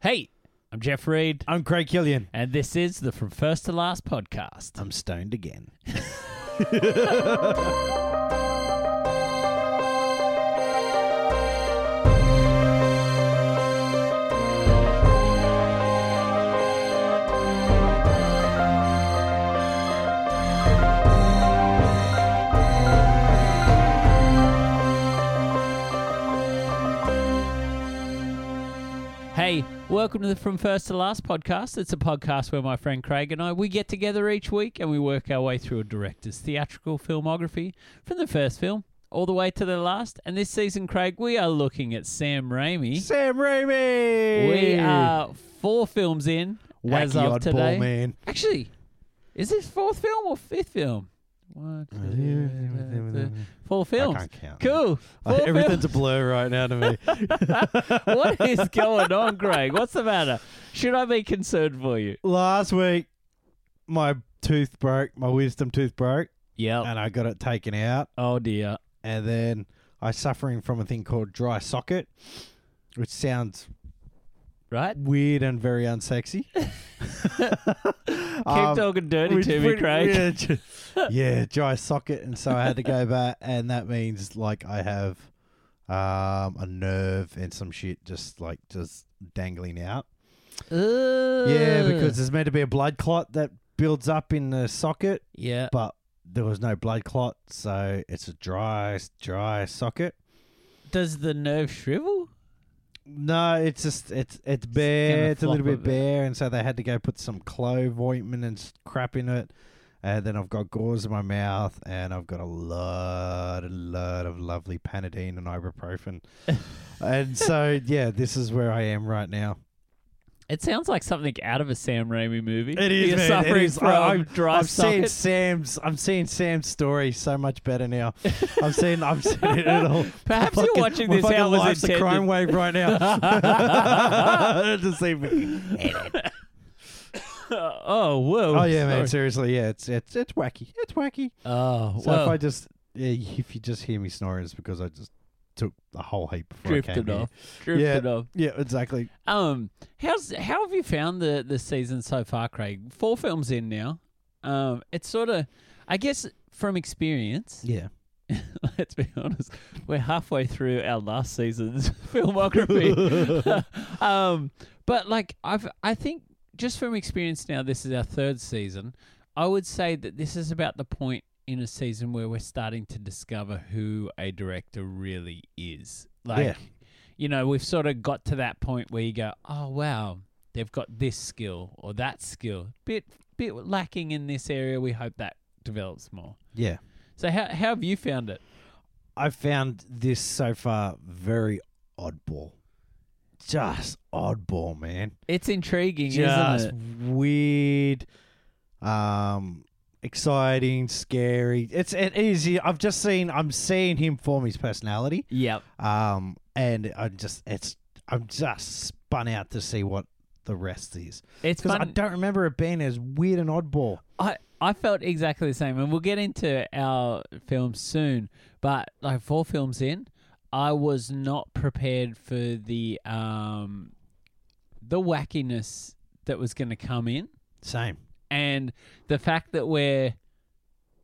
Hey, I'm Jeff Reed, I'm Craig Killian. and this is the From First to Last podcast. I'm stoned again. Hey, welcome to the From First to Last podcast. It's a podcast where my friend Craig and I we get together each week and we work our way through a director's theatrical filmography from the first film all the way to the last. And this season, Craig, we are looking at Sam Raimi. Sam Raimi. We are four films in Wacky as of oddball today. man. Actually, is this fourth film or fifth film? One, Uh, two, four films. I can't count. Cool. Uh, Four Everything's a blur right now to me. films. what is going on, Greg? What's the matter? Should I be concerned for you? Last week, my tooth broke. My wisdom tooth broke, Yep. and I got it taken out. Oh dear. And then I suffering from a thing called dry socket, which sounds Right? weird and very unsexy. Keep talking dirty um, Which to me, pretty- Craig. Yeah, ju- yeah, dry socket, and so I had to go back, and that means like I have um, a nerve and some shit just like just dangling out. Yeah, Ugh. because there's meant to be a blood clot that builds up in the socket, yeah. but there was no blood clot, so it's a dry, dry socket. Does the nerve shrivel? No, it's just it's it's bare. It's a little flop a bit bare, and so they had to go put some clove ointment and s- crap in it. And then I've got gauze in my mouth, and I've got a lot, a lot of lovely Panadine and ibuprofen. and so, yeah, this is where I am right now. It sounds like something out of a Sam Raimi movie. It is, You're man, it suffering is. I- from I'm- dry I'm seeing socket. Sam's. I'm seeing Sam's story so much better now. I'm seeing. I'm seeing it all. Perhaps My you're fucking- watching my this fucking how it was life's a intended. crime wave right now. Just see me. oh, whoa. Oh yeah, man. Sorry. Seriously, yeah. It's it's it's wacky. It's wacky. Oh, So well. if I just yeah, if you just hear me snoring, it's because I just took a whole heap before I came drifted here. off. Drifted off. Yeah, exactly. Um, how's how have you found the the season so far, Craig? Four films in now. Um, it's sort of, I guess, from experience. Yeah. Let's be honest, we're halfway through our last season's filmography. um, but like I've, I think just from experience now, this is our third season. I would say that this is about the point in a season where we're starting to discover who a director really is. Like, Yeah. you know, we've sort of got to that point where you go, oh wow, they've got this skill or that skill. Bit bit lacking in this area. We hope that develops more. Yeah. So how how have you found it? I found this so far very oddball. Just oddball, man. It's intriguing, Just isn't it? weird, um, exciting, scary. It's it is. I've just seen. I'm seeing him form his personality. Yep. um, and I just it's I'm just spun out to see what the rest is It's because I fun. don't remember it being as weird and oddball. I, I felt exactly the same, and we'll get into our films soon. But like four films in, I was not prepared for the um, the wackiness that was going to come in, Same. and the fact that we're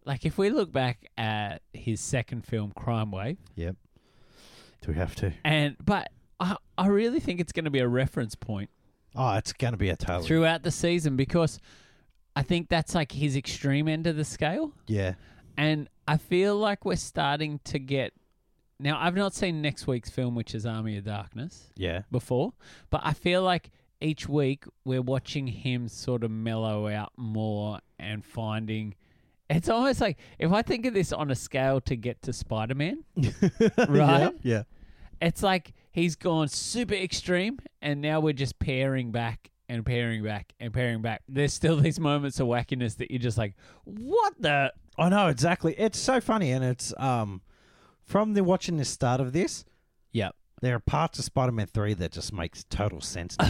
like, if we look back at his second film, Crime Wave, Yep. Do we have to? and but I I really think it's going to be a reference point. Oh, it's gonna be a totally. throughout the season because I think that's like his extreme end of the scale. Yeah. And I feel like we're starting to get. Now, I've not seen next week's film, which is Army of Darkness, Yeah. before, but I feel like each week we're watching him sort of mellow out more and finding. It's almost like if I think of this on a scale to get to Spider Man, Right? Yeah. it's like he's gone super extreme and now we're just pairing back and pairing back and pairing back there's still these moments of wackiness that you're just like what the I know exactly. It's so funny, and it's um, from the watching the start of this. Yep. There are parts of Spider-Man Three that just makes total sense. now.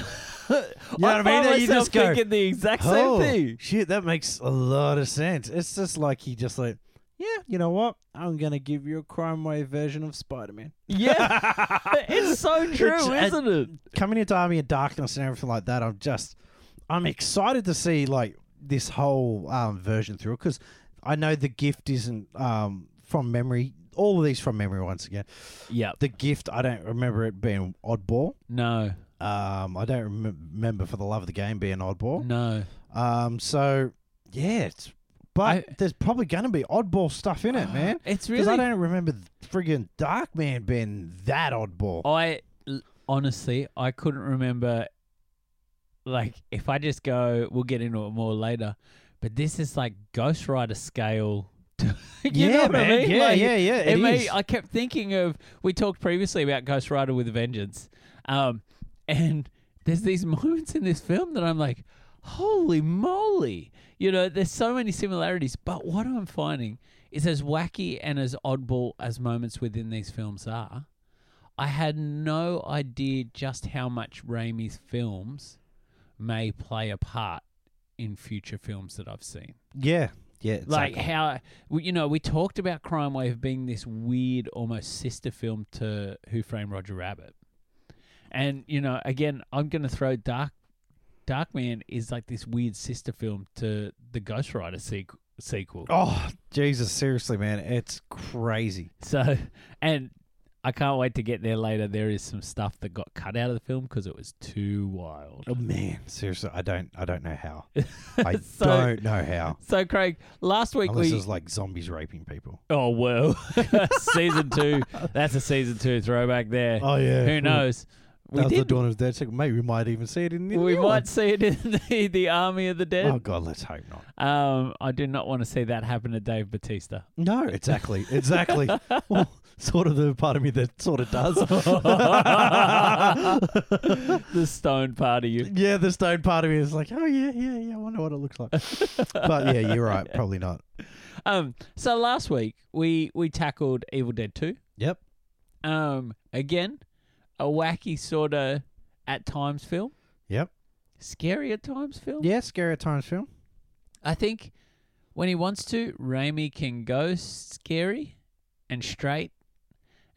you know I what I mean? find That you myself just go, thinking the exact same oh, thing Shit, that makes a lot of sense. It's just like he just like yeah, you know what? I'm gonna give you a crime wave version of Spider-Man. Yeah, it's so true, It's- it- isn't it? coming into Army of Darkness and everything like that, I'm just, I'm excited to see like this whole um, version through because I know the gift isn't um, from memory. All of these from memory once again. Yep. The gift, I don't remember it being oddball. No, Um, I don't remem- remember for the love of the game being oddball. no. Um, so yeah, it's, but Mm. I- there's probably gonna be oddball stuff in it, man. It's Because really. I don't remember friggin' Dark Man being that oddball. I l- honestly, I couldn't remember. Like, if I just go, we'll get into it more later. But this is like Ghost Rider scale. To, you know what I mean? Yeah, Like, yeah, yeah. It it made, is. I kept thinking of we talked previously about Ghost Rider with a Vengeance, um, and there's these moments in this film that I'm like, holy moly! You know, there's so many similarities. But what I'm finding is as wacky and as oddball as moments within these films are, I had no idea just how much Raimi's films may play a part in future films that I've seen Yeah, yeah. like Exactly. how we- you know we talked about crime wave being this weird almost sister film to who framed roger rabbit and you know again i'm going to throw dark darkman is like this weird sister film to the ghost rider sequ- sequel oh Jesus, seriously, man, it's crazy. so and i can't wait to get there later there is some stuff that got cut out of the film because it was too wild Oh man, seriously, I don't, I don't know how. I So- don't know how. so craig last week Unless we it's like zombies raping people. oh well season two that's a season two throwback there Oh yeah, Who knows? We That was the did. Dawn of the Dead. Second. Maybe we might even see it in the. We new might see it in the, the Army of the one. Oh Dead. God, let's hope not. Um, I do not want to see that happen to Dave Batista. No, exactly, exactly. well, sort of the part of me that sort of does. the stone part of you. yeah, the stone part of me is like, oh yeah, yeah, yeah. I wonder what it looks like. but yeah, you're right. Probably not. Um, so last week we we tackled Evil Dead Two. Yep. Um, again, a wacky sort of at times film. Yep. Scary at times film. Yeah, scary at times film. I think when he wants to, Raimi can go scary and straight.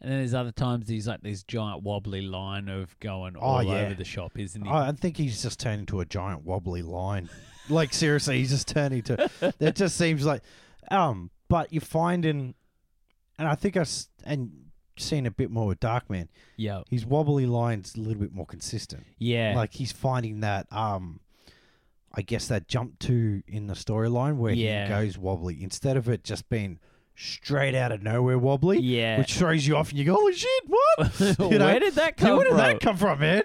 And then there's other times he's like this giant wobbly line of going all Oh, yeah. Oh, over the shop, isn't he? I I think he's just turned into a giant wobbly line. like seriously, he's just turning to. That just seems like, um. But you find in, and I think I s- and seen a bit more with Darkman. yeah. His wobbly line's a little bit more consistent. Yeah. Like he's finding that um. I guess that jump to in the storyline where Yeah. he goes wobbly instead of it just being straight out of nowhere wobbly, yeah. which throws you off and you go, "Holy shit, what?" you know? Where did that Yeah, come where did from? that come from, man?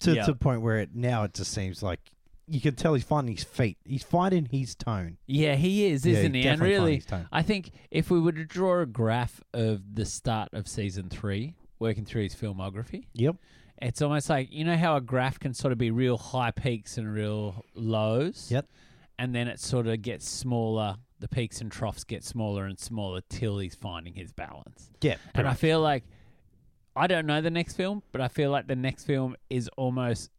To yeah. to the point where it now it just seems like you can tell he's finding his feet. He's finding his tone. yeah, he is, Yeah, isn't he? And definitely finding really, his tone. I think if we were to draw a graph of the start of season three, working through his filmography, Yep. It's almost like you know how a graph can sort of be real high peaks and real lows. Yep. And then it sort of gets smaller. The peaks and troughs get smaller and smaller till he's finding his balance. Yeah. and I feel like I don't know the next film, but I feel like the next film is almost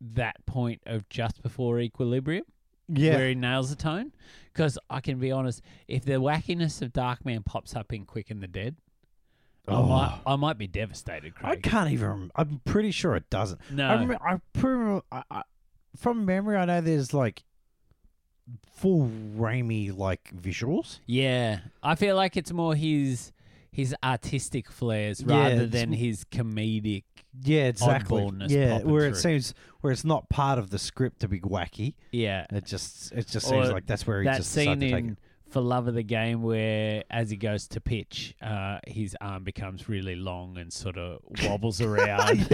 that point of just before equilibrium yeah. where he nails the tone. Because I can be honest, if the wackiness of Darkman pops up in Quick and the Dead, I Oh. might I might be devastated. I Craig. can't even. Rem- I'm pretty sure it doesn't. no. I remember. I, pretty, I, I from memory, I know there's like full Raimi like visuals. Yeah, I feel like it's more his his artistic flares Yeah, rather it's than m- his comedic. Yeah, exactly. Oddballness Yeah, popping where it through. seems where it's not part of the script to be wacky. Yeah, It just it just Or seems like that's where he that just scene decided to take it. in For Love of the Game where, as he goes to pitch, uh, his arm becomes really long and sort of wobbles around,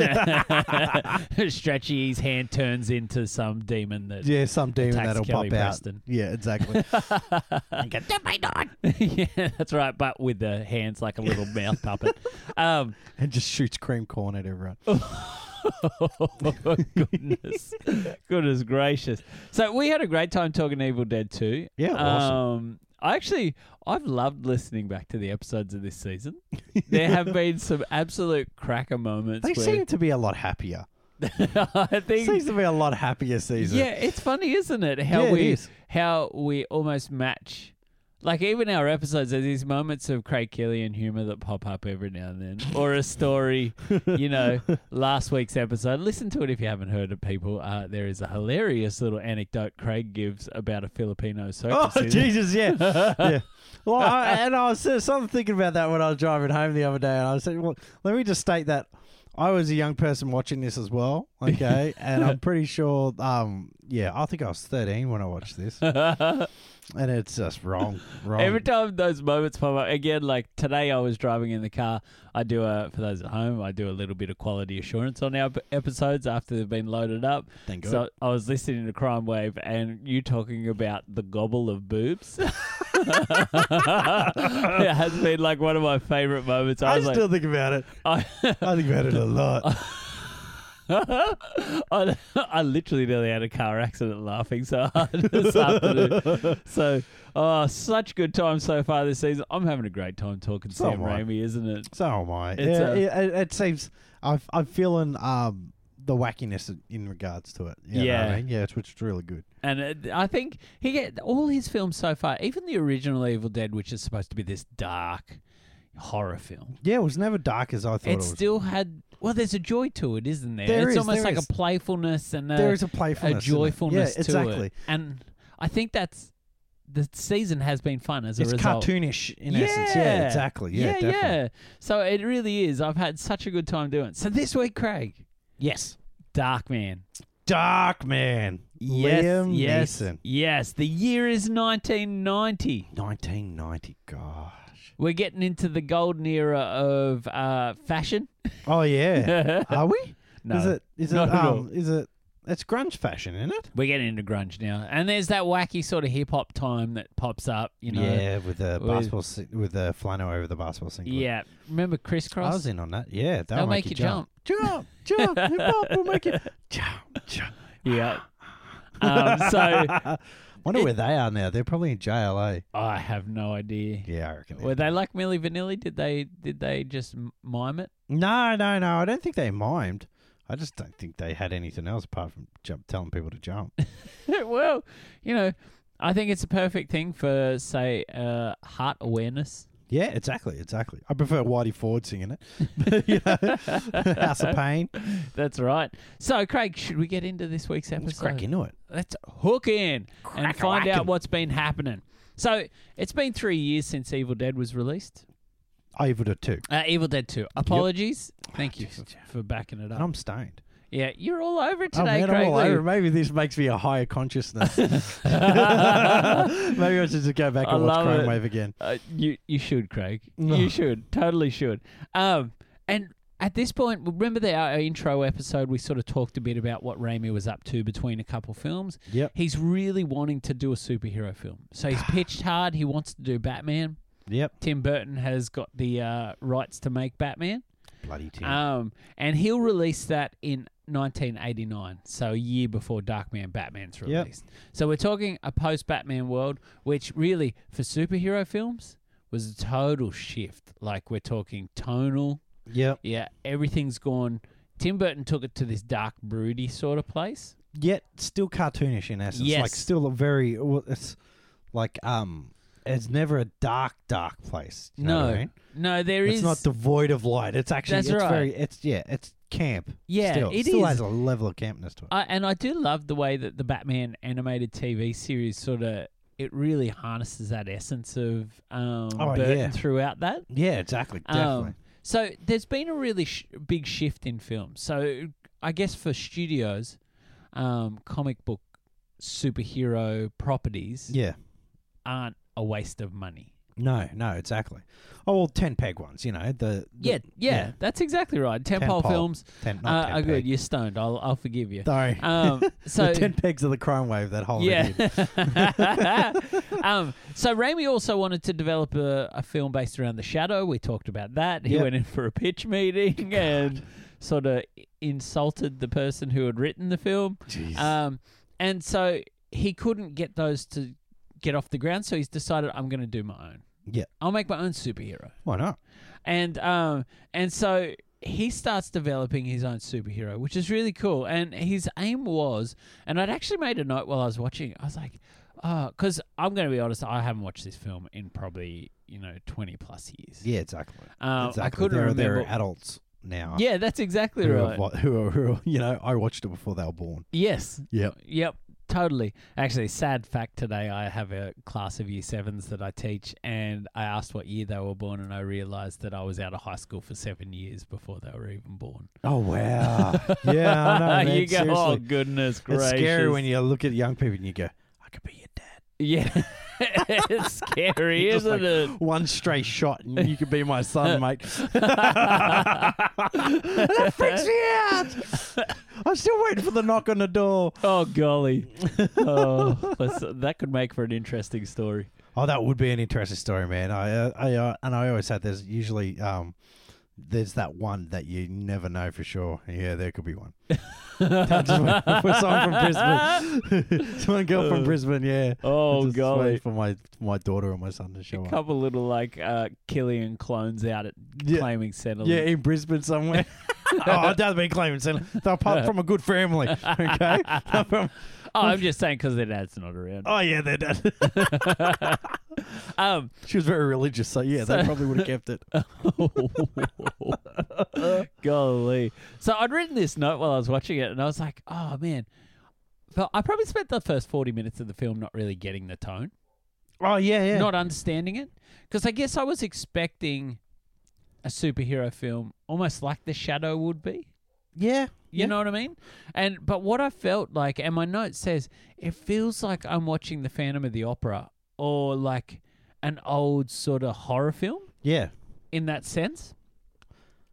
stretchy. His hand turns into some demon that. Yeah, some demon attacks that'll Kelly pop Preston. out. Yeah, exactly. and go, "Don't mind on," yeah, that's right. But with the hands like a little mouth puppet. Um, and just shoots cream corn at everyone. oh, goodness. goodness gracious. So we had a great time talking Evil Dead 2. Yeah, awesome. Um, I actually, I've loved listening back to the episodes of this season. There have been some absolute cracker moments. They where seem to be a lot happier. I think, Seems to be a lot happier season. yeah, it's funny, isn't it? How Yeah, it we is. how we almost match. Like even our episodes, there's these moments of Craig Killian humor that pop up every now and then, or a story. you know, last week's episode. Listen to it if you haven't heard it, people. Uh, there is a hilarious little anecdote Craig gives about a Filipino soap. Oh proceeding. Jesus, yeah, yeah. Well, I, and I was something thinking about that when I was driving home the other day, and I said, "Well, let me just state that I was a young person watching this as well, okay?" and I'm pretty sure, um, yeah, I think I was 13 when I watched this, and it's just wrong, wrong. Every time those moments pop up again, like today, I was driving in the car. I do a for those at home, I do a little bit of quality assurance on our p- episodes after they've been loaded up. Thank God. So I was listening to Crime Wave and you talking about the gobble of boobs. it has been like one of my favorite moments. I, I was like, still think about it. I, I think about it a lot. I, I literally nearly had a car accident laughing so hard this afternoon. So, oh, such good time so far this season. I'm having a great time talking So Sam am I. Raimi, isn't it? so am I. It's uh, a- yeah, it, it, it seems I've, I'm feeling um the wackiness in regards to it. You know what I Yeah. mean? yeah, it's, which is really good. And it, I think he get all his films so far, even the original Evil Dead, which is supposed to be this dark horror film. Yeah, it was never dark as I thought it It was. still had well, there's a joy to it, isn't there? There it's is, almost there like is. a playfulness and a, there is a a playfulness, in it. joyfulness yeah, to exactly. it. And I think that's the season has been fun as It's a result. cartoonish in Yeah. essence. Yeah, exactly. Yeah, yeah, definitely. yeah. So it really is. I've had such a good time doing it. So this week, Craig, Yes. Dark Man. Dark Man. Yes, Liam yes, Neeson. yes. The year is 1990. 1990. Gosh. We're getting into the golden era of uh, fashion. Oh yeah. Are we? no, Is it? Is it? Not at all. Um, is it? It's grunge fashion, isn't it? we're getting into grunge now, and there's that wacky sort of hip hop time that pops up. You know, yeah, with the with- basketball si- with the flannel over the basketball singlet. yeah. Remember I crisscross? was in on that. Yeah, that'll, That'll make you Jump, jump, jump, hip hop will make you jump, jump. yeah. um, so Wonder It- where they are now. They're probably in jail, eh? I have no idea. Yeah, I reckon. they Were they like Milli Vanilli? Did they did they just m- mime it? No, no, no. I don't think they mimed. I just don't think they had anything else apart from jump, telling people to jump. well, you know, I think it's a perfect thing for say uh, heart awareness. yeah, exactly, exactly. I prefer Whitey Ford singing it. you know, House of Pain. That's right. So, Craig, should we get into this week's episode? Let's crack into it. Let's hook in and Crack-a-whackin'. find out what's been happening. So, it's been three years since Evil Dead was released. Over to two. Uh, Evil Dead 2. Apologies. Thank you Jesus, for, for backing it And up. Ah, I'm stoned. Yeah, you're all over it Oh, today, man, I'm Craig. all Look- over. Maybe this makes me a higher consciousness. Maybe I should just go back I and watch love Chrome it. Wave again. Uh, you you should, Craig. No. You should totally should. Um, and at this point, remember the our intro episode? We sort of talked a bit about what Raimi was up to between a couple films. Yep. He's really wanting to do a superhero film, so he's pitched hard. He wants to do Batman. Yep. Tim Burton has got the uh, rights to make Batman, Bloody team. um, and he'll release that in 1989, so a year before Darkman Batman's Yep. released. So we're talking a post Batman world, which really for superhero films was a total shift. Like we're talking tonal, yep. yeah, everything's gone. Tim Burton took it to this dark, broody sort of place. yet still cartoonish in essence. Like Yes. still a very well, it's like um it's never a dark dark place. You know no, what I mean? no, there is it's not devoid of light. It's actually That's it's right. very it's yeah it's camp. Yeah, still. it still is. has a level of campness to it. I, and I do love the way that the Batman animated TV series sort of it really harnesses that essence of um, Oh, Burton yeah. throughout that. yeah, exactly, Um, definitely. so there's been a really sh- big shift in films. So I guess for studios, um, comic book superhero properties yeah. aren't a waste of money. No, no, exactly. Oh well, ten peg ones, you know the, the Yeah, yeah, yeah. that's exactly right. Temple Tentpole, films ten uh, not are ten good. peg. You're stoned. I'll I'll forgive you. Sorry, Um, so the ten pegs of the crime wave that whole Yeah. idiot. um, so Raimi also wanted to develop a, a film based around the shadow. We talked about that. He Yep. went in for a pitch meeting and sort of insulted the person who had written the film. Jeez. Um, and so he couldn't get those to get off the ground. So he's decided, I'm going to do my own. Yeah. I'll make my own superhero. Why not? And um, and so he starts developing his own superhero, which is really cool. And his aim was, and I'd actually made a note while I was watching. I was like, Because I'm going to be honest, I haven't watched this film in probably you know 20 plus years. Yeah, exactly. Um, exactly. I couldn't there, remember. are- There are adults now. yeah, that's exactly Who, right. are, who, are, who are, you know, I watched it before they were born. Yes. Yep. Yep. Totally. Actually, sad fact today, I have a class of year sevens that I teach, and I asked what year they were born, and I realized that I was out of high school for seven years before they were even born. Oh, wow. yeah, I know. man, you go, seriously. oh, goodness gracious. It's scary when you look at young people and you go, I could be your dad. Yeah. it's scary, You're just isn't like, it? One stray shot and you could be my son, mate. that freaks me out. I'm still waiting for the knock on the door. Oh, golly. Oh, that's- that could make for an interesting story. Oh, that would be an interesting story, man. I, uh, I, uh, and I always said there's usually, um, there's that one that you never know for sure. Yeah, there could be one. I just went for someone from Brisbane. Someone girl Uh, from Brisbane, yeah. I Oh, just golly. wait for my my daughter and my son to show A up. couple little, like, uh, Killian clones out at Yeah. claiming settlement. Yeah, in Brisbane somewhere. oh, I doubt they claiming settlement. They're part from a good family. Okay. They're from- Oh, I'm just saying because their dad's not around. oh yeah, they're dead. Um, she was very religious, so yeah, they So- probably would have kept it. golly. So I'd written this note while I was watching it, and I was like, oh, man. But I probably spent the first 40 minutes of the film not really getting the tone. Oh yeah, yeah. not understanding it because I guess I was expecting a superhero film almost like The Shadow would be. yeah. You Yeah. know what I mean? And but what I felt like, and my note says, it feels like I'm watching The Phantom of the Opera or like an old sort of horror film Yeah. in that sense.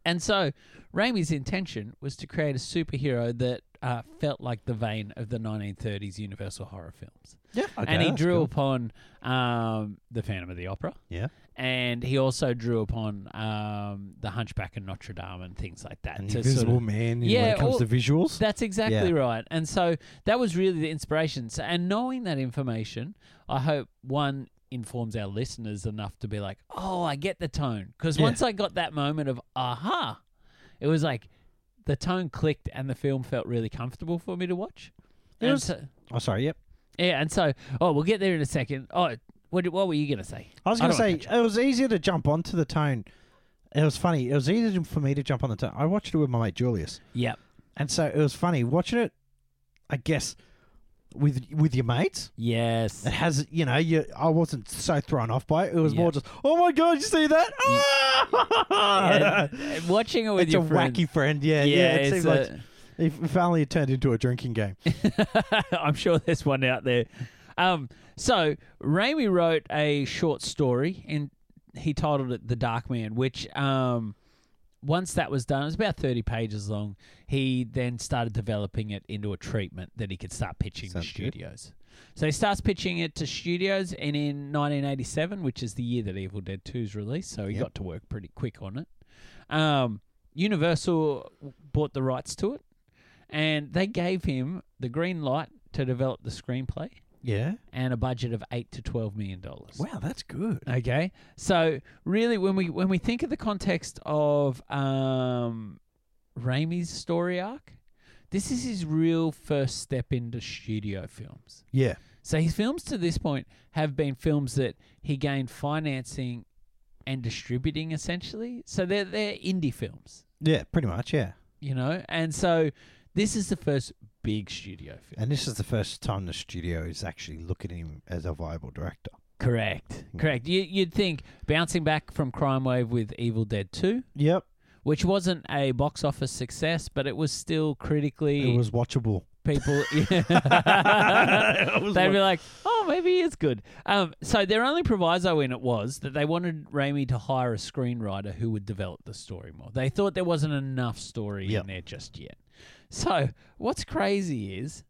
And so, Raimi's intention was to create a superhero that uh, felt like the vein of the 1930s Universal horror films. Yeah. Okay, and he that's drew cool. upon um, The Phantom of the Opera Yeah. and he also drew upon um, the Hunchback of Notre Dame and things like that. An to sort of- invisible man in- when Yeah, it comes or- to visuals. that's exactly right. And so that was really the inspiration. So, and knowing that information, I hope one informs our listeners enough to be like, oh, I get the tone. Because Yeah. once I got that moment of aha, it was like the tone clicked and the film felt really comfortable for me to watch. It And was- so- oh sorry, yep. yeah, and so oh, we'll get there in a second. Oh, what, what were you gonna say? I was I going to don't say wanna it was easier to jump onto the tone. It was funny. It was easier for me to jump on the tone. I watched it with my mate Julius, Yep. and so it was funny watching it. I guess with with your mates, Yes. it has you know you. I wasn't so thrown off by it. It was Yeah. more just oh my god, you see that? Ah! Yeah, watching it with it's your a friends. wacky friend. Yeah, yeah. it it's seemed like if, if only it turned into a drinking game. a- I'm sure there's one out there. Um, so Raimi wrote a short story and he titled it "The Dark Man," which um, once that was done, it was about 30 pages long. He then started developing it into a treatment that he could start pitching to Sounds good. studios. So he starts pitching it to studios, and in 1987, which is the year that Evil Dead 2 is released, so he Yep. got to work pretty quick on it. Um, Universal bought the rights to it, and they gave him the green light to develop the screenplay Yeah. and a budget of eight to twelve million dollars. Wow, that's good. Okay, so really, when we when we think of the context of um, Raimi's story arc, this is his real first step into studio films. Yeah. So his films to this point have been films that he gained financing and distributing essentially. So they're they're indie films, Yeah. Pretty much. Yeah. you know. And so this is the first big studio film. And this is the first time the studio is actually looking at him as a viable director. Correct. Mm. Correct. You, you'd think bouncing back from Crime Wave with Evil Dead 2, Yep. which wasn't a box office success, but it was still critically It was watchable. people. It was They'd be wa- like, oh, maybe it's good. Um, so their only proviso in it was that they wanted Raimi to hire a screenwriter who would develop the story more. They thought there wasn't enough story Yep. in there just yet. So what's crazy is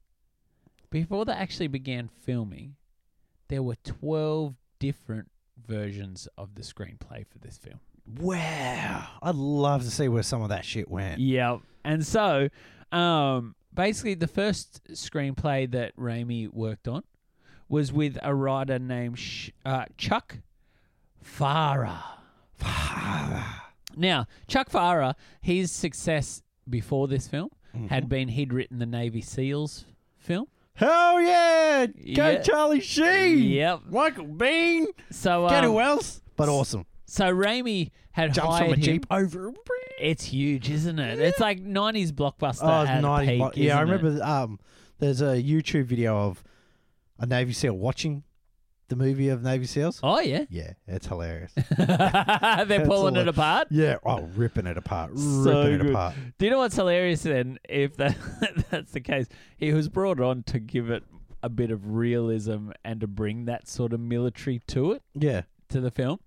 before they actually began filming, there were 12 different versions of the screenplay for this film. Wow. I'd love to see where some of that shit went. Yeah. And so, um, basically, the first screenplay that Raimi worked on was with a writer named Sh- uh, Chuck Farah. Now, Chuck Farah, Mm-hmm. his success before this film had been he'd written the Navy SEALs film. Hell yeah! Go Yeah. Charlie Sheen! Yep. Michael Bean! So Get um, who else? But awesome. so Raimi had Jumps hired from a him- jeep over a bridge. It's huge, isn't it? It's like '90s blockbuster. Oh, it's at a 90 peak, bucks. Yeah, I isn't it? remember. Um, there's a YouTube video of a Navy SEAL watching the movie of Navy SEALs. Oh yeah, Yeah, it's hilarious. they're That's pulling all it it- apart. yeah, oh, ripping it apart, So ripping good. it apart. Do you know what's hilarious then? If that, that's the case, he was brought on to give it a bit of realism and to bring that sort of military to it, Yeah, to the film.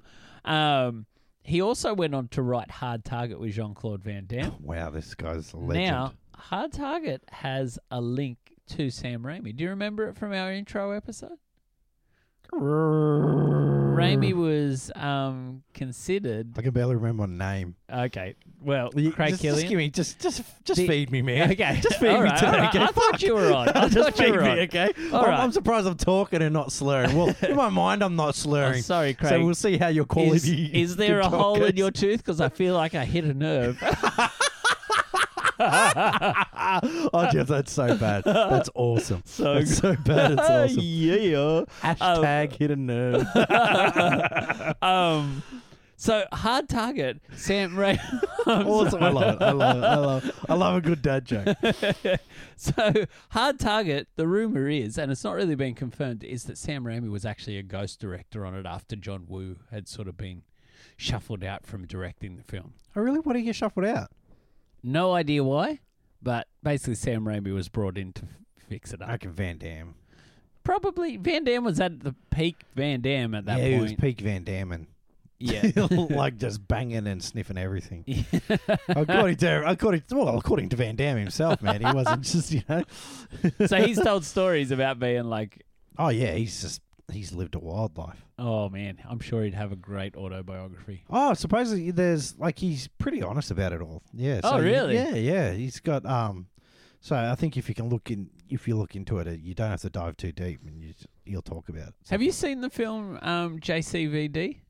Um, he also went on to write Hard Target with Jean Claude Van Damme. wow, this guy's a legend. Now, Hard Target has a link to Sam Raimi. Do you remember it from our intro episode? Raimi was um, considered. I can barely remember my name. Okay, well, You- Craig just, Killian. just give me, just, just, just The- feed me, man. Okay, just feed all me right, today. all right. okay? I thought Fuck. you were on. I just thought you feed were me, on. okay? All I'm, right. I'm surprised I'm talking and not slurring. Well, in my mind, I'm not Oh, slurring. sorry, Craig. So we'll see how your is, quality. is there a control hole in goes. your tooth? Because I feel like I hit a nerve. oh, Jeff, that's so bad. That's awesome. So That's so bad. It's awesome. yeah. Oh. Hashtag hit a nerve. Um, so hard target, Sam Ray. awesome. I love it. I love it. I love. It. I love a good dad joke. so hard target. The rumor is, and it's not really been confirmed, is that Sam Raimi was actually a ghost director on it after John Woo had sort of been shuffled out from directing the film. I really want to get shuffled out. No idea why, but basically Sam Raimi was brought in to f- fix it up. I can Van Dam. Probably Van Damme was at the peak Van Damme at that yeah, he was point. peak Van Damme. yeah. like just banging and sniffing everything. according to according to, well, according to Van Damme himself, man, he wasn't just you know. so he's told stories about being like, Oh yeah, he's just he's lived a wild life. oh man, I'm sure he'd have a great autobiography. Oh, supposedly there's like he's pretty honest about it all. Yeah. Oh, so he- really? Yeah, yeah. He's got um. So I think if you can look in, if you look into it, uh, you don't have to dive too deep, and you just, he'll talk about it. So- Have you seen the film um, JCVD?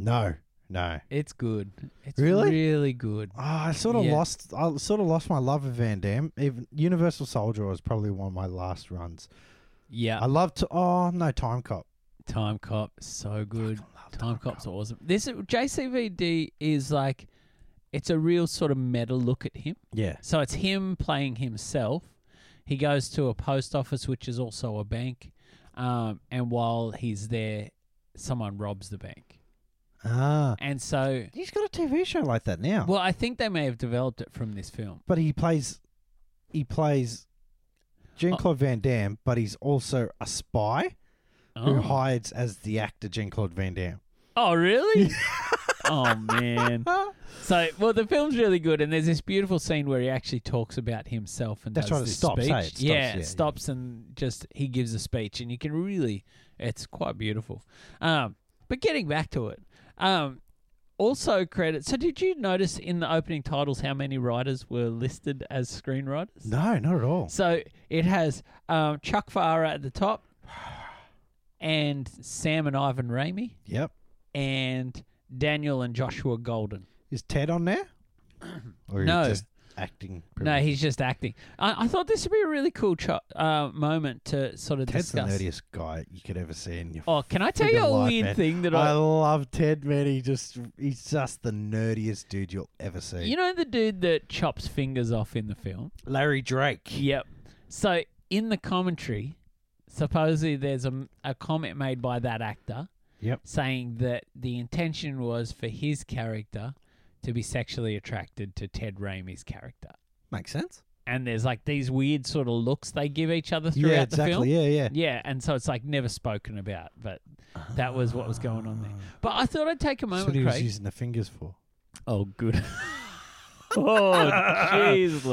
No, no. It's good. It's Really? really good. Oh, I sort of Yeah. lost. I sort of lost my love of Van Damme. Even Universal Soldier was probably one of my last runs. Yeah. I loved. To, oh no, Time Cop. Time Cop, so good. Fucking love Time Cop's awesome. This JCVD is like, it's a real sort of meta look at him. Yeah. So it's him playing himself. He goes to a post office, which is also a bank. Um, and while he's there, someone robs the bank. Ah, And so, he's got a TV show like that now. well, I think they may have developed it from this film. but he plays, he plays Jean Claude Uh. Van Damme, but he's also a spy who Oh, hides as the actor Jean Claude Van Damme. Oh, really? oh, man. So, well, the film's really good. And there's this beautiful scene where he actually talks about himself and That's does right, it this stops, speech. hey, it stops, yeah, yeah, yeah. it stops and just he gives a speech. And you can really, it's quite beautiful. Um, but getting back to it, um, also credit. So, did you notice in the opening titles how many writers were listed as screenwriters? No, not at all. So it has um, Chuck Farah at the top, and Sam and Ivan Ramey, Yep. and Daniel and Joshua Golden. Is Ted on there? Or No. Just acting. No, he's just acting. I, I thought this would be a really cool cho- uh, moment to sort of Ted's the discuss. nerdiest guy you could ever see in your. Oh, can I tell Freaking you a life, weird man. thing that I I, love Ted, man. He just he's just the nerdiest dude you'll ever see. You know the dude that chops fingers off in the film? Larry Drake. Yep. So in the commentary, supposedly there's a, a comment made by that actor Yep. saying that the intention was for his character to be sexually attracted to Ted Raimi's character. Makes sense. And there's like these weird sort of looks they give each other throughout Yeah, the film. exactly. Yeah, yeah. Yeah, and so it's like never spoken about, but that was what was going on there. But I thought I'd take a That's moment, what he Ah. was Craig. using the fingers for. oh, good. oh, jeez,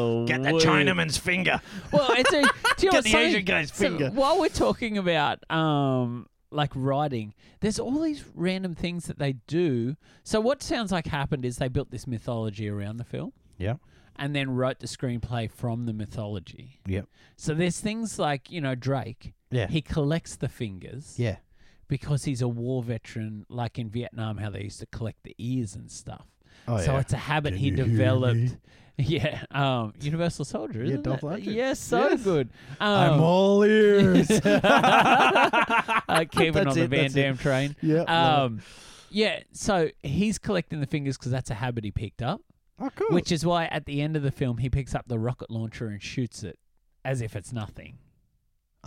Louise. finger. Well, it's a. Do you know Get what's the funny? Asian guy's So finger. while we're talking about um, like writing, there's all these random things that they do. So what sounds like happened is they built this mythology around the film. Yep. And then wrote the screenplay from the mythology. Yep. So there's things like you know Drake. Yeah. He collects the fingers yeah. because he's a war veteran, like in Vietnam, how they used to collect the ears and stuff. Oh so yeah. it's a habit Can he you hear me? developed Yeah, um, Universal Soldier, Yeah, isn't Dolph it? Lundgren. Yes, so Yes. good. Um, I'm all ears. uh, Kevin That's on the it, Van that's it. Dam train. yeah. love Um, yeah, so he's collecting the fingers because that's a habit he picked up, it. oh, cool. which is why at the end of the film he picks up the rocket launcher and shoots it as if it's nothing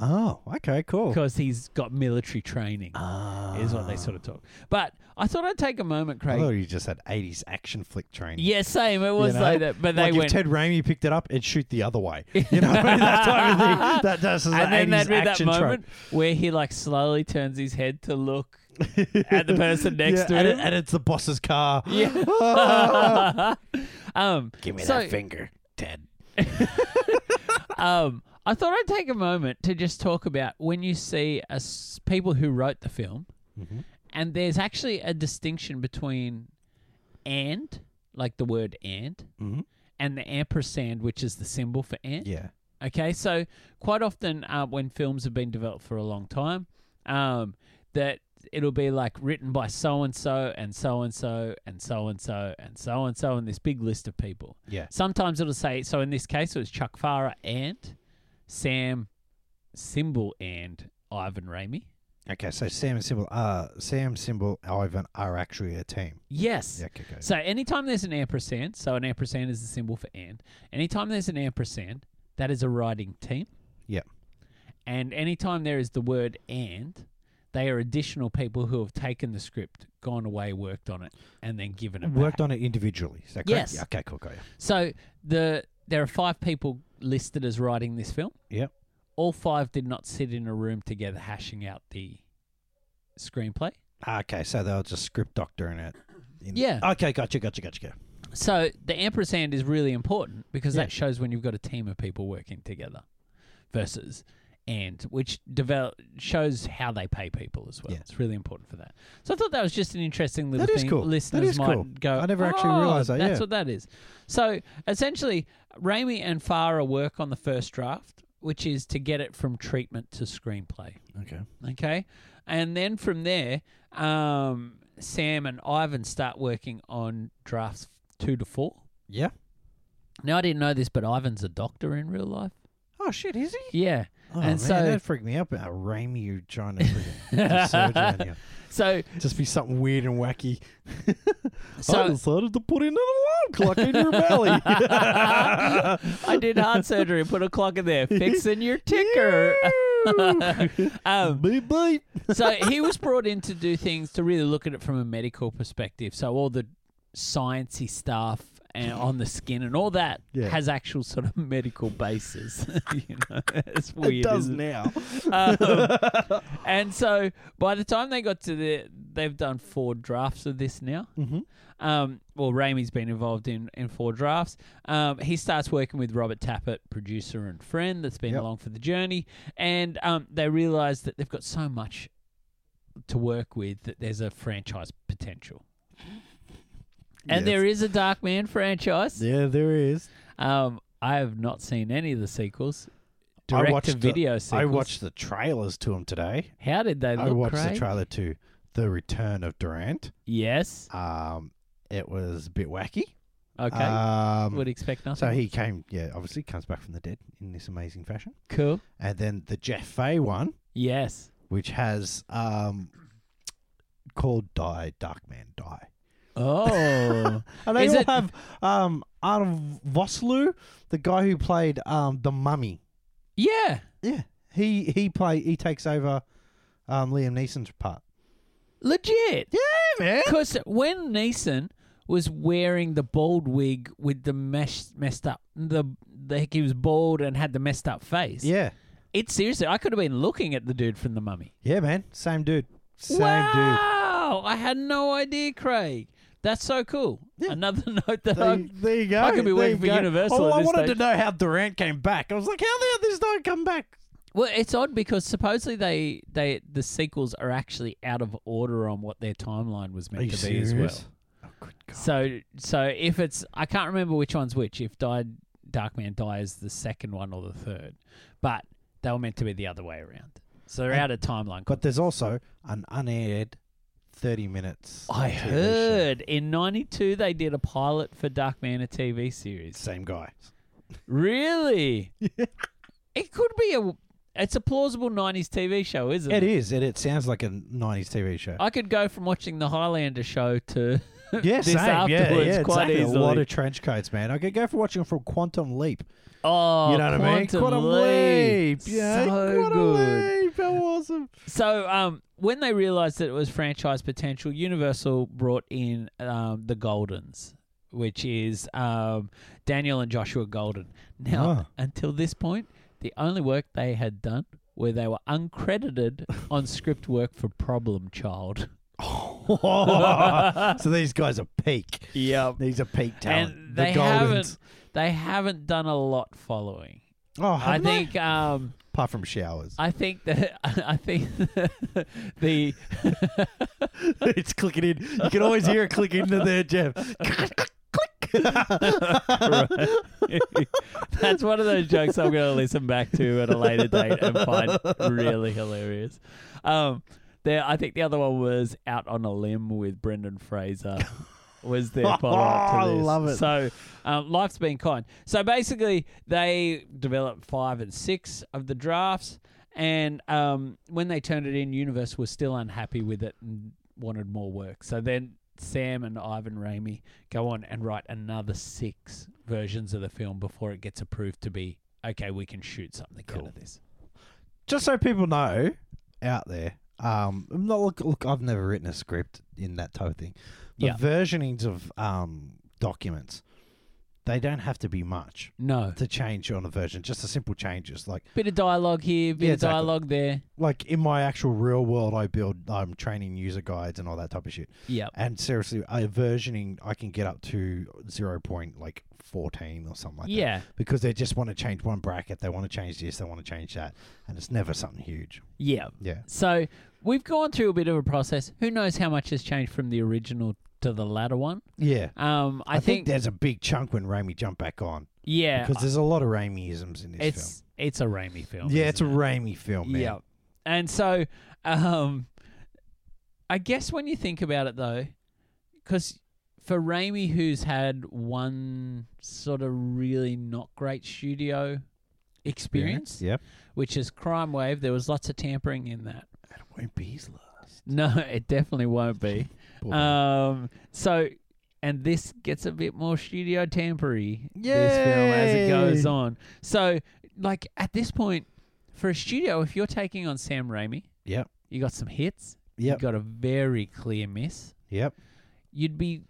oh, okay, cool. Ah. because he's got military training. Is what they sort of talk. But I thought I'd take a moment, I Craig. thought you just had 80s action flick training. Yeah, same. It was know, like that, but they like went. if Ted Raimi picked it up, it'd shoot the other way. You know, what I mean? that type of thing. That, that's just and then the there'd 80s be that action moment where he like slowly turns his head to look trope. at the person next Yeah, to and, him. it- and it's the boss's car. Ah. yeah. um, Give me So- that finger, Ted. um, I thought I'd take a moment to just talk about when you see us people who wrote the film, Mhm. and there's actually a distinction between and, like the word and, Mhm. and the ampersand, which is the symbol for and. Yeah. Okay, so quite often uh, when films have been developed for a long time, um, that it'll be like written by so and so and so and so and so and so and so and so and this big list of people. Yeah. Sometimes it'll say so. In this case, it was Chuck Farah and Sam Symbol and Ivan Raimi. Okay, so Sam and Sybil are Sam, Sybil, Ivan are actually a team. Yes. Yeah, okay, okay. So anytime there's an ampersand, so an ampersand is the symbol for and. Anytime there's an ampersand, that is a writing team. Yep. And anytime there is the word and, they are additional people who have taken the script, gone away, worked on it, and then given it Worked back. on it individually. Is that correct? Yes. Yeah, okay, cool, cool. So the there are five people listed as writing this film. Yep. All five did not sit in a room together hashing out the screenplay. Yeah. Okay, so they'll just script doctor in it. In- Yeah. Okay, gotcha, gotcha, gotcha, gotcha. So the ampersand is really important because Yeah. that shows when you've got a team of people working together versus and which develop shows how they pay people as well. Yeah. It's really important for that. So I thought that was just an interesting little That is thing. cool. That Listeners is might cool. go. I never actually "Oh, realised that, That's yeah." what that is. So essentially, Raimi and Farah work on the first draft, which is to get it from treatment to screenplay. Okay. Okay. And then from there, um, Sam and Ivan start working on drafts two to four. Yeah. Now, I didn't know this, but Ivan's a doctor in real life. Oh shit, is he? Yeah. Oh, And man, so- that freaked me out. But uh, Raimi, you trying to freaking do surgery on you. So, just be something weird and wacky. I so decided to put in an alarm clock in your belly. Oh. I did heart surgery, put a clock in there, fixing your ticker. um, beep beep. so he was brought in to do things to really look at it from a medical perspective. So all the sciencey stuff and on the skin and all that Yeah. has actual sort of medical basis. you know, it's weird. it does isn't now. Um, and so by the time they got to the, they've done four drafts of this now. Mhm. Um, well, Raimi's been involved in, in four drafts. Um, he starts working with Robert Tappert, producer and friend that's been Yep. along for the journey, and um, they realise that they've got so much to work with that there's a franchise potential. And Yes. there is a Dark Man franchise. Yeah, there is. Um, I have not seen any of the sequels. I Direct to watched the- video sequels. I watched the trailers to him today. How did they look? I watched Craig? the trailer to The Return of Durant. Yes. Um, it was a bit wacky. Okay. Um, Would expect nothing. so he came, yeah, obviously comes back from the dead in this amazing fashion. cool. And then the Jeff Fay one, Yes. which has um, called Die, Dark Man Die. Oh. And they Is all it- have um, Arnold Vosloo, the guy who played um, the Mummy. yeah. Yeah, he he play he takes over um, Liam Neeson's part. Legit. Yeah, man. Because when Neeson was wearing the bald wig with the mesh, messed up, the, the heck he was bald and had the messed up face. Yeah, It seriously, I could have been looking at the dude from The Mummy. yeah, man. Same dude. Same dude. wow. I had no idea, Craig. That's so cool. Yeah. Another note that There, I. you- there you go. I could be There working you for go. Universal Oh, at I this wanted stage. to know how Durant came back. I was like, how the hell did this guy come back? Well, it's odd because supposedly they they the sequels are actually out of order on what their timeline was meant to be as well. Oh, good God. So so if it's I can't remember which one's which. If died Darkman dies the second one or the third, but they were meant to be the other way around. So they're And- out of timeline. but there's also an unaired thirty minutes. I TV show. heard in '92 they did a pilot for Darkman, a TV series. same guy. Really? It could be a. It's a plausible '90s TV show, isn't It it? is. It, it sounds like a '90s TV show. I could go from watching the Highlander show to yeah, this same. afterwards yeah, yeah, quite exactly. easily. A lot of trench coats, man. I could go for watching from Quantum Leap. oh, you know what I mean? Quantum Quantum Leap. Leap. Yeah, so Quantum good. Leap. How awesome. So, um, when they realized that it was franchise potential, Universal brought in um, the Goldens, which is um, Daniel and Joshua Golden. Now, Ah. until this point, the only work they had done where they were uncredited on script work for Problem Child. so these guys are peak. Yep. These are peak talent. And the they Goldens. haven't they haven't done a lot following. Oh, I haven't they? think um, apart from showers, I think that I think the it's clicking in. You can always hear it click into there, Jeff. Click. That's one of those jokes I'm going to listen back to at a later date and find really hilarious. Um, there, I think the other one was Out on a Limb with Brendan Fraser. Was their follow up to Oh, I this? love it. So, um, life's been kind. So basically, they developed five and six of the drafts, and um, when they turned it in, Universe was still unhappy with it and wanted more work. So then Sam and Ivan Raimi go on and write another six versions of the film before it gets approved to be okay. We can shoot something out Cool. of this. Just so people know out there, um, I'm not look. Look, I've never written a script in that type of thing. The Yeah. versionings of um, documents, they don't have to be much No, to change on a version. Just the simple changes, like bit of dialogue here, bit Yeah, of exactly. dialogue there. like in my actual real world, I build um, training user guides and all that type of shit. Yep. And seriously, I versioning I can get up to zero point like fourteen or something like that. Uh, yeah. Because they just want to change one bracket, they want to change this, they want to change that, and it's never something huge. Yeah. Yeah. So we've gone through a bit of a process. Who knows how much has changed from the original to the latter one? Yeah. Um, I, I, think, think, there's a big chunk when Raimi jumped back on yeah, because there's a lot of Raimiisms in this it's it's a Raimi film. film. Yeah, it's a isn't Raimi it? film, Oh, man. yeah. And so, um, I guess when you think about it though, because for Raimi, who's had one sort of really not great studio experience, Yep. which is Crime Wave, there was lots of tampering in that. It won't be his last. No, it definitely won't be. Poor man. Um. So, and this gets a bit more studio tampery. This film as it goes Yay! on. So, like at this point, for a studio, if you're taking on Sam Raimi, Yep. you got some hits. Yep. You got a very clear miss. Yep. You'd be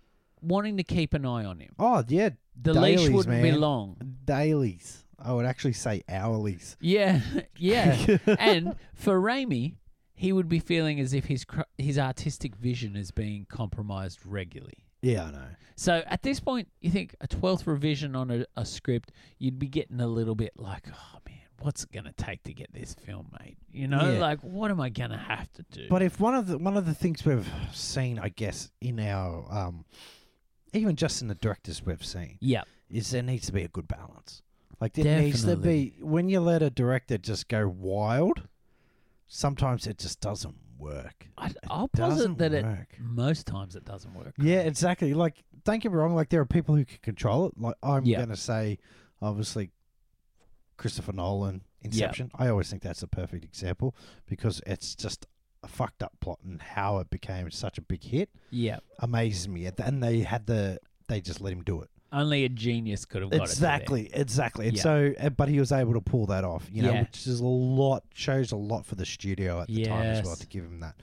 wanting to keep an eye on him. Oh yeah, The leash Dailies, wouldn't be man. long. dailies. I would actually say hourlies. Yeah, yeah. and for Raimi, he would be feeling as if his cr- his artistic vision is being compromised regularly. Yeah, I know. So at this point, you think a twelfth revision on a, a script, you'd be getting a little bit like, oh man, what's it gonna take to get this film made? You know, Yeah. like what am I gonna have to do? But if one of the one of the things we've seen, I guess, in our um, even just in the directors we've seen, yeah, is there needs to be a good balance. Like there needs to Definitely. be when you let a director just go wild, sometimes it just doesn't work. I, I'll Doesn't posit that it work. most times it doesn't work. Yeah, exactly. Like don't get me wrong. Like there are people who can control it. Like I'm Yeah. gonna say, obviously, Christopher Nolan, Inception. I always think that's a perfect example because it's just a fucked up plot and how it became such a big hit yeah. amazes me. And they had the they just let him do it. Only a genius could have got it. exactly, exactly. And Yeah. so, uh, but he was able to pull that off, you know, Yeah. which is a lot shows a lot for the studio at the time as well Yes. to give him that.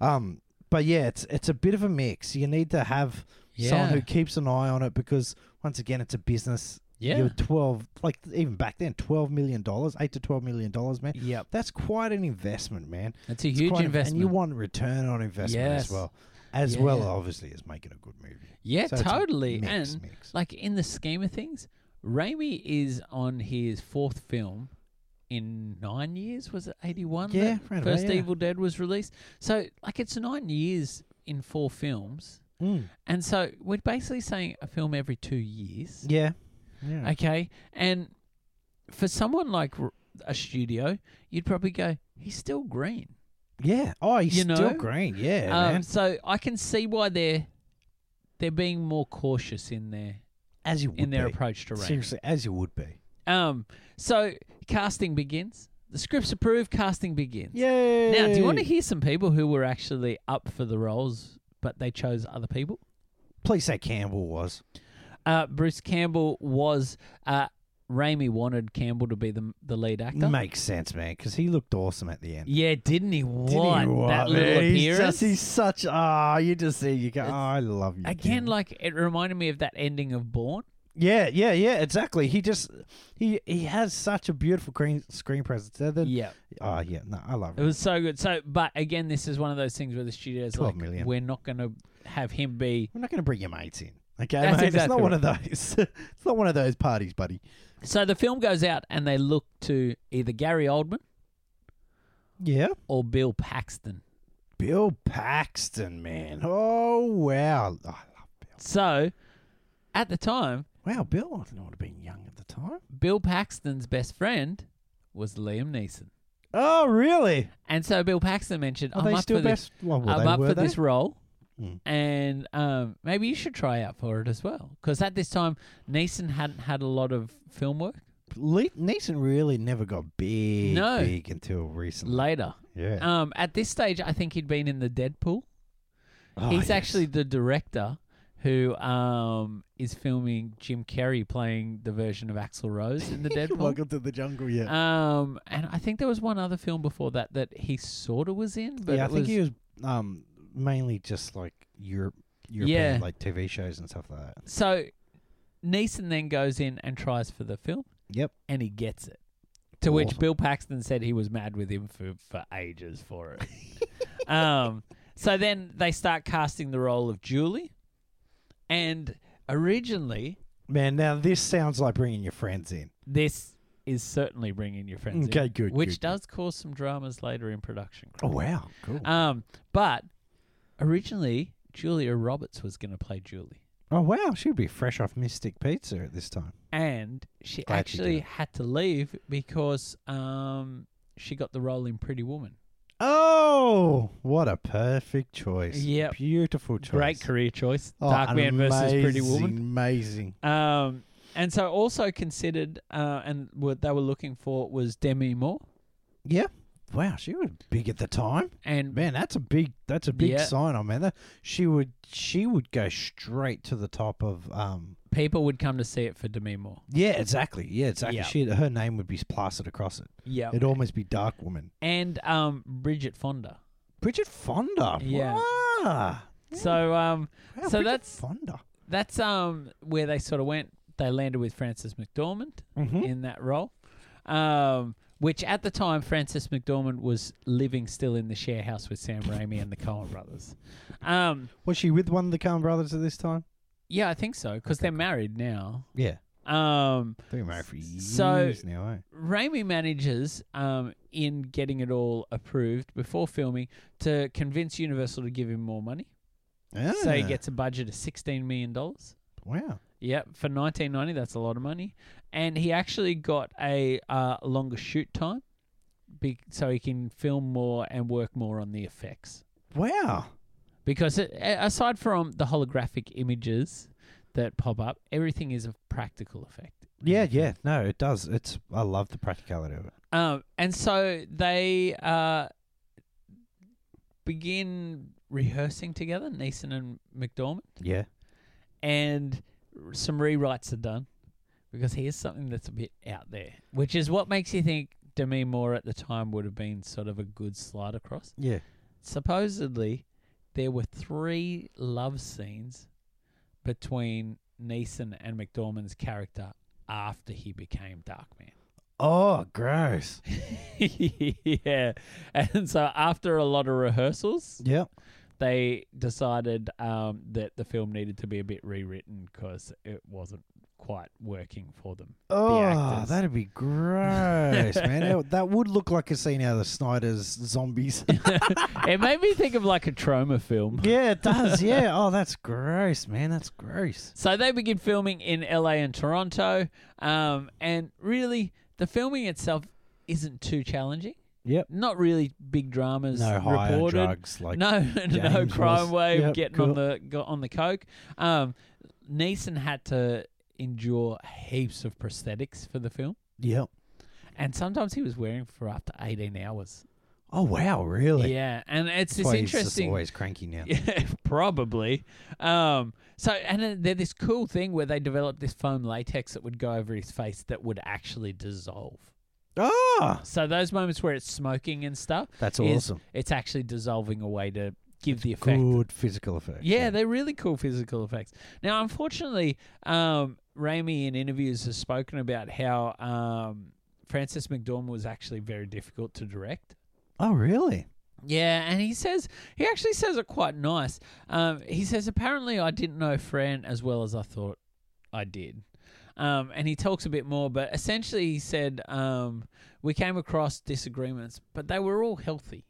Um, but yeah, it's it's a bit of a mix. You need to have To someone there. who keeps an eye on it because once again, it's a business. Yeah. You're Yeah. twelve, like even back then, twelve million dollars, eight to twelve million dollars, man. Yep. That's quite an investment, man. That's a It's huge quite an- investment. and you want return on investment Yes. as well, as Yeah. well obviously as making a good movie. yeah, So it's a totally. mix, and mix. like in the scheme of things, Raimi is on his fourth film in nine years. Was it eighty one? Yeah, right about, First yeah. Evil Dead was released. So like it's nine years in four films, Mm. and so we're basically saying a film every two years. yeah, yeah. Okay, and for someone like r- a studio, you'd probably go, he's still green. Yeah. Oh, he's You still know? green. Yeah, um, man. so I can see why they're they're being more cautious in their As you would in their be. approach to rank. Seriously, as you would be. Um, so casting begins. The script's approved. Casting begins. Yay! Now, do you want to hear some people who were actually up for the roles, but they chose other people? Please say Campbell was. Uh, Bruce Campbell was. Uh, Raimi wanted Campbell to be the the lead actor. Makes sense, man, because he looked awesome at the end. Yeah, didn't he? What, Didn't he? What, that little man? He's appearance? just, he's such. Ah, you just see. You go. Oh, I love you. Again, dude." like it reminded me of that ending of Born. Yeah, yeah, yeah. Exactly. He just. He he has such a beautiful green screen presence. And then- Yeah, Uh, Oh yeah, no, I love it it. was so good. So, but again, this is one of those things where the studio's 12 like, million. we're not going to have him be. We're not going to bring your mates in. Okay, That's mate. it's exactly not one of those. it's not one of those parties, buddy. So the film goes out, and they look to either Gary Oldman Yeah. or Bill Paxton. Bill Paxton, man. Oh wow, I love Bill. So, at the time, Wow, Bill I would have been young at the time. Bill Paxton's best friend was Liam Neeson, Oh really? and so Bill Paxton mentioned, Are "I'm they up still for best? Well, this. well, I'm they up were for they? this role." Mm. And um, maybe you should try out for it as well, because at this time Neeson hadn't had a lot of film work. Le- Neeson really never got big, No. big until recently. Later, yeah, um, at this stage, I think he'd been in the Deadpool. Oh, He's yes. actually the director who um, is filming Jim Carrey playing the version of Axl Rose in the Deadpool. Welcome to the jungle. Yeah, Um, and I think there was one other film before that that he sort of was in, but yeah. I it think was, he was um, mainly just like Europe, European Yeah. like TV shows and stuff like that. so. Neeson then goes in and tries for the film, Yep. and he gets it. To Awesome. which Bill Paxton said he was mad with him for, for ages for it. um, so then they start casting the role of Julie, and originally Man, now this sounds like bringing your friends in. this is certainly bringing your friends Okay, in, good, which good, good. does cause some dramas later in production. Oh wow, cool. Um, but originally Julia Roberts was going to play Julie, oh wow, she'd be fresh off Mystic Pizza at this time. and she Glad she actually did. had to leave because um she got the role in Pretty Woman. Oh, what a perfect choice. Yep. beautiful choice. Great career choice, Oh, Dark Man versus Pretty amazing, Woman. Amazing. Um, and so also considered uh, and what they were looking for was Demi Moore Yeah. Wow, she was big at the time. and Man, that's a big that's a big Yeah. sign on man. That, she would she would go straight to the top of um people would come to see it for Demi Moore. Yeah, exactly. Yeah, exactly. Yeah. Oh, She her name would be plastered across it. Yeah. It'd almost be Dark Woman. and um Bridget Fonda. Bridget Fonda. Yeah. Wow. So um Wow, So Bridget that's- Fonda. that's um where they sort of went. They landed with Frances McDormand Mm-hmm. in that role. Um which at the time Frances McDormand was living still in the share house with Sam Raimi and the Coen brothers. Um Was she with one of the Coen brothers at this time? yeah, I think so cuz they're married now. Yeah. Um They were married for years So- now, eh? Raimi manages, um, in getting it all approved before filming, to convince Universal to give him more money. So he Ah, gets a budget of sixteen million dollars. Wow. Yep, for nineteen ninety, that's a lot of money, and he actually got a uh, longer shoot time, be- so he can film more and work more on the effects. Wow. Because it, a- aside from the holographic images that pop up, everything is a practical effect. Yeah, yeah. No, it does. It's I love the practicality of it. Um, and so they uh, begin rehearsing together, Neeson and McDormand, Yeah. and r- some rewrites are done because here's something that's a bit out there, which is what makes you think Demi Moore at the time would have been sort of a good slide across. Yeah. Supposedly, there were three love scenes between Neeson and McDormand's character after he became Darkman. Oh, gross. yeah. And so after a lot of rehearsals, Yeah. they decided um, that the film needed to be a bit rewritten because it wasn't quite working for them. Oh, actors. that'd be gross, man. That- That would look like a scene out of the Snyder's Zombies. it made me think of like a trauma film. yeah, it does. Yeah. Oh, that's gross, man. That's gross. So they begin filming in LA and Toronto. Um, and really, the filming itself isn't too challenging. Yep. Not really big dramas No high on reported. drugs. Like no, no James crime was. wave Yep, getting on cool. the got on the coke. Um, Neeson had to endure heaps of prosthetics for the film, Yep. and sometimes he was wearing for up to eighteen hours. Oh wow, really? Yeah, and it's That's this why he's just interesting. always cranky now. Yeah, probably. Um, so, and then they're this cool thing where they developed this foam latex that would go over his face that would actually dissolve. Ah, So those moments where it's smoking and stuff, that's Is awesome. it's actually dissolving away to give the effect. Good physical effect. Yeah, they're really cool physical effects. Now, unfortunately, um, Raimi in interviews has spoken about how um, Frances McDormand was actually very difficult to direct. Oh really? Yeah, and he says he actually says it quite nice. Um, he says apparently I didn't know Fran as well as I thought I did. Um, and he talks a bit more, but essentially he said um, we came across disagreements, but they were all healthy.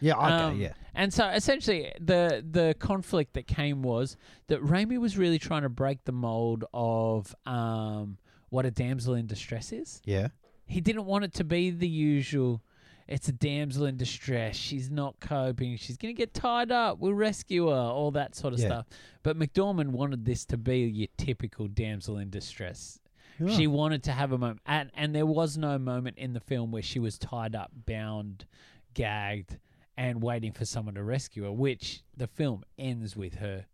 Yeah. Okay. Um, yeah. And so essentially the the conflict that came was that Raimi was really trying to break the mold of um, what a damsel in distress is Yeah. he didn't want it to be the usual. It's a damsel in distress. She's not coping. She's going to get tied up. We'll rescue her. All that sort of Yeah. stuff. But McDormand wanted this to be your typical damsel in distress. She wanted to have a moment. And, and there was no moment in the film where she was tied up, bound, gagged, and waiting for someone to rescue her, which the film ends with her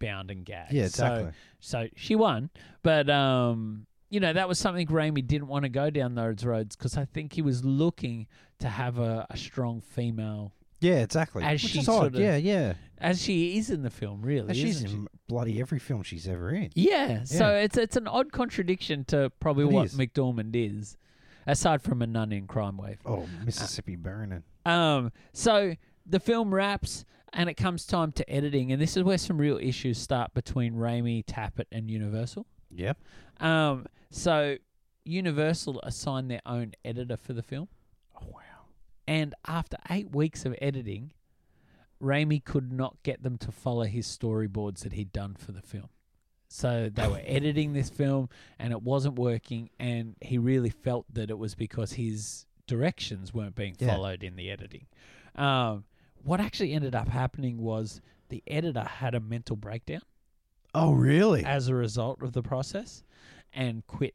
bound and gagged. Yeah. So- Exactly. so she won, but um, you know that was something Raimi didn't want to go down those roads because I think he was looking to have a, a strong female, yeah. Exactly. as Which she is odd. sorta- yeah. Yeah. as she is in the film, really. And she's isn't she? in bloody every film she's ever in. Yeah, so it's it's an odd contradiction to probably It what is. McDormand is, aside from a nun in Crime Wave. Oh, Mississippi Burning. Um, so the film wraps and it comes time to editing, and this is where some real issues start between Raimi, Tappet, and Universal. Yep. Um, so Universal assigned their own editor for the film, Oh wow. and after eight weeks of editing, Raimi could not get them to follow his storyboards that he'd done for the film. So they were editing this film, and it wasn't working, and he really felt that it was because his directions weren't being Yeah. followed in the editing. Um, what actually ended up happening was the editor had a mental breakdown Oh really? as a result of the process and quit.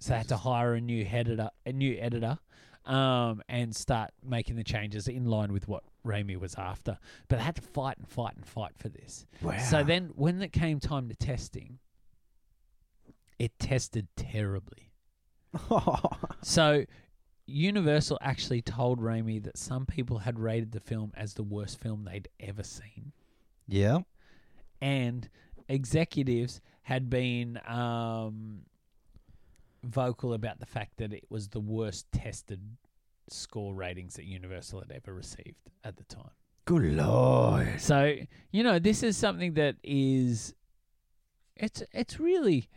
So I had to hire a new editor, a new editor, um, and start making the changes in line with what Raimi was after. But I had to fight and fight and fight for this. wow. So then, when it came time to testing, it tested terribly. So Universal actually told Raimi that some people had rated the film as the worst film they'd ever seen yeah. and executives had been um, vocal about the fact that it was the worst tested score ratings that Universal had ever received at the time. Good lord. So you know, this is something that is it's it's really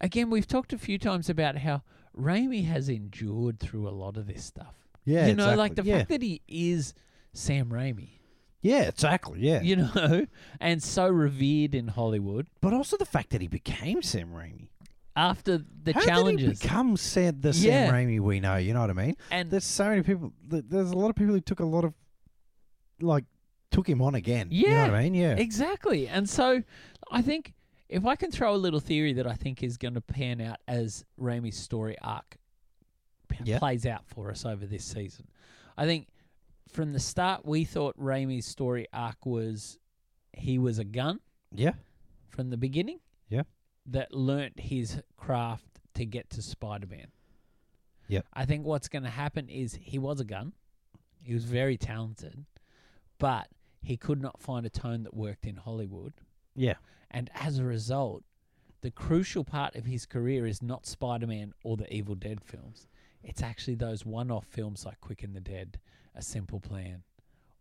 again we've talked a few times about how Raimi has endured through a lot of this stuff. Yeah. you know, like the exactly. yeah. fact that he is Sam Raimi. Yeah. Exactly. Yeah. You know, and so revered in Hollywood. But also the fact that he became Sam Raimi. after the How Did he challenges become said the Yeah. Sam Raimi we know. You know what I mean? and There's so many people. th- There's a lot of people who took a lot of, like, took him on again. You know what I mean? Yeah. exactly and so i think if i can throw a little theory that i think is going to pan out as Raimi's story arc p- Yeah. plays out for us over this season i think from the start we thought Raimi's story arc was he was a gun yeah. from the beginning Yeah. that learnt his craft to get to spider-man Yep. i think what's going to happen is he was a gun he was very talented but he could not find a tone that worked in hollywood Yeah. and as a result the crucial part of his career is not spider-man or the evil dead films it's actually those one-off films like quick and the dead a simple plan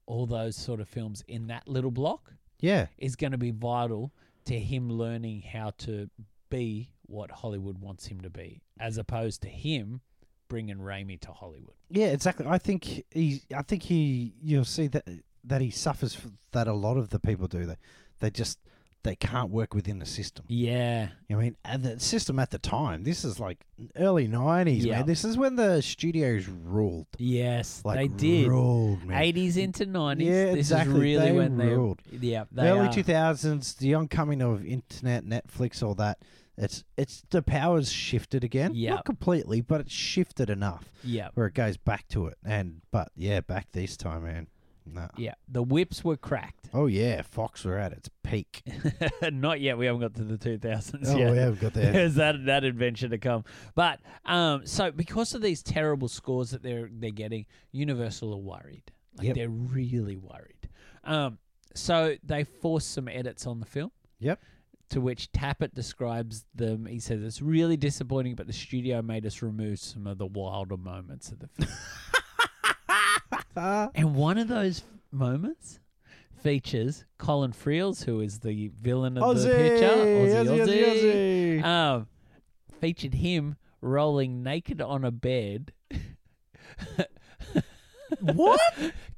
all those sort of films in that little block Yeah. is going to be vital to him learning how to be what Hollywood wants him to be, as opposed to him bringing Raimi to Hollywood. Yeah, exactly. I think he. I think he. You'll see that that he suffers f that a lot of the people do. They, they just they can't work within the system. Yeah. I mean, and the system at the time, this is like early 90s, Yeah. man. This is when the studios ruled. Yes, Like, they did. Ruled, man. 80s into 90s. Yeah, this exactly. is really They when they ruled. Yeah, The they early are. 2000s, the oncoming of internet, Netflix, all that. It's it's the powers shifted again. Yep. Not completely, but it's shifted enough yeah. where it goes back to it. And but yeah, back this time, man. Nah. Yeah. The whips were cracked. Oh yeah, Fox were at its peak. Not yet. We haven't got to the 2000s Oh yet. yeah, we've got there. There's that that adventure to come. But um, so because of these terrible scores that they're they're getting, Universal are worried. Like Yep. they're really worried. Um, so they force some edits on the film. Yep. To which Tappet describes them. He says it's really disappointing, but the studio made us remove some of the wilder moments of the film. Ah, and one of those f- moments features Colin Friels, who is the villain of the picture. Aussie, Aussie. Aussie. um, featured him rolling naked on a bed. what?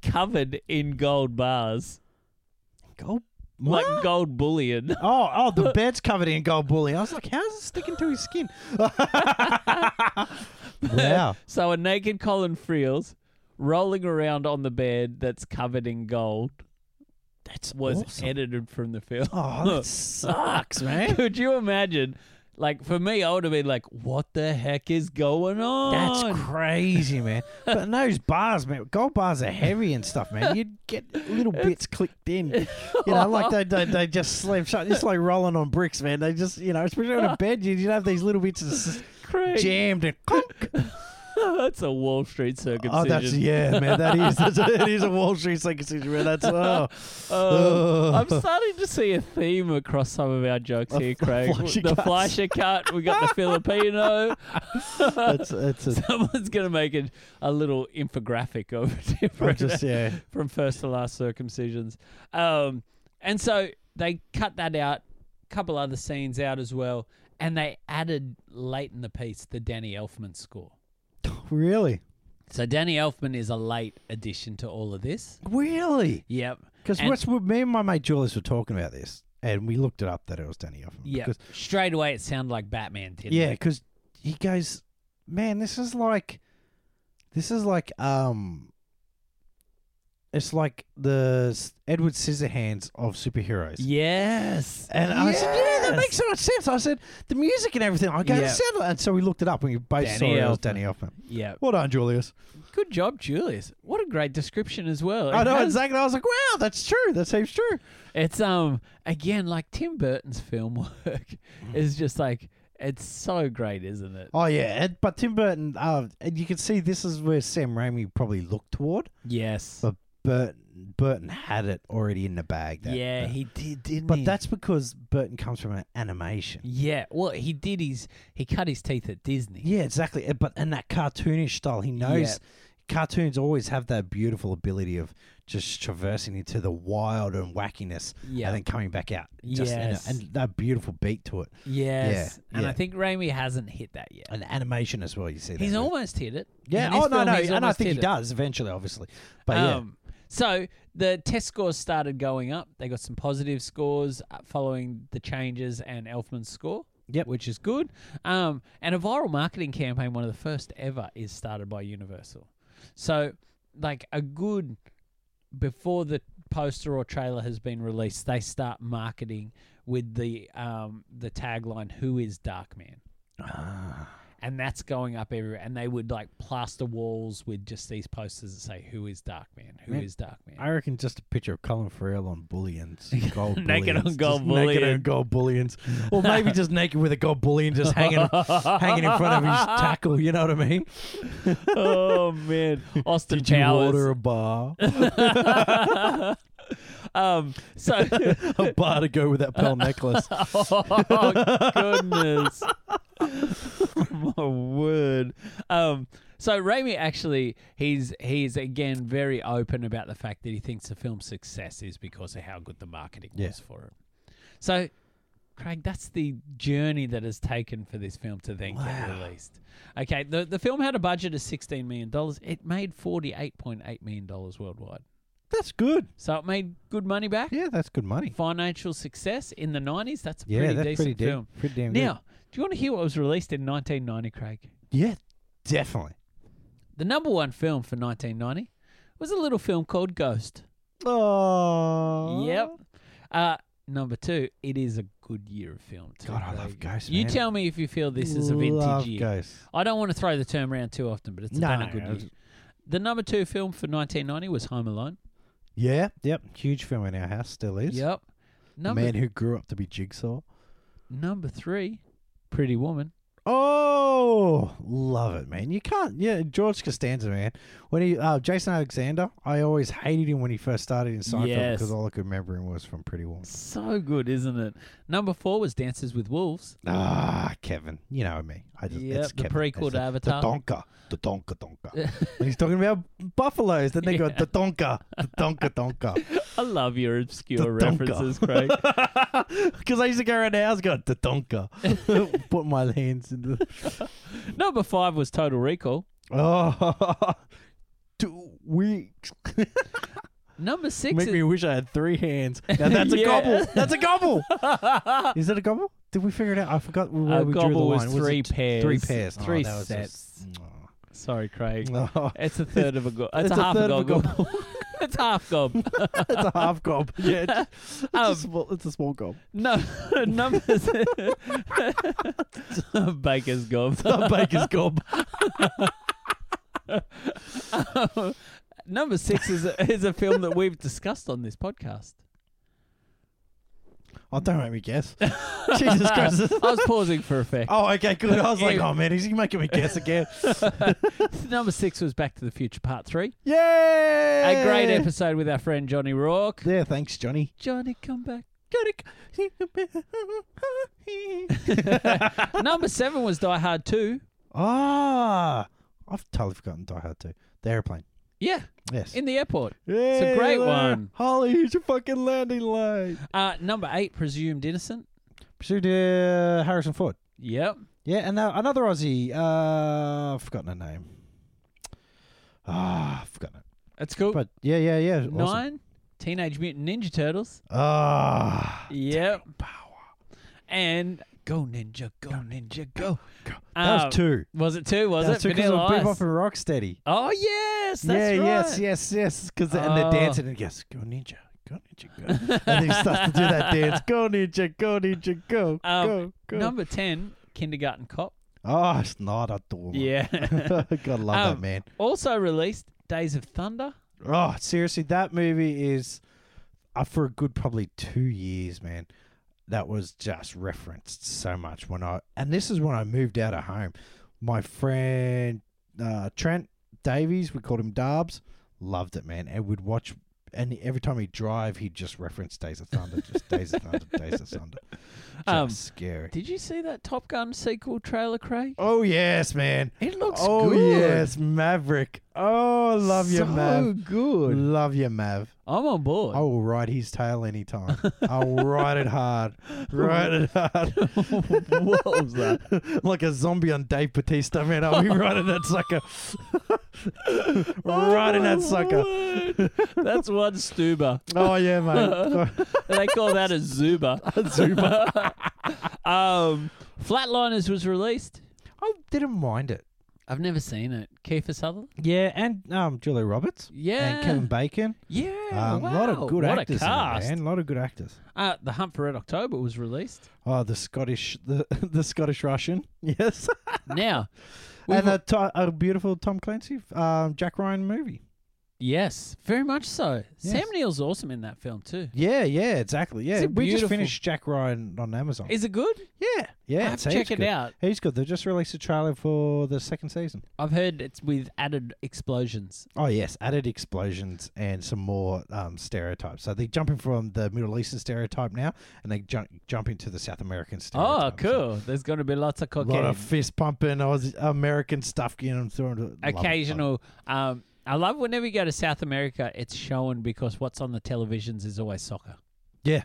Covered in gold bars, Gold. like gold bullion. Oh, oh, the bed's covered in gold bullion. I was like, how's it sticking to his skin? wow. so a naked Colin Friels rolling around on the bed that's covered in gold That's was awesome. edited from the film. Oh, that sucks, man. Could you imagine? Like for me, I would have been like, "What the heck is going on?" That's crazy, man. But in those bars, man, gold bars are heavy and stuff, man. You'd get little bits clicked in. You know, like they, they, they just slam shut. It's like rolling on bricks, man. They just, you know, especially on a bed, you'd you'd have these little bits that's crazy. jammed and clunk. that's a Wall Street circumcision. Oh, that's, yeah, man. That is, that's, that is a Wall Street circumcision, man. That's, oh. Um, I'm starting to see a theme across some of our jokes The here, fl- Craig. flashy the cuts. flasher cut, we got the Filipino. That's, that's a, Someone's going to make a, a little infographic of different just, yeah. from first to last circumcisions. Um, and so they cut that out, a couple other scenes out as well, and they added late in the piece the Danny Elfman score. Really? So Danny Elfman is a late addition to all of this. Really? Yep. Because And- what's what me and my mate Julius were talking about this, and we looked it up that it was Danny Elfman. Yeah. Because, Straight away it sounded like Batman did. yeah, because he goes, man, this is like, this is like, um, it's like the S- Edward Scissorhands of superheroes. Yes. And I said, yeah, that sense. makes so much sense. I said, the music and everything. I go, Yeah. yeah. and so we looked it up and we both Danny saw it was Elfman. Danny Elfman. Yeah. Well done, Julius. Good job, Julius. What a great description as well. I It know has- exactly. I was like, wow, that's true. That seems true. It's um again like Tim Burton's film work is just like it's so great, isn't it? Mm. Oh yeah, and, but Tim Burton, uh, and you can see this is where Sam Raimi probably looked toward, Yes. but Burton Burton had it already in the bag. That, yeah, that- he did, didn't but he? that's because Burton comes from an animation. yeah. Well, he did. His he cut his teeth at Disney. Yeah, exactly. Uh, But in that cartoonish style, he knows cartoons always have that beautiful ability of just traversing into the wild and wackiness, Yeah. and then coming back out. Just in a- Yes. and that beautiful beat to it, yes. Yeah, and I yeah. think Raimi hasn't hit that yet. and animation as well. You see, that He's with- almost hit it. yeah. In this Oh no, film, no, he's and I almost think hit he it. does eventually, obviously. But yeah. Um, So the test scores started going up. They got some positive scores uh, following the changes and Elfman's score. Yep. Which is good. Um, and a viral marketing campaign, one of the first ever, is started by Universal. So, like a good before the poster or trailer has been released, they start marketing with the um, the tagline "Who is Darkman." Ah. and that's going up everywhere. And they would like plaster walls with just these posters that say, "Who is Darkman? Who Man, is Darkman?" I reckon just a picture of Colin Farrell on bullions, gold Naked on bullions, gold just naked on bullion. gold bullions, or maybe just naked with a gold bullion just hanging hanging in front of his tackle. You know what I mean? oh man, Austin Did you Powers. order a bar? um, so, a bar to go with that pearl necklace? oh goodness, my word. Um, so Raimi actually, he's he's again very open about the fact that he thinks the film's success is because of how good the marketing Yeah. was for it. So, Craig, that's the journey that has taken for this film to then get Wow. released. Okay, the the film had a budget of sixteen million dollars. It made forty eight point eight million dollars worldwide. That's good. So it made good money back. Yeah, that's good money. Financial success in the 90s. That's a Yeah, pretty that's decent pretty, de- film. pretty damn Now, do you want to hear what was released in 1990, Craig? good. Yeah, definitely. The number one film for 1990 was a little film called Ghost. Oh. Yep. Uh, number two, it is a good year of film. Too, God, I love Craig. Ghost, You man. tell me if you feel this is a vintage Love year. Ghost. I don't want to throw the term around too often, but it's No, been a no, good no, year. The number two film for 1990 was Home Alone. Yeah, yep. Huge film in our house, still is. Yep. The Number man who grew up to be Jigsaw. number three, Pretty Woman. Oh, love it, man! You can't, yeah. George Costanza, man. When he, uh, Jason Alexander, I always hated him when he first started in Seinfeld Yes. because all I could remember him was from Pretty Woman. So good, isn't it? Number four was Dances with Wolves. Ah, Kevin, you know me. I just Yep, it's the Kevin. prequel It's to the- Avatar. the Donka, the Donka Donka. and he's talking about buffaloes. Then they go Yeah. the Donka, the Donka Donka. I love your obscure The Donka. references, Craig. Because I used to go around the house going, the Donka. Put my hands in the. Number five was Total Recall. Oh, two weeks. Number six Make is me wish I had three hands. Now that's a Yeah. gobble. That's a gobble. Is that a gobble? Did we figure it out? I forgot where uh, we drew the Gobble was line. three it t- pairs. Three pairs. Three oh, that sets. Was a- Sorry, Craig. Oh. It's a third of a gob. It's, It's a a half a third of a gobble. it's half gob. it's a half gob. Yeah, it's, it's Um, a small, it's a small gob. No, numbers. Baker's gob. A baker's gob. Number six is a, is a film that we've discussed on this podcast. Oh, don't make me guess. Jesus Christ. I was pausing for effect. Oh, okay, good. I was like, Yeah. oh man, he's making me guess again. Number six was Back to the Future Part Three. Yay! A great episode with our friend Johnny Rourke. Yeah, thanks, Johnny. Johnny, come back. Johnny. Number seven was Die Hard Two. Ah, I've totally forgotten Die Hard 2. The airplane. Yeah, Yes. in the airport. a great Yeah, one. Holly, here's your fucking landing light. Uh, number eight, Presumed Innocent. Pursued uh, Harrison Ford. Yep. Yeah, and uh, another Aussie. Uh, I've forgotten her name. Ah, I've forgotten it. That's cool. But yeah, yeah, yeah. awesome. Nine, Teenage Mutant Ninja Turtles. Ah. Yep. And Go Ninja, Go Ninja, Go. That Um, was two. Was it two? Was That was it two because Vanilla of Bebop Ice? and Rocksteady. Oh yes, that's yeah, right. yes, yes, yes. Because and Oh. they're dancing and yes, go ninja, go ninja, go. and then he starts to do that dance. Go ninja, go ninja, go, Um, go, go. Number ten, Kindergarten Cop. oh, it's not a door. Yeah. God, love Um, that man. also released Days of Thunder. Oh, seriously, that movie is uh, for a good probably two years, man. That was just referenced so much when I, and this is when I moved out of home. My friend uh, Trent Davies, we called him Darbs, loved it, man, and would watch. And every time he'd drive, he'd just reference Days of Thunder, just Days of Thunder, Days of Thunder. Just Um, scary. Did you see that Top Gun sequel trailer, Craig? Oh yes, man. It looks oh good. yes, Maverick. Oh, love you, so Mav. good. Love you, Mav. I'm on board. I will ride his tail anytime. I'll ride it hard. Ride it hard. what was that? like a zombie on Dave Batista, man. I'll be riding that sucker. riding that sucker. Word. That's one stuber. Oh, yeah, mate. They call that a zuba. A zuba. um, Flatliners was released. I didn't mind it. I've never seen it. Kiefer Sutherland. Yeah, and um, Julia Roberts. Yeah. And Kevin Bacon. Yeah. Um, wow. A lot of good what actors. A in it, cast. man. A lot of good actors. Uh, the Hunt for Red October was released. Oh, the Scottish, the, the Scottish Russian. Yes. now, we've- and a, to- a beautiful Tom Clancy, um, Jack Ryan movie. yes, very much so. Sam Yes. Neill's awesome in that film too. Yeah, yeah, exactly. Yeah, It's a we just beautiful- finished Jack Ryan on Amazon. Is it good? yeah, I yeah, have to check it out. He's good. They just released a trailer for the second season. I've heard it's with added explosions. Oh yes, added explosions and some more um, stereotypes. So they're jumping from the Middle Eastern stereotype now, and they jump jump into the South American Oh, stereotype. So cool. There's going to be lots of A lot cocaine. of fist pumping, Aussie, American stuff getting them thrown. to- love it, love it. Occasional. Um, I love whenever you go to South America, it's shown because what's on the televisions is always soccer. Yeah.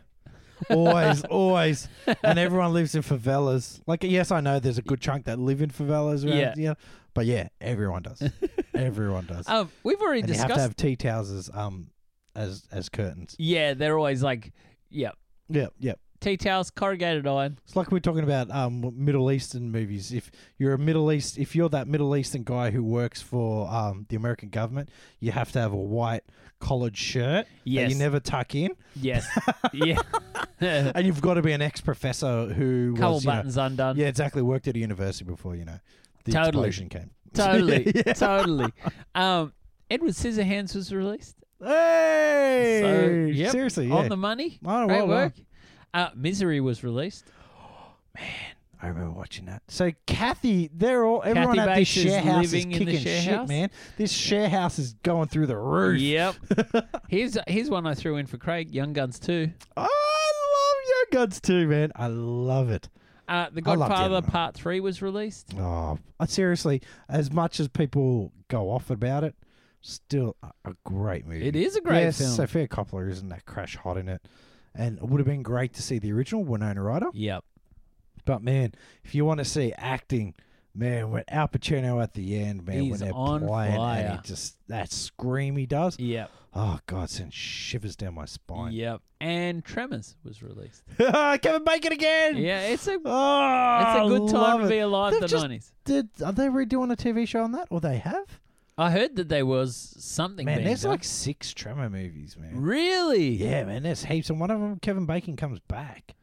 always, always, and everyone lives in favelas. Like, yes, I know there's a good chunk that live in favelas. Around, Yeah. yeah, but yeah, everyone does. everyone does. Um, we've already and you discussed. have to have tea towels um as as curtains. Yeah, they're always like, yeah, Yep, yep. tea towels, corrugated iron. It's like we're talking about um, Middle Eastern movies. If you're a Middle East, if you're that Middle Eastern guy who works for um, the American government, you have to have a white collared shirt that Yes, you never tuck in, yes, yeah. Couple and you've got to be an ex-professor who was, you know- buttons undone. yeah, exactly, worked at a university before you know the Totally. explosion came. Totally, Yeah. totally. Um, Edward Scissorhands was released Hey, So, yep, seriously, yeah. on the money. Oh, Great well, well. work. Uh, Misery was released. I remember watching that. So Kathy, they're all everyone Kathy at Bates this is share house is living in the kicking share shit, house? man. This share house is going through the roof. Yep. here's here's one I threw in for Craig. Young Guns two. I love your guts too, man. I love it. Uh, the I loved Godfather Edward. Part Three was released. Oh, I- seriously, as much as people go off about it, still a, a great movie. It is a great yes, film. Sophia Coppola isn't that crash hot in it, and it would have been great to see the original Winona Ryder. Yep. But man, if you want to see acting, man, when Al Pacino at the end, man, He's when they're on playing and fire. he just that scream he does, Yep. oh god, sends shivers down my spine. Yep. And Tremors was released. Kevin Bacon again. Yeah, it's a Oh, it's a good time love to be it. alive. They've The just- nineties. Did are they redoing a TV show on that? Or they have? I heard that there was something. Man, being there's done. like six Tremor movies, man. really, Yeah, man, there's heaps, and one of them, Kevin Bacon comes back.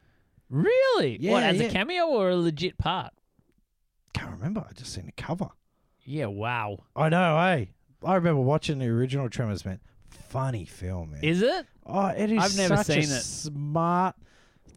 really. what Yeah, as a yeah. cameo or a legit part? Can't remember. I just seen the cover. Yeah. Wow. I know, hey. I remember watching the original Tremors, man. Funny film, man. Is it? Oh, it is. I've never such seen a it. Smart.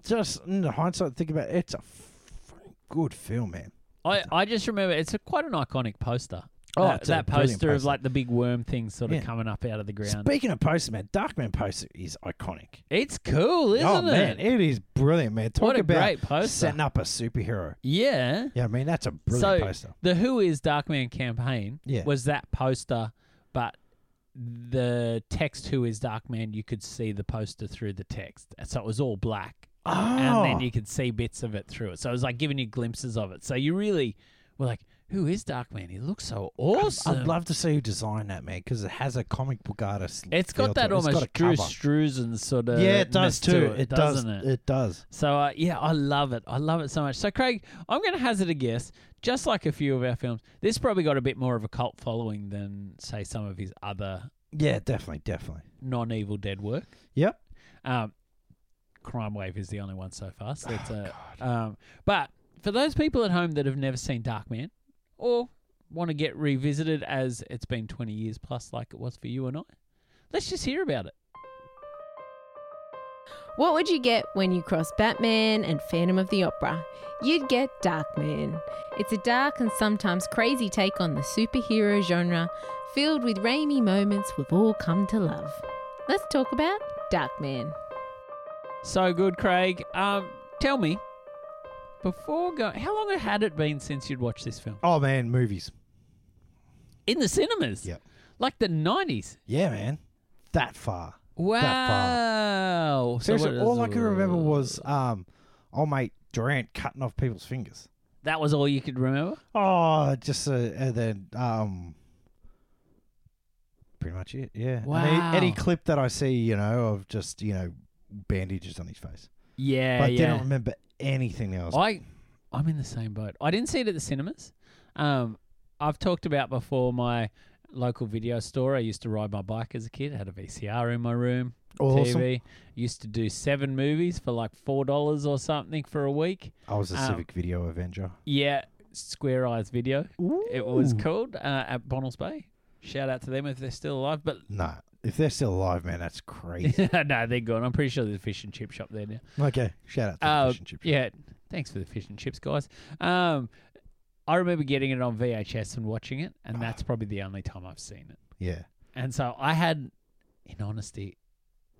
Just in hindsight, think about it. It's a freaking good film, man. I, I just remember it's a, quite an iconic poster. Oh, that, it's a that brilliant poster, of poster. like the big worm thing sort of Yeah. coming up out of the ground. Speaking of posters, man, Darkman poster is iconic. it's cool, isn't oh it? man, it is brilliant, man. Talk what a about great poster. setting up a superhero. Yeah. Yeah, I mean that's a brilliant So- poster. The Who is Darkman campaign Yeah. was that poster, but the text Who is Darkman, you could see the poster through the text. So it was all black. Oh, And then you could see bits of it through it. So it was like giving you glimpses of it. So you really were like, who is Darkman? He looks so awesome. I'd love to see who designed that, man, because it has a comic book artist. it's feel got that to it. It's almost got a Drew cover. Struzan sort of. Yeah, it does too. It, doesn't does. it? It does. So uh, yeah, I love it. I love it so much. So Craig, I'm going to hazard a guess, just like a few of our films, this probably got a bit more of a cult following than say some of his other Yeah, definitely, definitely. non-Evil Dead work. Yep. Um, Crime Wave is the only one so far. So that's, uh, God. um, but for those people at home that have never seen Darkman or want to get revisited as it's been 20 years plus like it was for you and I, let's just hear about it. What would you get when you cross Batman and Phantom of the Opera? You'd get Darkman. It's a dark and sometimes crazy take on the superhero genre, filled with Raimi moments we've all come to love. Let's talk about Darkman. So good, Craig. Um, tell me, before go, how long had it been since you'd watched this film Oh man, movies. in the cinemas? Yep. like the nineties. Yeah, man. That far. Wow. So Seriously, what is- uh, all I can remember was um, old mate Durant cutting off people's fingers. that was all you could remember. Oh, just uh, and then um, pretty much it. Yeah. I mean, Wow. any clip that I see, you know, of just you know bandages on his face, Yeah, but I yeah. didn't remember anything else. I I'm in the same boat. I didn't see it at the cinemas. Um, I've talked about before my local video store. I used to ride my bike as a kid. I had a VCR in my room. awesome. TV. Used to do seven movies for like four dollars or something for a week. I was a Um, civic video avenger. Yeah, Square Eyes Video. It was Ooh. called uh, at Bonnells Bay. Shout out to them if they're still alive. But Nah, if they're still alive, man, that's crazy. no, they're gone. I'm pretty sure there's a fish and chip shop there now. okay, shout out to Uh, the fish and chip shop. Yeah, thanks for the fish and chips, guys. Um, I remember getting it on VHS and watching it, and Ah. that's probably the only time I've seen it. Yeah. And so I had, in honesty,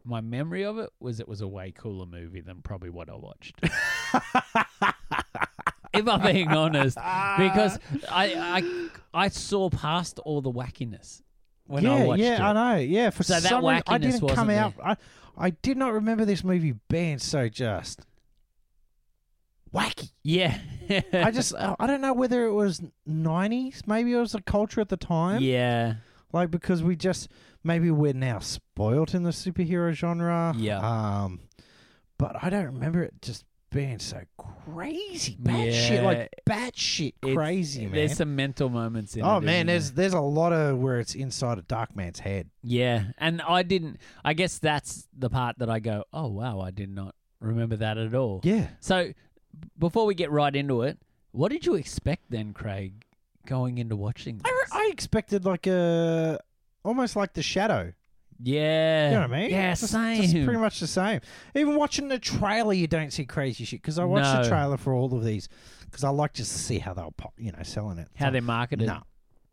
my memory of it was it was a way cooler movie than probably what I watched. if I'm being honest, because I I I saw past all the wackiness when yeah, I watched yeah, it. I know. Yeah, for So that some reason, I wackiness didn't wasn't come there. out. I, I did not remember this movie being so just wacky. Yeah, I just I I don't know whether it was '90s, maybe it was the culture at the time. yeah. Like because we just maybe we're now spoilt in the superhero genre. Yeah. Um, but I don't remember it just being so crazy, batshit, Yeah. like batshit It's- crazy, man. There's some mental moments in it. Oh isn't man, there? there's there's a lot of where it's inside a dark man's head. Yeah, and I didn't. I guess that's the part that I go, oh wow, I did not remember that at all. Yeah. So, b- before we get right into it, what did you expect then, Craig, going into watching this? I, I expected like a almost like the shadow. yeah, You know what I mean? Yeah, Just- same. Just pretty much the same. Even watching the trailer, you don't see crazy shit because I watched No. the trailer for all of these because I like just to see how they'll pop, you know, selling it. How they marketed? No,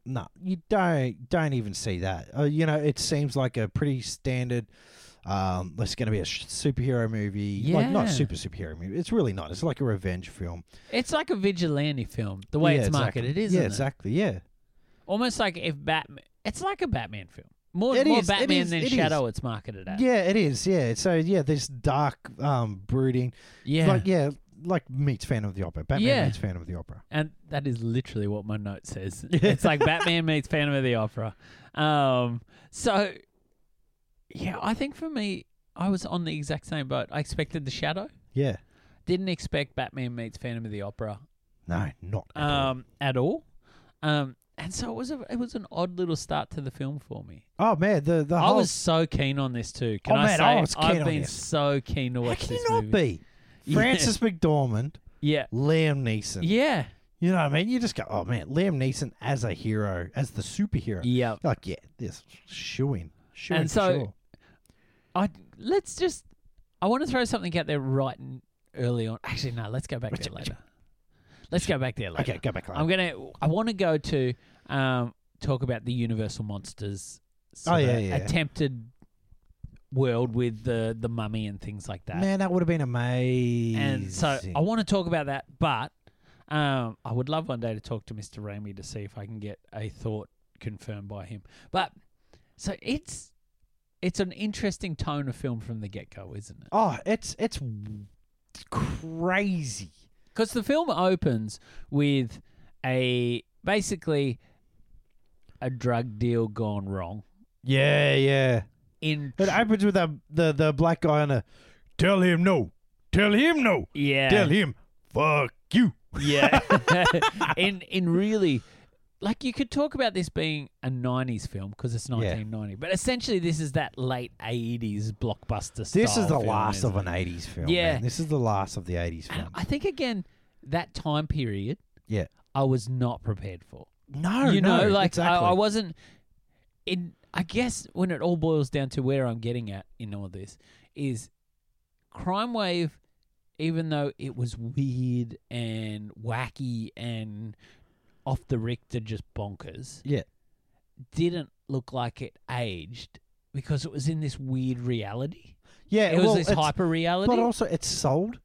no, you don't don't even see that. Uh, you know, it seems like a pretty standard. Um, it's going to be a sh- superhero movie, like not Yeah. super superhero movie. It's really not. It's like a revenge film. It's like a vigilante film. The way Yeah, it's exactly. marketed, isn't yeah, it? exactly. Yeah, Almost like if Batman. It's like a Batman film. More, It more is, it Batman is, than it Shadow. It's marketed at. yeah, it is. Yeah, so yeah, this dark, um, brooding, yeah. like yeah, like meets Phantom of the Opera. Batman Yeah. meets Phantom of the Opera. And that is literally what my note says. it's like Batman meets Phantom of the Opera. Um, so, yeah, I think for me, I was on the exact same boat. I expected The Shadow. Yeah, Didn't expect Batman meets Phantom of the Opera no, not. at all. um, at all. Um, and so it was a, it was an odd little start to the film for me. oh man, the the I whole. was so keen on this too. Can Oh, I man, say I was keen have on been this. so keen to how watch can this you not movie. be? Yeah. Francis McDormand, Yeah, Liam Neeson. yeah, You know what I mean? You just go, oh man, Liam Neeson as a hero, as the superhero. yeah. Like, yeah, this shooing. Shooing And for so- sure. I let's just. I want to throw something out there right n- early on. Actually, no. Let's go back there later. Let's go back there later. Okay, go back. Later. I'm gonna. I want to go to um, talk about the Universal Monsters. Oh, sort of yeah, yeah, yeah. Attempted world with the the mummy and things like that. man, that would have been amazing. and so I want to talk about that, but um, I would love one day to talk to Mr. Ramey to see if I can get a thought confirmed by him. But so it's it's an interesting tone of film from the get go, isn't it? oh, it's it's crazy. Because the film opens with a basically a drug deal gone wrong. Yeah, yeah. In It opens with a, the the black guy on a tell him no, tell him no, yeah, tell him fuck you. yeah, in in really. Like you could talk about this being a '90s film because it's 1990, but essentially this is that late '80s blockbuster. Style This is the film, last isn't of it? an '80s film. Yeah. man. this is the last of the '80s And film. I think again that time period, Yeah. I was not prepared for. No, you know, no, like exactly. I, I wasn't. In I guess when it all boils down to where I'm getting at in all this is, crime wave, even though it was weird and wacky and off the Richter just bonkers, yeah. didn't look like it aged because it was in this weird reality. Yeah, It was well, this it's- hyper reality. But also, it's sold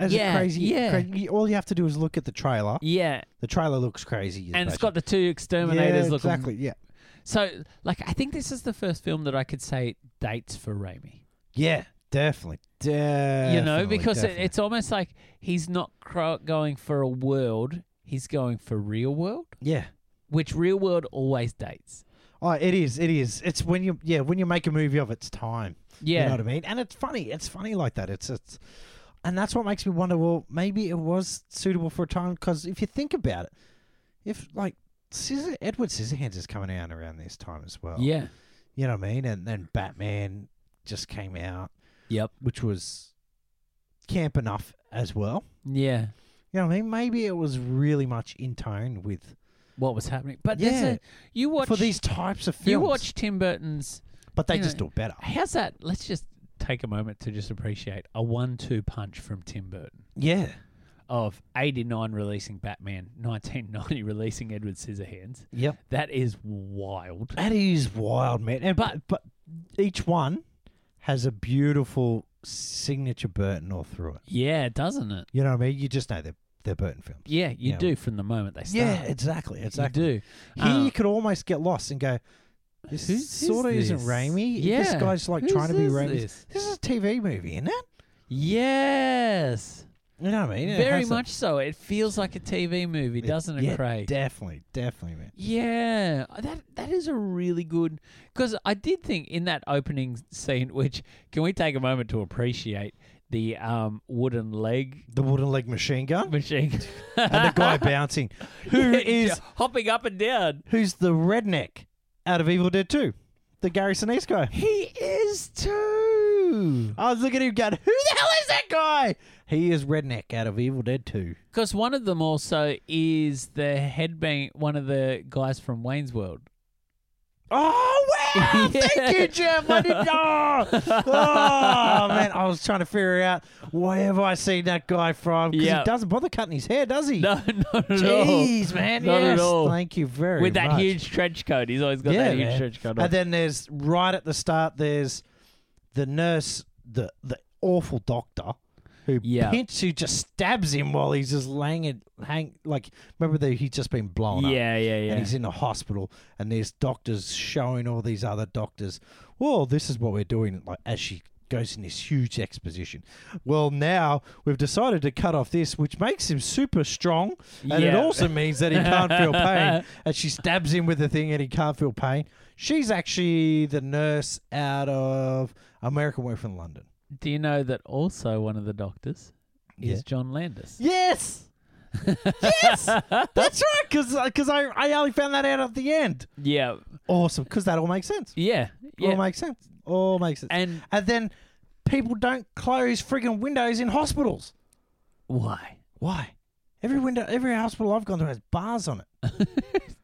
as Yeah, a crazy. yeah. cra- you- all you have to do is look at the trailer. yeah, The trailer looks crazy. is and it's got basically- the two exterminators yeah, looking exactly. Yeah, So, like, I think this is the first film that I could say dates for Raimi. yeah, definitely, definitely. you know, because it, definitely. it's almost like he's not cro- going for a world; he's going for real world, yeah. which real world always dates. Oh, it is. It is. It's when you yeah when you make a movie of its time. Yeah, You know what I mean? And it's funny. It's funny like that. It's it's, and that's what makes me wonder. Well, maybe it was suitable for a time because if you think about it, if like. Scissor, Edward Scissorhands is coming out around this time as well. yeah, You know what I mean? And then Batman just came out, yep, which was camp enough as well. yeah. You know what I mean? Maybe it was really much in tone with What was happening? But Yeah. there's a you watch for these types of films. you watch Tim Burton's. but they you just know- do it better. How's that? Let's just take a moment to just appreciate a one-two punch from Tim Burton. Yeah, Of 89 releasing Batman, 1990 releasing Edward Scissorhands. yep. That is wild. That is wild, man. And but but each one has a beautiful signature Burton all through it. Yeah, doesn't it? You know what I mean? You just know they're they're Burton films. Yeah, you Yeah. do from the moment they start. Yeah, exactly, exactly. You do. Here Um, you could almost get lost and go. This Who's- sort of who's isn't this? Raimi. This Yeah. guy's like Who's trying to be is Raimi. this? This is a TV movie, isn't it? Yes. You know what I mean? It Very has a- much so. It feels like a TV movie, doesn't it, yeah, Craig? Definitely, definitely, man. Yeah, that that is a really good because I did think in that opening scene, which can we take a moment to appreciate the um wooden leg The wooden leg machine gun machine and the guy bouncing, who is hopping up and down. who's the redneck out of Evil Dead Two, the Gary Sinise guy. He is too. I was looking at him going, who the hell is that guy? He is redneck out of Evil Dead Two. Because one of them also is the headbang, one of the guys from Wayne's World. Oh wow! Thank Yeah. you, Jeff. I didn't know. Oh man, I was trying to figure out where have I seen that guy from? Because Yeah. he doesn't bother cutting his hair, does he? No, not at all. Jeez, man. Not at yes. all. Thank you very With that much. huge trench coat, he's always got Yeah, that huge man. trench coat on. And then there's right at the start. There's the nurse, the the awful doctor, who Yeah. pinch who just stabs him while he's just laying it hang like. Remember that he's just been blown up. yeah, yeah, yeah. And he's in a hospital, and there's doctors showing all these other doctors, well, this is what we're doing. Like as she goes in this huge exposition. Well, now we've decided to cut off this, which makes him super strong, and it Yeah. also means that he can't feel pain. And she stabs him with the thing, and he can't feel pain. She's actually the nurse out of American Way from London. Do you know that also one of the doctors Yeah. is John Landis? Yes. yes, that's right. Because I I only found that out at the end. Yeah, Awesome, because that all makes sense. yeah, yeah. All makes sense. All makes sense. And, and then people don't close friggin' windows in hospitals. why? Why? Every window, every hospital I've gone to has bars on it.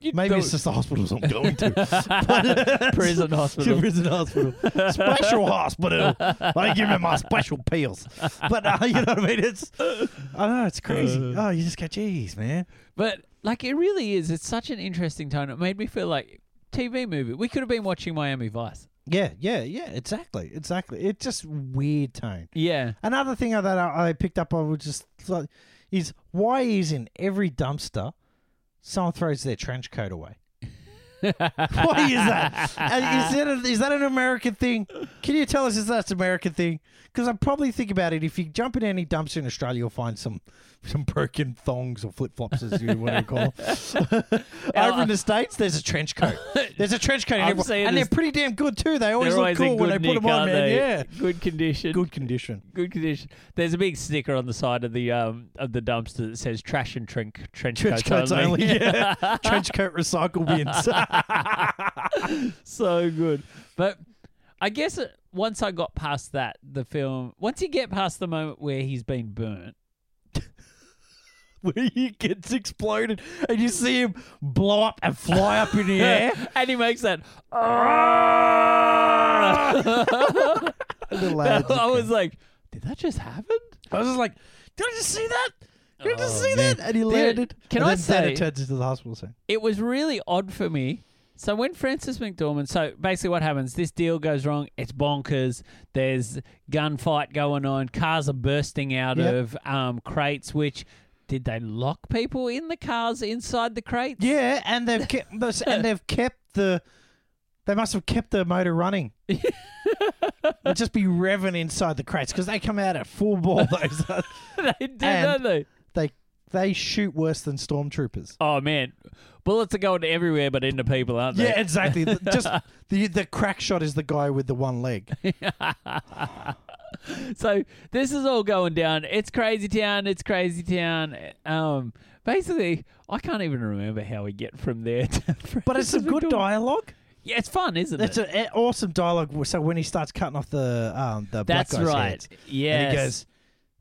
You'd Maybe go- it's just the hospitals I'm going to. prison hospital. Prison hospital. special hospital. I give me my special pills. But uh, you know what I mean? It's, I know, it's crazy. Uh. oh, you just go, geez, man. But like, it really is. It's such an interesting tone. It made me feel like TV movie. We could have been watching Miami Vice. Yeah, yeah, yeah, exactly. Exactly. It's just weird tone. Yeah, Another thing that I I picked up on was just like, is why is in every dumpster someone throws their trench coat away? Why is that? And is, that a, is that an American thing? Can you tell us is that an American thing? Because I probably think about it. If you jump in any dumpster in Australia, you'll find some some broken thongs or flip flops, as you want to call them. Over in the states, there's a trench coat. There's a trench coat, in I'm everyone- seeing and they're this- pretty damn good too. They always They're look always in cool when they good put them nick, on, aren't man. they? Yeah, good condition. good condition. good condition. There's a big sticker on the side of the um of the dumpster that says "trash and trink, trench, Trench coats, coats only. yeah. Trench coat recycle bins. so good. But I guess it, once I got past that, the film. Once you get past the moment where he's been burnt, where he gets exploded and you see him blow up and fly up in the air. and he makes that. Ah! I was like, did that just happen? I was just like, did I just see that? Did I just Oh, see man. that? And he Dude, landed. can and I then Santa say- turns into the hospital scene. it was really odd for me. So when Francis McDormand, so basically what happens? This deal goes wrong. It's bonkers. There's gunfight going on. Cars are bursting out Yep. of um, crates. Which did they lock people in the cars inside the crates? Yeah, and they've kept this- and they've kept the they must have kept the motor running. It'd just be revving inside the crates because they come out at full ball. Those they do, don't And- they? they they shoot worse than stormtroopers. Oh man, bullets are going everywhere, but into people, aren't they? Yeah, exactly. The- Just the the crack shot is the guy with the one leg. so this is all going down. It's crazy town. It's crazy town. Um, basically, I can't even remember how we get from there. to But it's Francis a good McDormand. dialogue. Yeah, it's fun, isn't It's it? an a- awesome dialogue. So when he starts cutting off the um the black That's guy's right. hands, Yeah. and he goes,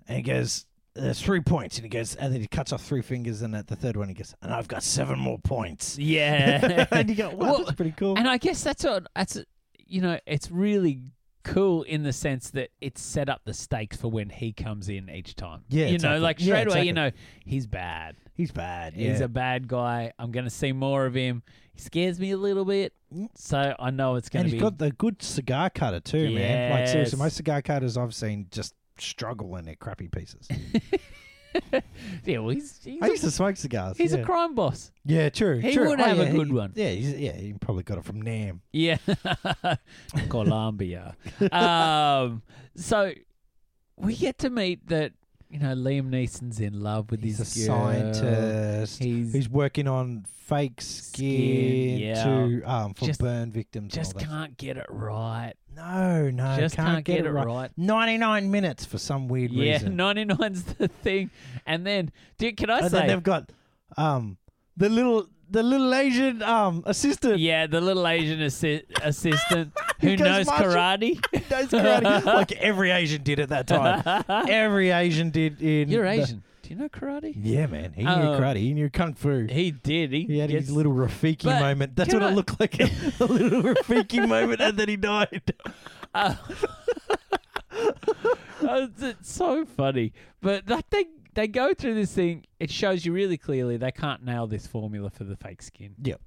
and he goes, there's three points, and he goes, and then he cuts off three fingers, and at the third one he goes, and I've got seven more points. Yeah. and you go, wow, Well, that's pretty cool. and I guess that's what that's you know, it's really cool in the sense that it's set up the stakes for when he comes in each time. Yeah, You know, exactly. like Yeah, straight away, you exactly. know, he's bad. He's bad. He's yeah. a bad guy. I'm gonna see more of him. He scares me a little bit. So I know it's gonna and be he's got the good cigar cutter too, man. Like seriously, Yes. most cigar cutters I've seen just struggle in their crappy pieces. Yeah, well he's he's, I a, used to smoke cigars. he's yeah. a crime boss. Yeah, true. He true. would Oh, have a yeah, good he- one. Yeah, he's, yeah, he probably got it from Nam. Yeah. Colombia. um, so we get to meet that you know, Liam Neeson's in love with He's a his girl. scientist. He's, He's working on fake skin, Skin, yeah. to um for Just- burn victims. and just all that. can't get it right. No, Oh, no, just can't, get, it right. right. Ninety nine minutes for some weird Yeah, reason. 99's the thing. And then, dude, can I and then say? they've got um the little the little Asian um assistant Yeah, the little Asian assi- assistant who goes knows martial- karate. knows karate like every Asian did at that time. every Asian did in You're the- Asian. Do you know karate? yeah, man. He knew Um, karate. He knew kung fu. He did. He, He had gets- his little Rafiki But moment. That's can what I- it looked like. A, a little Rafiki moment, and then he died. Uh, it's, it's so funny. But that thing, they go through this thing. It shows you really clearly they can't nail this formula for the fake skin. Yep.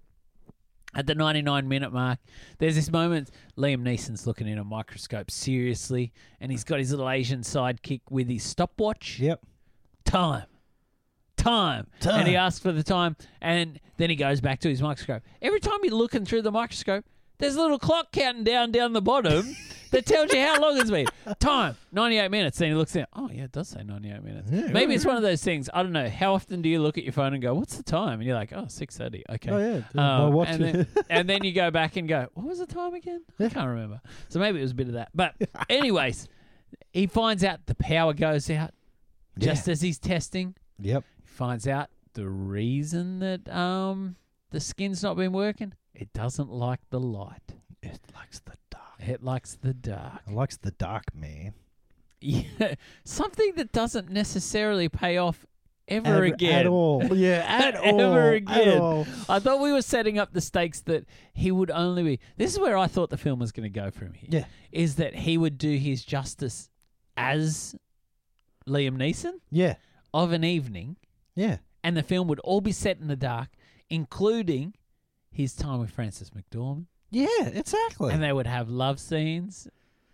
At the 99 minute mark, there's this moment Liam Neeson's looking in a microscope seriously, and he's got his little Asian sidekick with his stopwatch. Yep. Time. Time. And he Time. asks for the time, and then he goes back to his microscope. Every time you're looking through the microscope, there's a little clock counting down down the bottom that tells you how long it's been. Time, 98 minutes. Then he looks in. Oh, yeah, it does say 98 minutes. Yeah, Maybe it's one of those things. I don't know. How often do you look at your phone and go, what's the time? And you're like, oh, 6.30. Okay. Oh yeah. Um, watch and, then, and then you go back and go, what was the time again? I can't remember. So maybe it was a bit of that. But, anyways, he finds out the power goes out just as he's testing. Yep. He finds out the reason that um the skin's not been working. It doesn't like the light. It likes the dark. It likes the dark. It likes the dark, man. Yeah, something that doesn't necessarily pay off ever, Ever- again. At all. Yeah, at all. Ever at again. all. I thought we were setting up the stakes that he would only be. This is where I thought the film was going to go from here. Yeah. Is that he would do his justice as Liam Neeson Yeah. of an evening, Yeah. and the film would all be set in the dark, including his time with Francis McDormand. Yeah, exactly. And they would have love scenes,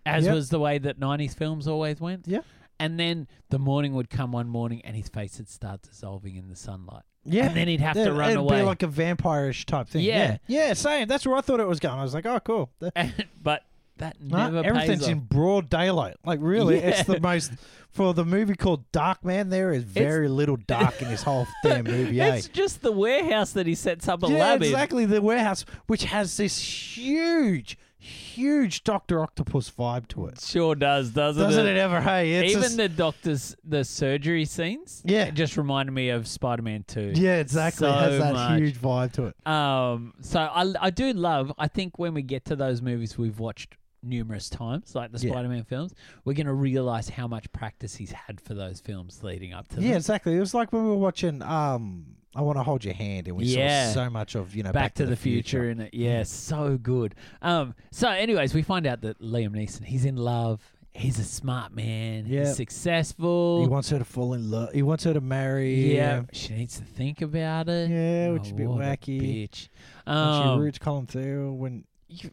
as Yep. was the way that 90s films always went. Yep. And then the morning would come one morning and his face would start dissolving in the sunlight. yeah. And then he'd have Yeah, to run it'd away. be like a vampire-ish type thing. Yeah. Yeah. yeah, same. That's where I thought it was going. I was like, oh, cool. Th- but that nah, never everything's pays in off. broad daylight. Like, really, it's Yeah. the most for the movie called Dark Man. There is very little dark in this whole damn movie. eh? It's just the warehouse that he sets up a yeah, lab exactly. The warehouse, which has this huge, huge Doctor Octopus vibe to in. it. Sure does, doesn't, Doesn't it ever? Hey, it's Even just- the doctor's the surgery scenes. Yeah. It just reminded me of Spider Man 2. yeah, exactly. it so has that much. huge vibe to it. Um, so I, I do love. I think when we get to those movies we've watched numerous times, like the Yeah. Spider-Man films, we're gonna realize how much practice he's had for those films leading up to. Yeah, them. exactly. It was like when we were watching. Um, I want to hold your hand, and we Yeah. saw so much of you know Back, to, the, future, in it. Yeah, so good. Um, so anyways, we find out that Liam Neeson, he's in love. He's a smart man. Yeah. He's successful. He wants her to fall in love. He wants her to marry. yeah. him. She needs to think about it. Oh, Yeah, which is a bit what wacky. bitch. when Um, she roots Colin Theroux when you-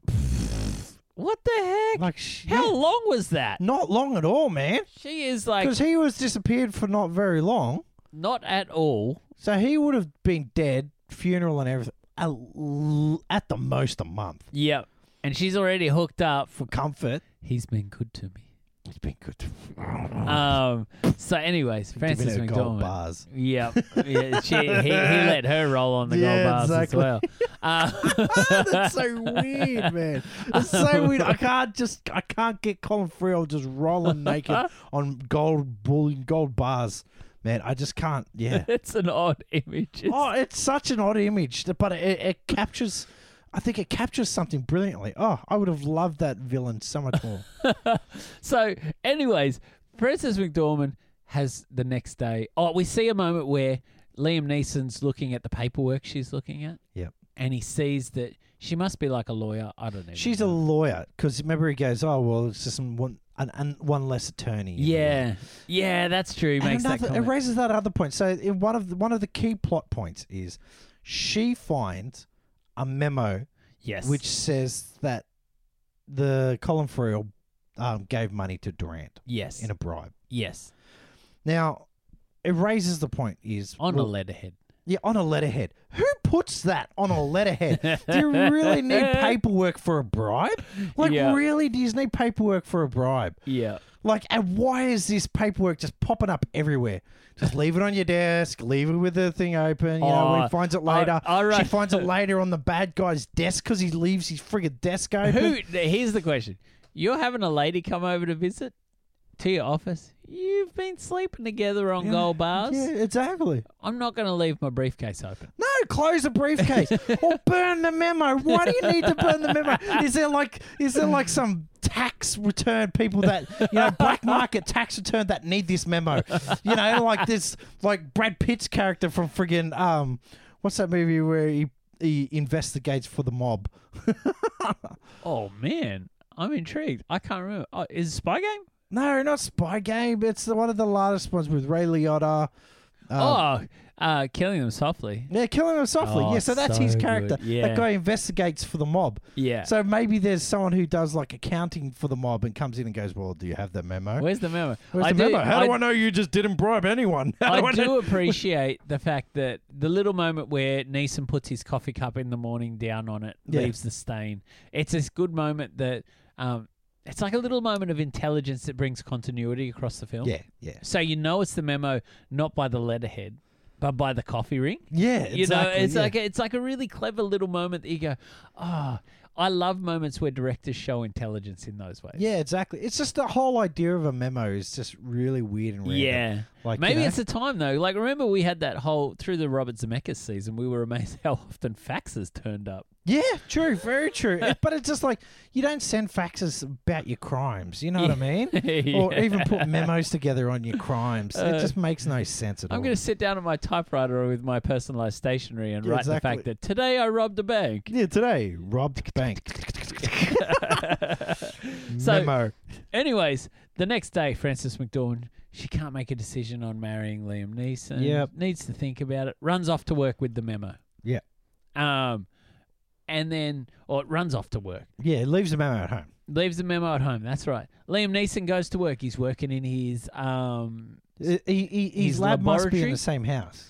what the heck? like she, How yeah, long was that? not long at all, man. She is like Because he was disappeared for not very long, not at all. so he would have been dead, funeral and everything, a l- at the most a month. Yep. And she's already hooked up. For comfort, He's been good to me. it's been good. To, Um. So, anyways, Francis Giving her gold McDormand. bars. Yep. Yeah, she, he, he let her roll on the Yeah, gold bars exactly. as well. Uh, Ah, That's so weird, man. It's so weird. I can't just, I can't get Colin Farrell just rolling naked on gold bull, gold bars, man. I just can't. Yeah. it's an odd image. It's- Oh, it's such an odd image, th- but it, it captures. I think it captures something brilliantly. Oh, I would have loved that villain so much more. So, anyways, Francis McDormand has the next day. Oh, we see a moment where Liam Neeson's looking at the paperwork she's looking at. Yep. And he sees that she must be like a lawyer. I don't know. She's a lawyer because remember he goes, "Oh well, it's just one an, an, one less attorney." in a way." Yeah, yeah, that's true. He And makes that another- it comment. raises that other point. So in one of the, one of the key plot points is she finds a memo yes, which says that the Colin Farrell um, gave money to Durant yes, in a bribe. yes, Now, it raises the point is on well, a letterhead. Yeah, on a letterhead. Who puts that on a letterhead? do you really need paperwork for a bribe? Like, Yeah. really, do you need paperwork for a bribe? Yeah. Like, and why is this paperwork just popping up everywhere? Just leave it on your desk. Leave it with the thing open. You know, when Oh, he finds it I- later, I she reckon- finds it later on the bad guy's desk because he leaves his friggin' desk open. Who? Here's the question: You're having a lady come over to visit to your office. You've been sleeping together on Yeah, gold bars. Yeah, exactly. I'm not going to leave my briefcase open. No, close the briefcase or burn the memo. Why do you need to burn the memo? Is there like is there like some tax return people that you know black market tax return that need this memo? You know, like this like Brad Pitt's character from friggin' um, what's that movie where he he investigates for the mob? Oh man, I'm intrigued. I can't remember. Oh, is it Spy Game? No, not Spy Game. It's the, one of the latest ones with Ray Liotta. Um, oh, uh, killing them softly. Yeah, killing him softly. Oh, yeah, so that's so his character. good. Yeah. That guy investigates for the mob. Yeah. So maybe there's someone who does like accounting for the mob and comes in and goes, "Well, do you have that memo? Where's the memo? Where's I the do, memo? How I, do I know you just didn't bribe anyone? How I I know- do appreciate the fact that the little moment where Neeson puts his coffee cup in the morning down on it, Yeah. leaves the stain. It's this good moment that um, it's like a little moment of intelligence that brings continuity across the film. Yeah, yeah, So you know it's the memo not by the letterhead, but by the coffee ring. yeah. you know, exactly, it's yeah. like a, it's like a really clever little moment that you go, ah. I love moments where directors show intelligence in those ways. yeah, exactly. It's just the whole idea of a memo is just really weird and random. Yeah. like Maybe you know? it's the time though. Like remember we had that whole through the Robert Zemeckis season, we were amazed how often faxes turned up. yeah, true, very true. It- but it's just like you don't send faxes about your crimes. You know what I mean? Or Yeah. even put memos together on your crimes. Uh, it just makes no sense at all. I'm going to sit down at my typewriter with my personalized stationery and Yeah, write exactly. the fact that today I robbed a bank. Yeah, today robbed bank So- memo. Anyways, the next day, Frances McDormand, she can't make a decision on marrying Liam Neeson. Yep. Needs to think about it. Runs off to work with the memo. Yep. Um, and then, or it runs off to work. Yeah, leaves the memo at home. Leaves the memo at home. That's right. Liam Neeson goes to work. He's working in his um. He, he, he- his, His lab must be in laboratory? the same house.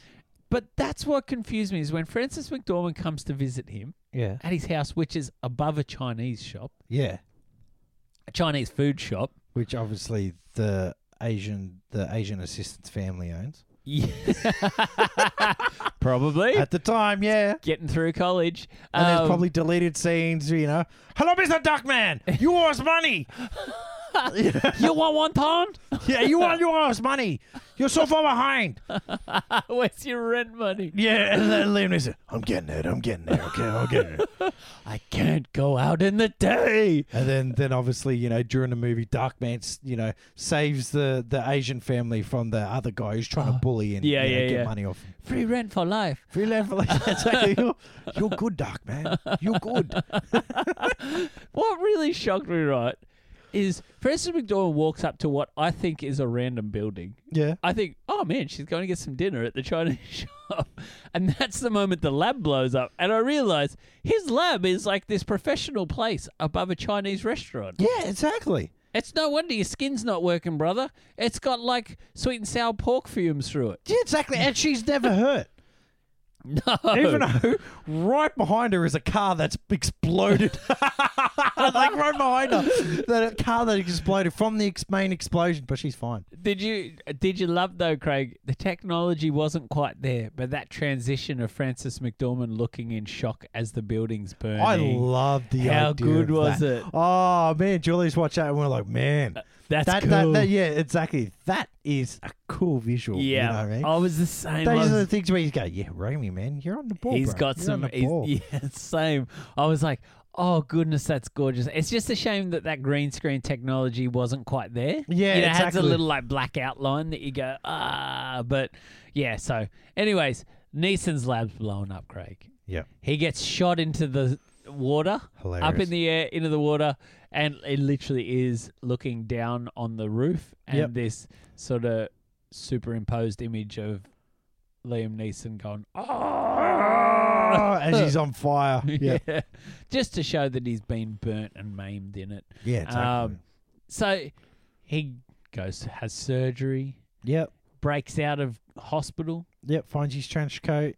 But that's what confused me is when Francis McDormand comes to visit him Yeah, at his house, which is above a Chinese shop, yeah. a Chinese food shop. Which obviously the Asian the Asian assistant's family owns Yeah. Probably at the time. Yeah, getting through college. and Um, there's probably deleted scenes. You know, hello, Mister Duckman, you owe us money. you want wonton? Yeah, you owe you owe us money. You're so far behind. Where's your rent money? Yeah, and then Liam Neeson, I'm getting it. I'm getting it. Okay, I'm getting it. I can't go out in the day. And then, then obviously, you know, during the movie, Darkman, you know, saves the the Asian family from the other guy who's trying to bully and Uh, yeah, you know, yeah, get yeah. money off. him. Free rent for life. Free land for life. That's like, you're, you're good, Darkman. You're good. What really shocked me, right, is Frances McDormand walks up to what I think is a random building. Yeah. I think, oh man, she's going to get some dinner at the Chinese shop. And that's the moment the lab blows up. And I realize his lab is like this professional place above a Chinese restaurant. Yeah, exactly. It's no wonder your skin's not working, brother. It's got like sweet and sour pork fumes through it. Yeah, exactly. And she's never hurt. No. Even though right behind her is a car that's exploded. like right behind her. That car that exploded from the ex- main explosion, but she's fine. Did you did you love though, Craig? The technology wasn't quite there, but that transition of Francis McDormand looking in shock as the building's burning. I love the How idea good of was that. it? Oh man, Julie's watched that and we're like, man, That's that, cool. that, that yeah, exactly. That is a cool visual. yeah, you know what I mean. I was the same. I Those was- are the things where you go, yeah, Romy, man, you're on the ball. he's bro. got You're some. On the he's- ball. yeah, same. I was like, oh goodness, that's gorgeous. It's just a shame that that green screen technology wasn't quite there. Yeah, you know, it has a exactly. little like black outline that you go ah, but yeah. So, anyways, Neeson's lab's blown up, Craig. Yeah. He gets shot into the water, up in Hilarious. the air, into the water, and it literally is looking down on the roof. And Yep. this sort of superimposed image of Liam Neeson going, oh, Oh, as he's on fire. Yeah. just to show that he's been burnt and maimed in it. Yeah, exactly. Um, so he goes, has surgery, yep. breaks out of hospital. Yep. Finds his trench coat.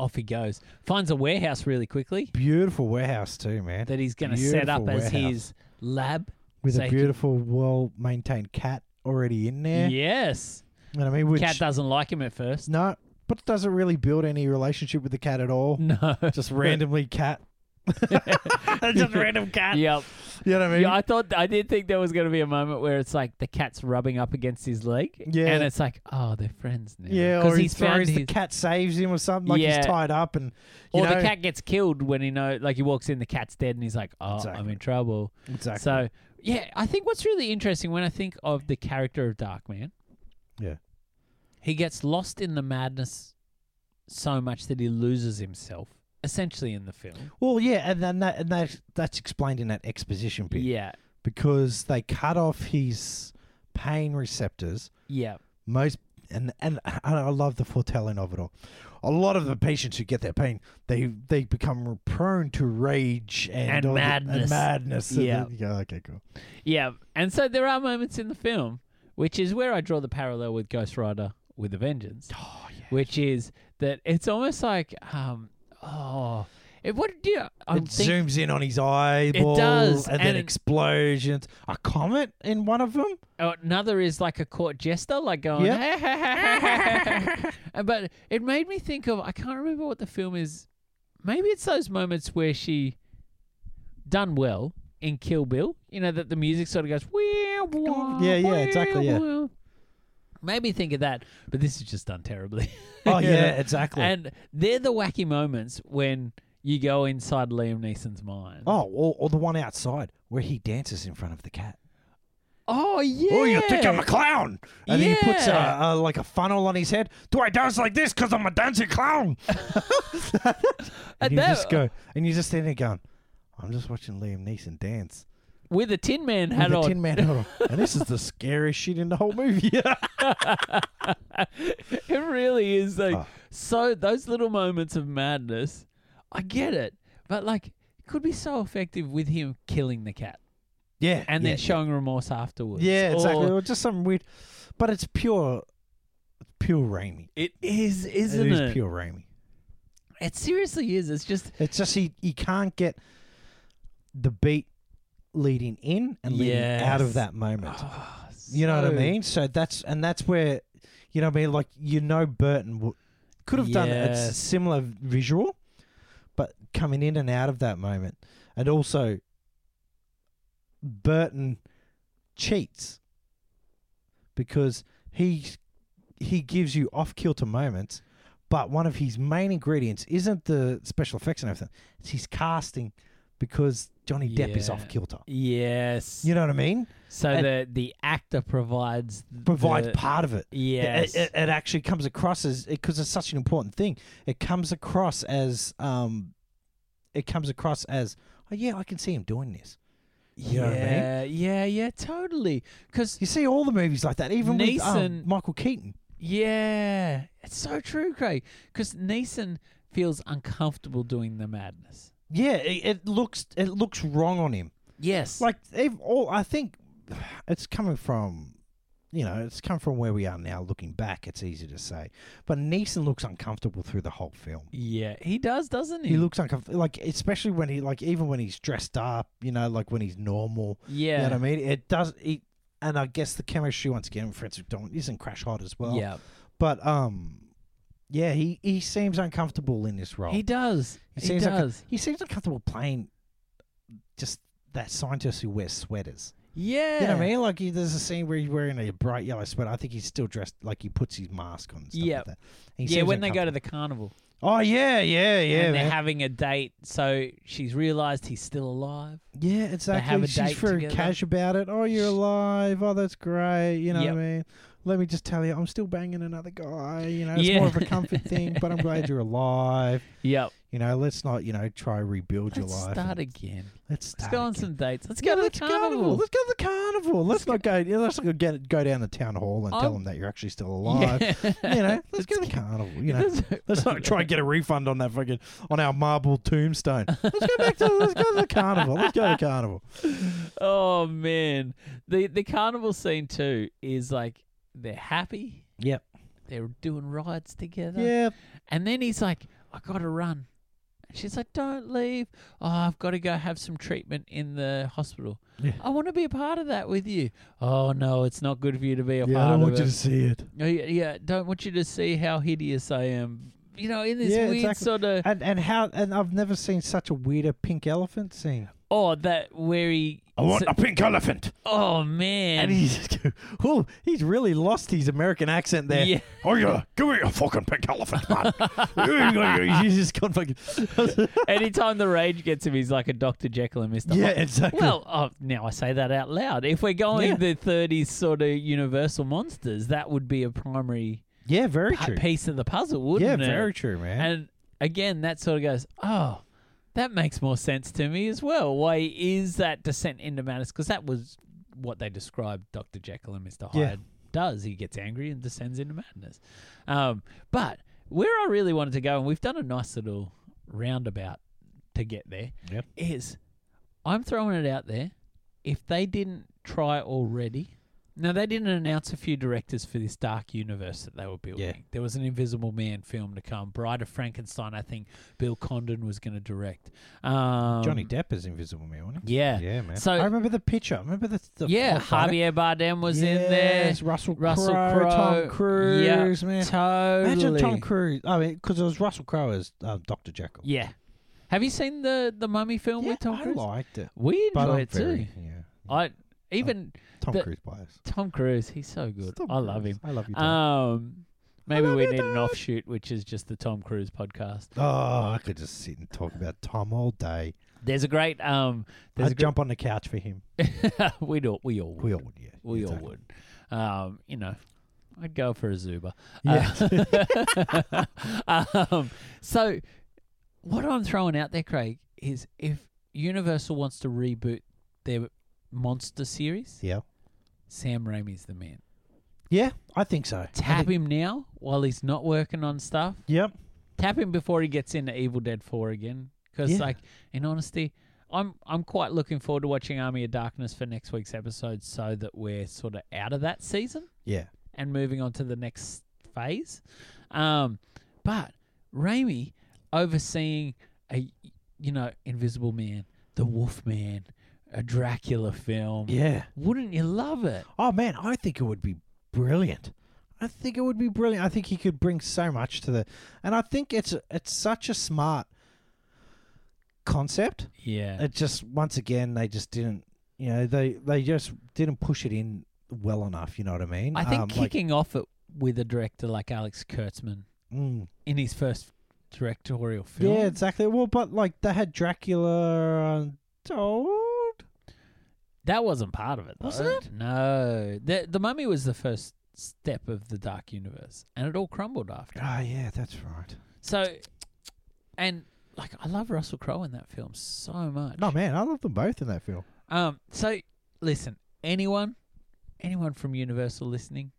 off he goes. Finds a warehouse really quickly Beautiful warehouse too, man. that he's going to set up Beautiful as his lab. With so he a can- beautiful, well maintained cat already in there. Yes. And I mean, which Cat doesn't like him at first. no, but it doesn't really build any relationship with the cat at all. No. Just randomly cat. Just random cat. Yep. You know what I mean? Yeah, I thought I did think there was going to be a moment where it's like the cat's rubbing up against his leg, Yeah. and it's like, oh, they're friends now. Yeah, because or he he's found throws his, the cat saves him or something like Yeah. he's tied up and you or know, the cat gets killed when he know, like he walks in, the cat's dead, and he's like, oh, I'm Exactly. in trouble. exactly. So yeah, I think what's really interesting when I think of the character of Darkman, Yeah. he gets lost in the madness so much that he loses himself, essentially in the film. well, yeah, and then that and that that's explained in that exposition bit Yeah, because they cut off his pain receptors. yeah, Most and and I love the foretelling of it all. A lot of the patients who get their pain, they they become prone to rage and, And all the- madness. and madness. So Yeah. the- yeah. Okay. Cool. yeah. And so there are moments in the film, which is where I draw the parallel with Ghost Rider with a Vengeance. Oh yeah. which is that it's almost like um oh it, what do you I'm it think, zooms in on his eyeball. does, and, and then it- explosions. A comet in one of them. oh, another is like a court jester like going Uh, but it made me think of I can't remember what the film is maybe it's those moments where she done well in Kill Bill you know that the music sort of goes "Wah, wah, Yeah, yeah, wah, exactly, yeah. wah." Made me think of that, but this is just done terribly. Oh yeah, exactly. And they're the wacky moments when you go inside Liam Neeson's mind. oh, or, or the one outside where he dances in front of the cat. Oh, yeah. Oh, you think I'm a clown? And then he puts a, Yeah. a, like a funnel on his head. Do I dance like this because I'm a dancing clown? and you that- just go, and you just stand there going, "I'm just watching Liam Neeson dance with a Tin Man with hat a on. Tin Man hat on, and this is the scariest shit in the whole movie." it really is like Oh. so. Those little moments of madness, I get it, but like it could be so effective with him killing the cat yeah, and yeah, then showing remorse afterwards. Yeah, exactly. Or- Or just something weird, but it's pure, it's pure Raimi. it is, isn't it it? is pure Raimi. It seriously is. It's just It's just he, he can't get the beat leading in and leading out Yes. of that moment. oh, You know what so- I mean? So that's and that's where you know what I mean. Like you know, Burton w- could have done it. It's a Yes. similar visual, but coming in and out of that moment, and also Burton cheats because he he gives you off kilter moments. But one of his main ingredients isn't the special effects and everything; it's his casting, because Johnny Depp is Yeah. off kilter. Yes. You know what I mean? so and- the the actor provides th- Provides the, part of it. It- Yes. It, it, actually comes across as because it's such an important thing. It comes across as um, it comes across as oh yeah, I can see him doing this. you know what I mean? yeah, yeah, yeah, totally. Because You see all the movies like that, even with um, Neeson- Michael Keaton. Yeah, it's so true, Craig. Because Neeson feels uncomfortable doing the madness. Yeah, it, it looks it looks wrong on him. Yes, Like ev- all, I think it's coming from. You know, it's come from where we are now. Looking back, it's easy to say, but Neeson looks uncomfortable through the whole film. yeah, he does, doesn't he? He looks uncomfortable, like especially when he, like even when he's dressed up. You know, like when he's normal. yeah, You know what I mean? It does. It, and I guess the chemistry once again, with Francis McDormand isn't crash hot as well. yeah, But um, yeah, he he seems uncomfortable in this role. he does. He, seems like a- does. he seems uncomfortable playing just that scientist who wears sweaters. yeah, You know what I mean? Like he, there's a scene where he's wearing a bright yellow sweater. I think he's still dressed like he puts his mask on. And stuff Yeah. like that. And he Yeah, seems when they go to uncomfortable. the carnival oh yeah, yeah, yeah, and they're man. having a date, so she's realized he's still alive. yeah, exactly. have a date She's very together. cash about it. Oh, you're alive. Oh, that's great. You know Yep. what I mean? Let me just tell you, I'm still banging another guy. You know, it's Yeah. more of a comfort thing, but I'm glad you're alive. Yep, You know, let's not, you know, try rebuild your let's life. start and- again. Let's Let's start go on again. some dates. Let's Yeah, go to let's the carnival. Let's go to the carnival. Let's not go. yeah, Let's not go get go down to town hall and I'm- tell them that you're actually still alive. You know, let's go to the carnival. You know, let's not try and get a refund on that fucking on our marble tombstone. Let's go back to let's go to the carnival. Let's go to the carnival. oh man, the the carnival scene too is like they're happy. Yep. They're doing rides together. Yeah, And then he's like, I gotta run. And she's like, Don't leave. Oh, I've gotta go have some treatment in the hospital. Yeah. I wanna be a part of that with you. Oh no, it's not good for you to be a yeah, part I don't of want it. you to see it. No, yeah, yeah, don't want you to see how hideous I am. You know, in this Yeah, weird exactly. sort of And and how and I've never seen such a weirder pink elephant scene. oh that where he so- pink elephant. oh man And he's oh, he's really lost his American accent there. yeah Oh yeah, give me a fucking pink elephant, man. he's just gone fucking. anytime the rage gets him he's like a Dr Jekyll and Mr yeah, Hyde. exactly. well oh, now I say that out loud if we're going Yeah. the 30s sort of universal monsters that would be a primary yeah, very pu- true. piece of the puzzle wouldn't Yeah, it very true, man. and again that sort of goes oh that makes more sense to me as well why is that descent into madness because that was what they described dr jekyll and mr hyde Yeah. does he gets angry and descends into madness um, but where i really wanted to go and we've done a nice little roundabout to get there, Yep. is i'm throwing it out there if they didn't try already now they didn't announce a few directors for this dark universe that they were building. There was an Invisible Man film to come, Bride of Frankenstein. I think Bill Condon was going to direct. Um, Johnny Depp is Invisible Man, wasn't Yeah. he? Yeah, man. So- I remember the picture. I remember the, the yeah, the photo. Javier Bardem was in there. Yes, Russell Russell Crowe, Crowe. Tom Cruise, man. Totally. Imagine Tom Cruise. I mean, because it was Russell Crowe as um, Doctor Jekyll. Yeah. Have you seen the the Mummy film with Tom I Cruise? liked it, We but enjoy I'm it too. very- yeah. I even Tom the- Cruise bias. Tom Cruise. He's so good. Tom I love Cruise. him. I love you. Tom. Um, maybe love we you, need an Dad. offshoot, which is just the Tom Cruise podcast. oh, I could just sit and talk about Tom all day. There's a great um. There's I'd a jump on the couch for him. great. we'd all we all would. We all would, yeah. We all exactly. would. Um, you know, I'd go for a Zuba. Yeah. um, so, what I'm throwing out there, Craig, is if Universal wants to reboot their monster series, yeah. Sam Raimi's the man. Yeah, I think so. I Tap think- him now while he's not working on stuff. Yep. Tap him before he gets into Evil Dead 4 again. Because, Yeah. like, in honesty, I'm I'm quite looking forward to watching Army of Darkness for next week's episode, so that we're sort of out of that season. Yeah. and moving on to the next phase. Um, but Raimi overseeing a you know Invisible Man, The Wolf Man, a Dracula film. Yeah. Wouldn't you love it? Oh man, I think it would be brilliant. I think it would be brilliant. I think he could bring so much to the, and I think it's it's such a smart concept. Yeah. It just once again they just didn't, you know, they they just didn't push it in well enough. You know what I mean? I think Um, like, kicking off it with a director like Alex Kurtzman mm, in his first directorial film. yeah, exactly. Well, but like they had Dracula Untold. That wasn't part of it, though. Wasn't it? No. The, the Mummy was the first step of the Dark Universe, and it all crumbled after. Oh yeah, that's right. So, and like I love Russell Crowe in that film so much. No man, I love them both in that film. Um. So listen, anyone, anyone from Universal listening,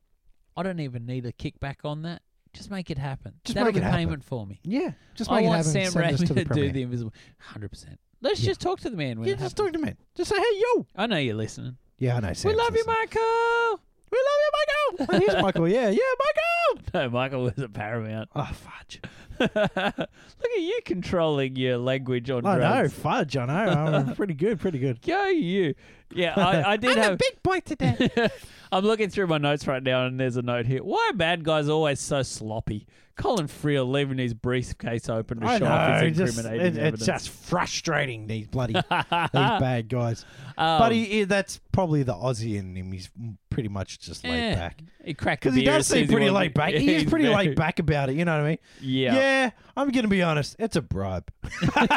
I don't even need a kickback on that. Just make it happen. Just That'll make be it happen. payment for me. Yeah, just I make want it happen. Sam and send us Raimi to to, the do premiere. the Invisible. Hundred percent. Let's Yeah. just talk to the man. When yeah, it just happens. talk to me. Just say hey yo. I know you're listening. Yeah, I know. Sam's we love you, listening. Michael. We love you, Michael. Oh, Here's Michael. Yeah, yeah, Michael. No, Michael was at Paramount. Oh fudge! Look at you controlling your language on I know, drugs. fudge. I know. I'm pretty good. Pretty good. Go you. Yeah, I, I did have. big boy today. I'm looking through my notes right now, and there's a note here. Why are bad guys always so sloppy? Colin Friel leaving his briefcase open to I show know. off his it's just- incriminating it- evidence. it's just frustrating. These bloody these bad guys. Um, but he, he- that's probably the Aussie in him. He's pretty much just laid eh, back. He cracked Because he does seem pretty laid back. He is pretty laid back about it. You know what I mean? Yeah. Yeah, I'm gonna be honest. It's a bribe.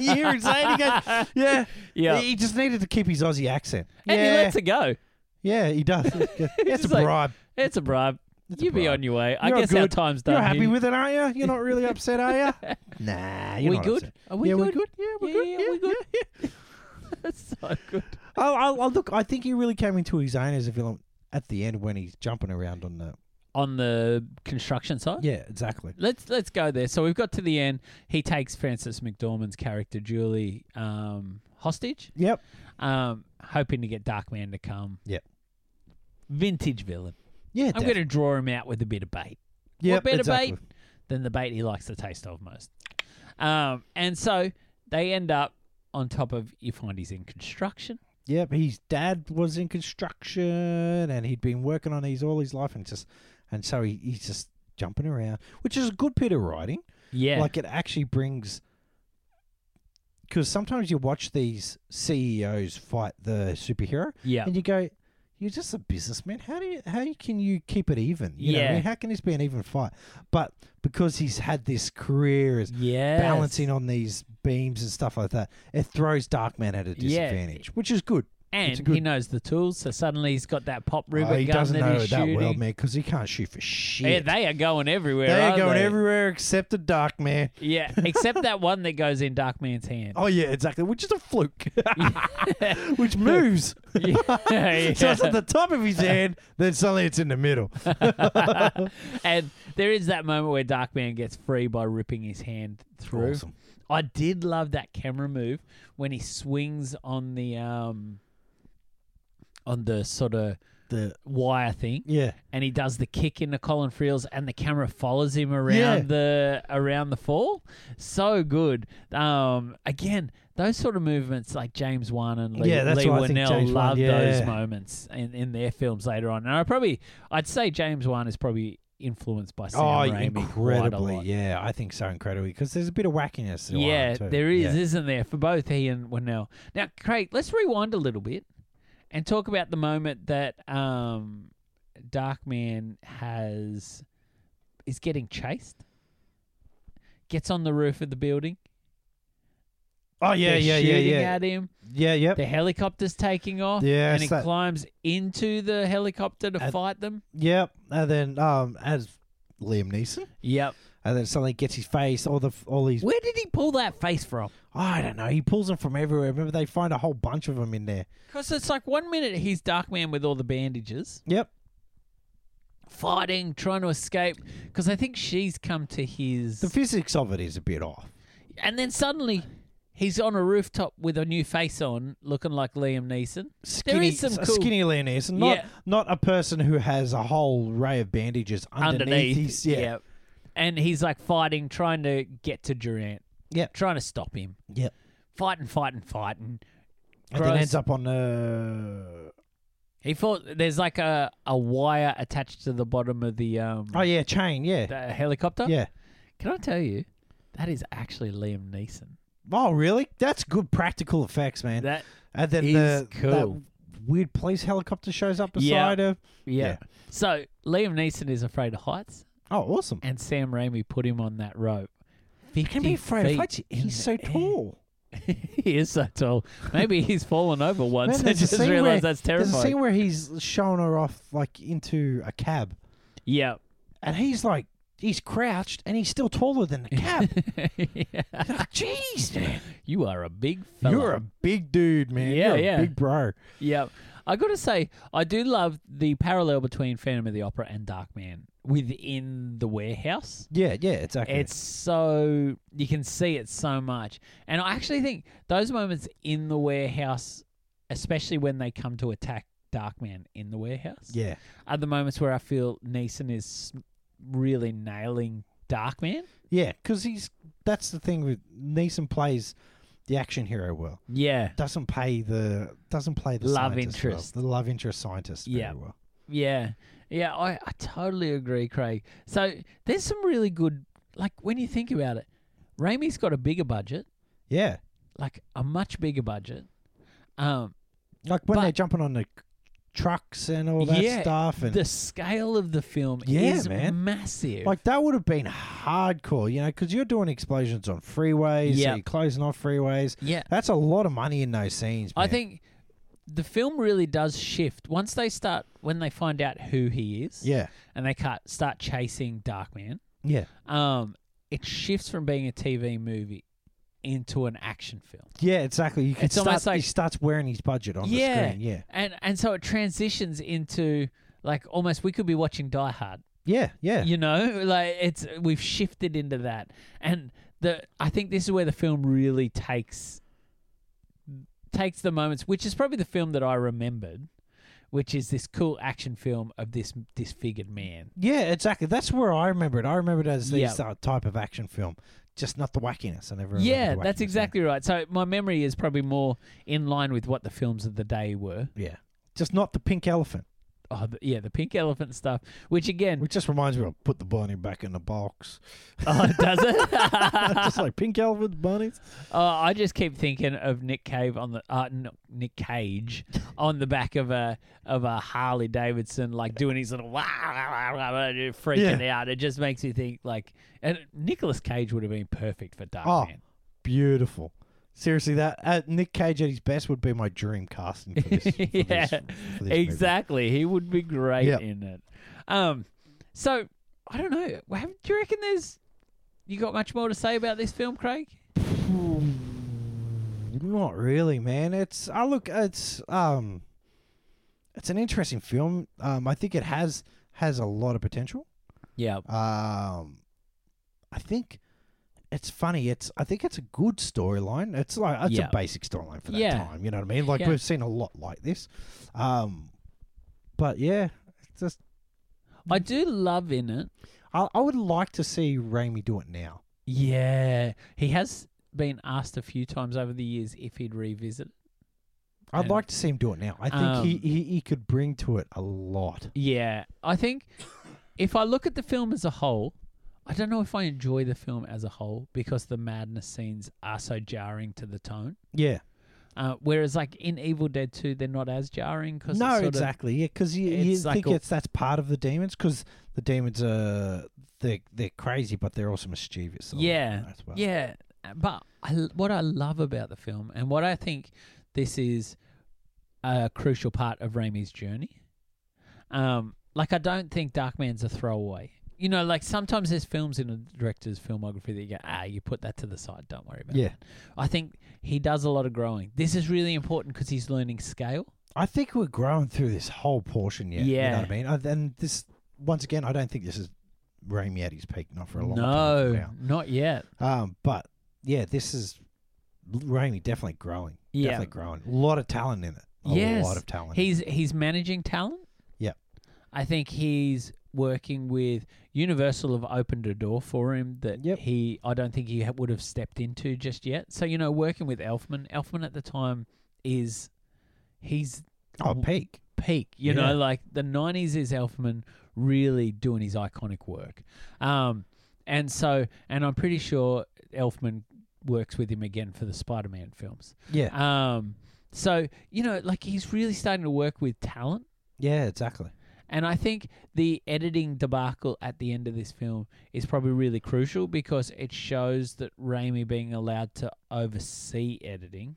you hear him saying? He goes, "Yeah, Yeah. He just needed to keep his Aussie accent. And yeah, he lets it go. yeah, he does. it's a just like, bribe. It's a bribe. It's a you be bribe. on your way. You're I a guess our good- time's done. You're happy here. with it, aren't you? You're not really upset, are you? nah, you're We not good? upset. Are we yeah, good? we're good. Yeah, we're Yeah, good. yeah, Yeah, we're good. Yeah, That's so good. yeah. I'll, I'll, I'll look. Oh, I think he really came into his own as a villain at the end when he's jumping around on the. On the construction site. Yeah, exactly. Let's let's go there. So we've got to the end. He takes Francis McDormand's character Julie um, hostage, Yep. um, hoping to get Darkman to come. Yep. Vintage villain. Yeah. I'm def- going to draw him out with a bit of bait. Yep, what better exactly. bait than the bait he likes the taste of most. Um, and so they end up on top of you find he's in construction. Yep, his dad was in construction and he'd been working on these all his life and just and so he, he's just jumping around, which is a good bit of writing. Yeah. Like it actually brings because sometimes you watch these CEOs fight the superhero yeah. and you go, "You're just a businessman. How do you how you- can you keep it even? You know what I Yeah. mean? how can this be an even fight? But because he's had this career as Yeah. balancing on these beams and stuff like that, it throws Darkman at a Yeah. disadvantage, which is good. And a good- he knows the tools, so suddenly he's got that pop Oh, ribbon he gun doesn't that know he's that shooting. well, man, because he can't shoot for shit. Yeah, they are going everywhere. They are aren't going they? everywhere except the dark man. Yeah, except that one that goes in Darkman's hand. Oh yeah, exactly. Which is a fluke, which moves. Yeah, yeah. So it's at the top of his hand, then suddenly it's in the middle. and there is that moment where Darkman gets free by ripping his hand through. Awesome. I did love that camera move when he swings on the um on the sort of The wire thing yeah, and he does the kick into Colin Friels and the camera follows him around Yeah. the around the fall. So good. Um again, those sort of movements like James Wan and Lee, Yeah, that's Lee why I think Whannell James Wan- love yeah. those moments in, in their films later on. And I probably I'd say James Wan is probably influenced by Sam oh, Raimi quite a incredibly. lot. Yeah, I think so incredibly because there's a bit of wackiness. to Yeah, it too. there is, Yeah. isn't there, for both he and Winnell. Now, Craig, let's rewind a little bit and talk about the moment that um, Darkman has is getting chased, gets on the roof of the building. Oh yeah, they're yeah, yeah, shooting yeah, At him, yeah, yep. the helicopter's taking off, Yeah, and it's he that- climbs into the helicopter to And- fight them. Yep. And then um as Liam Neeson. Yep. And then suddenly gets his face, all the all these Where did he pull that face from? I don't know, he pulls them from everywhere. Remember they find a whole bunch of them in there. Because it's like one minute he's Darkman with all the bandages. Yep. fighting, trying to escape, because I think she's come to his. The physics of it is a bit off. and then suddenly, he's on a rooftop with a new face on, looking like Liam Neeson. Skinny is some a cool- skinny Liam Neeson, not Yeah. not a person who has a whole ray of bandages underneath, Underneath, his yeah. And he's like fighting, trying to get to Durant. Yep. Trying to stop him. Yep. Fighting, fighting, fighting. And then Gross. ends up on the He thought there's like a, a wire attached to the bottom of the um Oh yeah, chain, yeah. the helicopter. yeah. Can I tell you, that is actually Liam Neeson. Oh really? That's good practical effects, man. That and then is the cool. that weird police helicopter shows up Yeah. beside her. yeah. Yeah. So Liam Neeson is afraid of heights. Oh, awesome. and Sam Raimi put him on that rope. 50 Can be afraid of feet heights. in He's the so air. tall. he is so tall. Maybe he's fallen over once Man, and there's a just scene realized where- that's There's a terrifying. scene where he's showing her off like into a cab, Yeah. and he's like he's crouched and he's still taller than the cab. Like, Jeez, man, You are a big fella. you're a big dude, man. Yeah, You're a yeah. big bro. Yeah. I got to say, I do love the parallel between Phantom of the Opera and Darkman within the warehouse. Yeah, yeah, exactly. It's so you can see it so much, and I actually think those moments in the warehouse, especially when they come to attack Darkman in the warehouse, yeah, are the moments where I feel Neeson is really nailing Darkman. yeah, because he's that's the thing with Neeson plays the action hero well. Yeah, Doesn't play the doesn't play the Love scientist well. interest. the love interest scientist Yeah. very well. yeah, yeah. I I totally agree, Craig. So there's some really good like when you think about it, Raimi's got a bigger budget, Yeah, like a much bigger budget. Um, like when But- they're jumping on the c- trucks and all that Yeah, stuff, and the scale of the film Yeah, is man. massive. Like that would have been hardcore, you know, because you're doing explosions on freeways, yeah, Yeah. you're closing off freeways. yeah, That's a lot of money in those scenes. I man. think the film really does shift once they start when they find out who he is. Yeah, and they ca- start chasing Darkman. yeah, Um, it shifts from being a TV movie into an action film, yeah, exactly. You can It's start. almost he like- starts wearing his budget on the Yeah. screen. Yeah, and and so it transitions into like almost we could be watching Die Hard. yeah, yeah, You know, like it's we've shifted into that, and the I think this is where the film really takes takes the moments, which is probably the film that I remembered, which is this cool action film of this disfigured man. Yeah, exactly. That's where I remember it. I remember it as Yeah. this uh, type of action film, just not the wackiness. I never. remember yeah, the that's wackiness, exactly right. So my memory is probably more in line with what the films of the day were. Yeah. Yeah. just not the pink elephant, Oh, the, yeah, the pink elephant stuff, which again, which just reminds me of put the bunny back in the box. oh, does it? just like pink elephant bunnies. Oh, I just keep thinking of Nick Cave on the uh, no, Nick Cage on the back of a of a Harley Davidson, like doing his little wah, wah, wah, wah, wah, freaking out. It just makes you think like, and Nicolas Cage would have been perfect for Dark Oh. Man. Beautiful. Seriously, that uh, Nick Cage at his best would be my dream casting for this. for this- Yeah, for this movie. Exactly, he would be great Yep. in it. Um, so I don't know. Have, do you reckon there's you got much more to say about this film, Craig? Not really, man. It's I look. It's um, it's an interesting film. Um, I think it has has a lot of potential. Yeah, Um, I think it's funny. It's I think it's a good storyline. It's like it's Yeah. a basic storyline for that Yeah. time. You know what I mean? Like Yeah. we've seen a lot like this. Um, but yeah, it's just I do love in it. I, I would like to see Raimi do it now. Yeah, he has been asked a few times over the years if he'd revisit. it. I'd And- like to see him do it now. I think he, Um, he he could bring to it a lot. Yeah, I think if I look at the film as a whole, I don't know if I enjoy the film as a whole because the madness scenes are so jarring to the tone. Yeah. Uh, whereas, like in Evil Dead 2, they're not as jarring because No, exactly. Yeah, because you, you it's like think a- it's that's part of the demons because the demons are they they're crazy, but they're also mischievous. a lot Yeah. as well. Yeah, but I, what I love about the film and what I think this is a crucial part of Raimi's journey. Um, like I don't think Darkman's a throwaway. You know, like sometimes there's films in a director's filmography that you go, ah, you put that to the side, don't worry about Yeah. it. I think he does a lot of growing. This is really important because he's learning scale. I think we're growing through this whole portion yet. You know Yeah. what I mean? I- And this, once again, I don't think this is Raimi at his peak, not for a long time No, from not yet. now. Um, but yeah, this is Raimi definitely growing. Yeah. Definitely growing. A lot of talent in it. A Yes. lot of talent. He's he's managing talent. Yep. I think he's working with Universal have opened a door for him that Yep. he I don't think he ha- would have stepped into just yet. So you know, working with Elfman, Elfman at the time is he's oh, peak. peak. You Yeah. know, like the '90s is Elfman really doing his iconic work, um, and so and I'm pretty sure Elfman works with him again for the Spider-Man films. Yeah. Um, so you know, like he's really starting to work with talent, yeah, exactly. and I think the editing debacle at the end of this film is probably really crucial because it shows that Raimi being allowed to oversee editing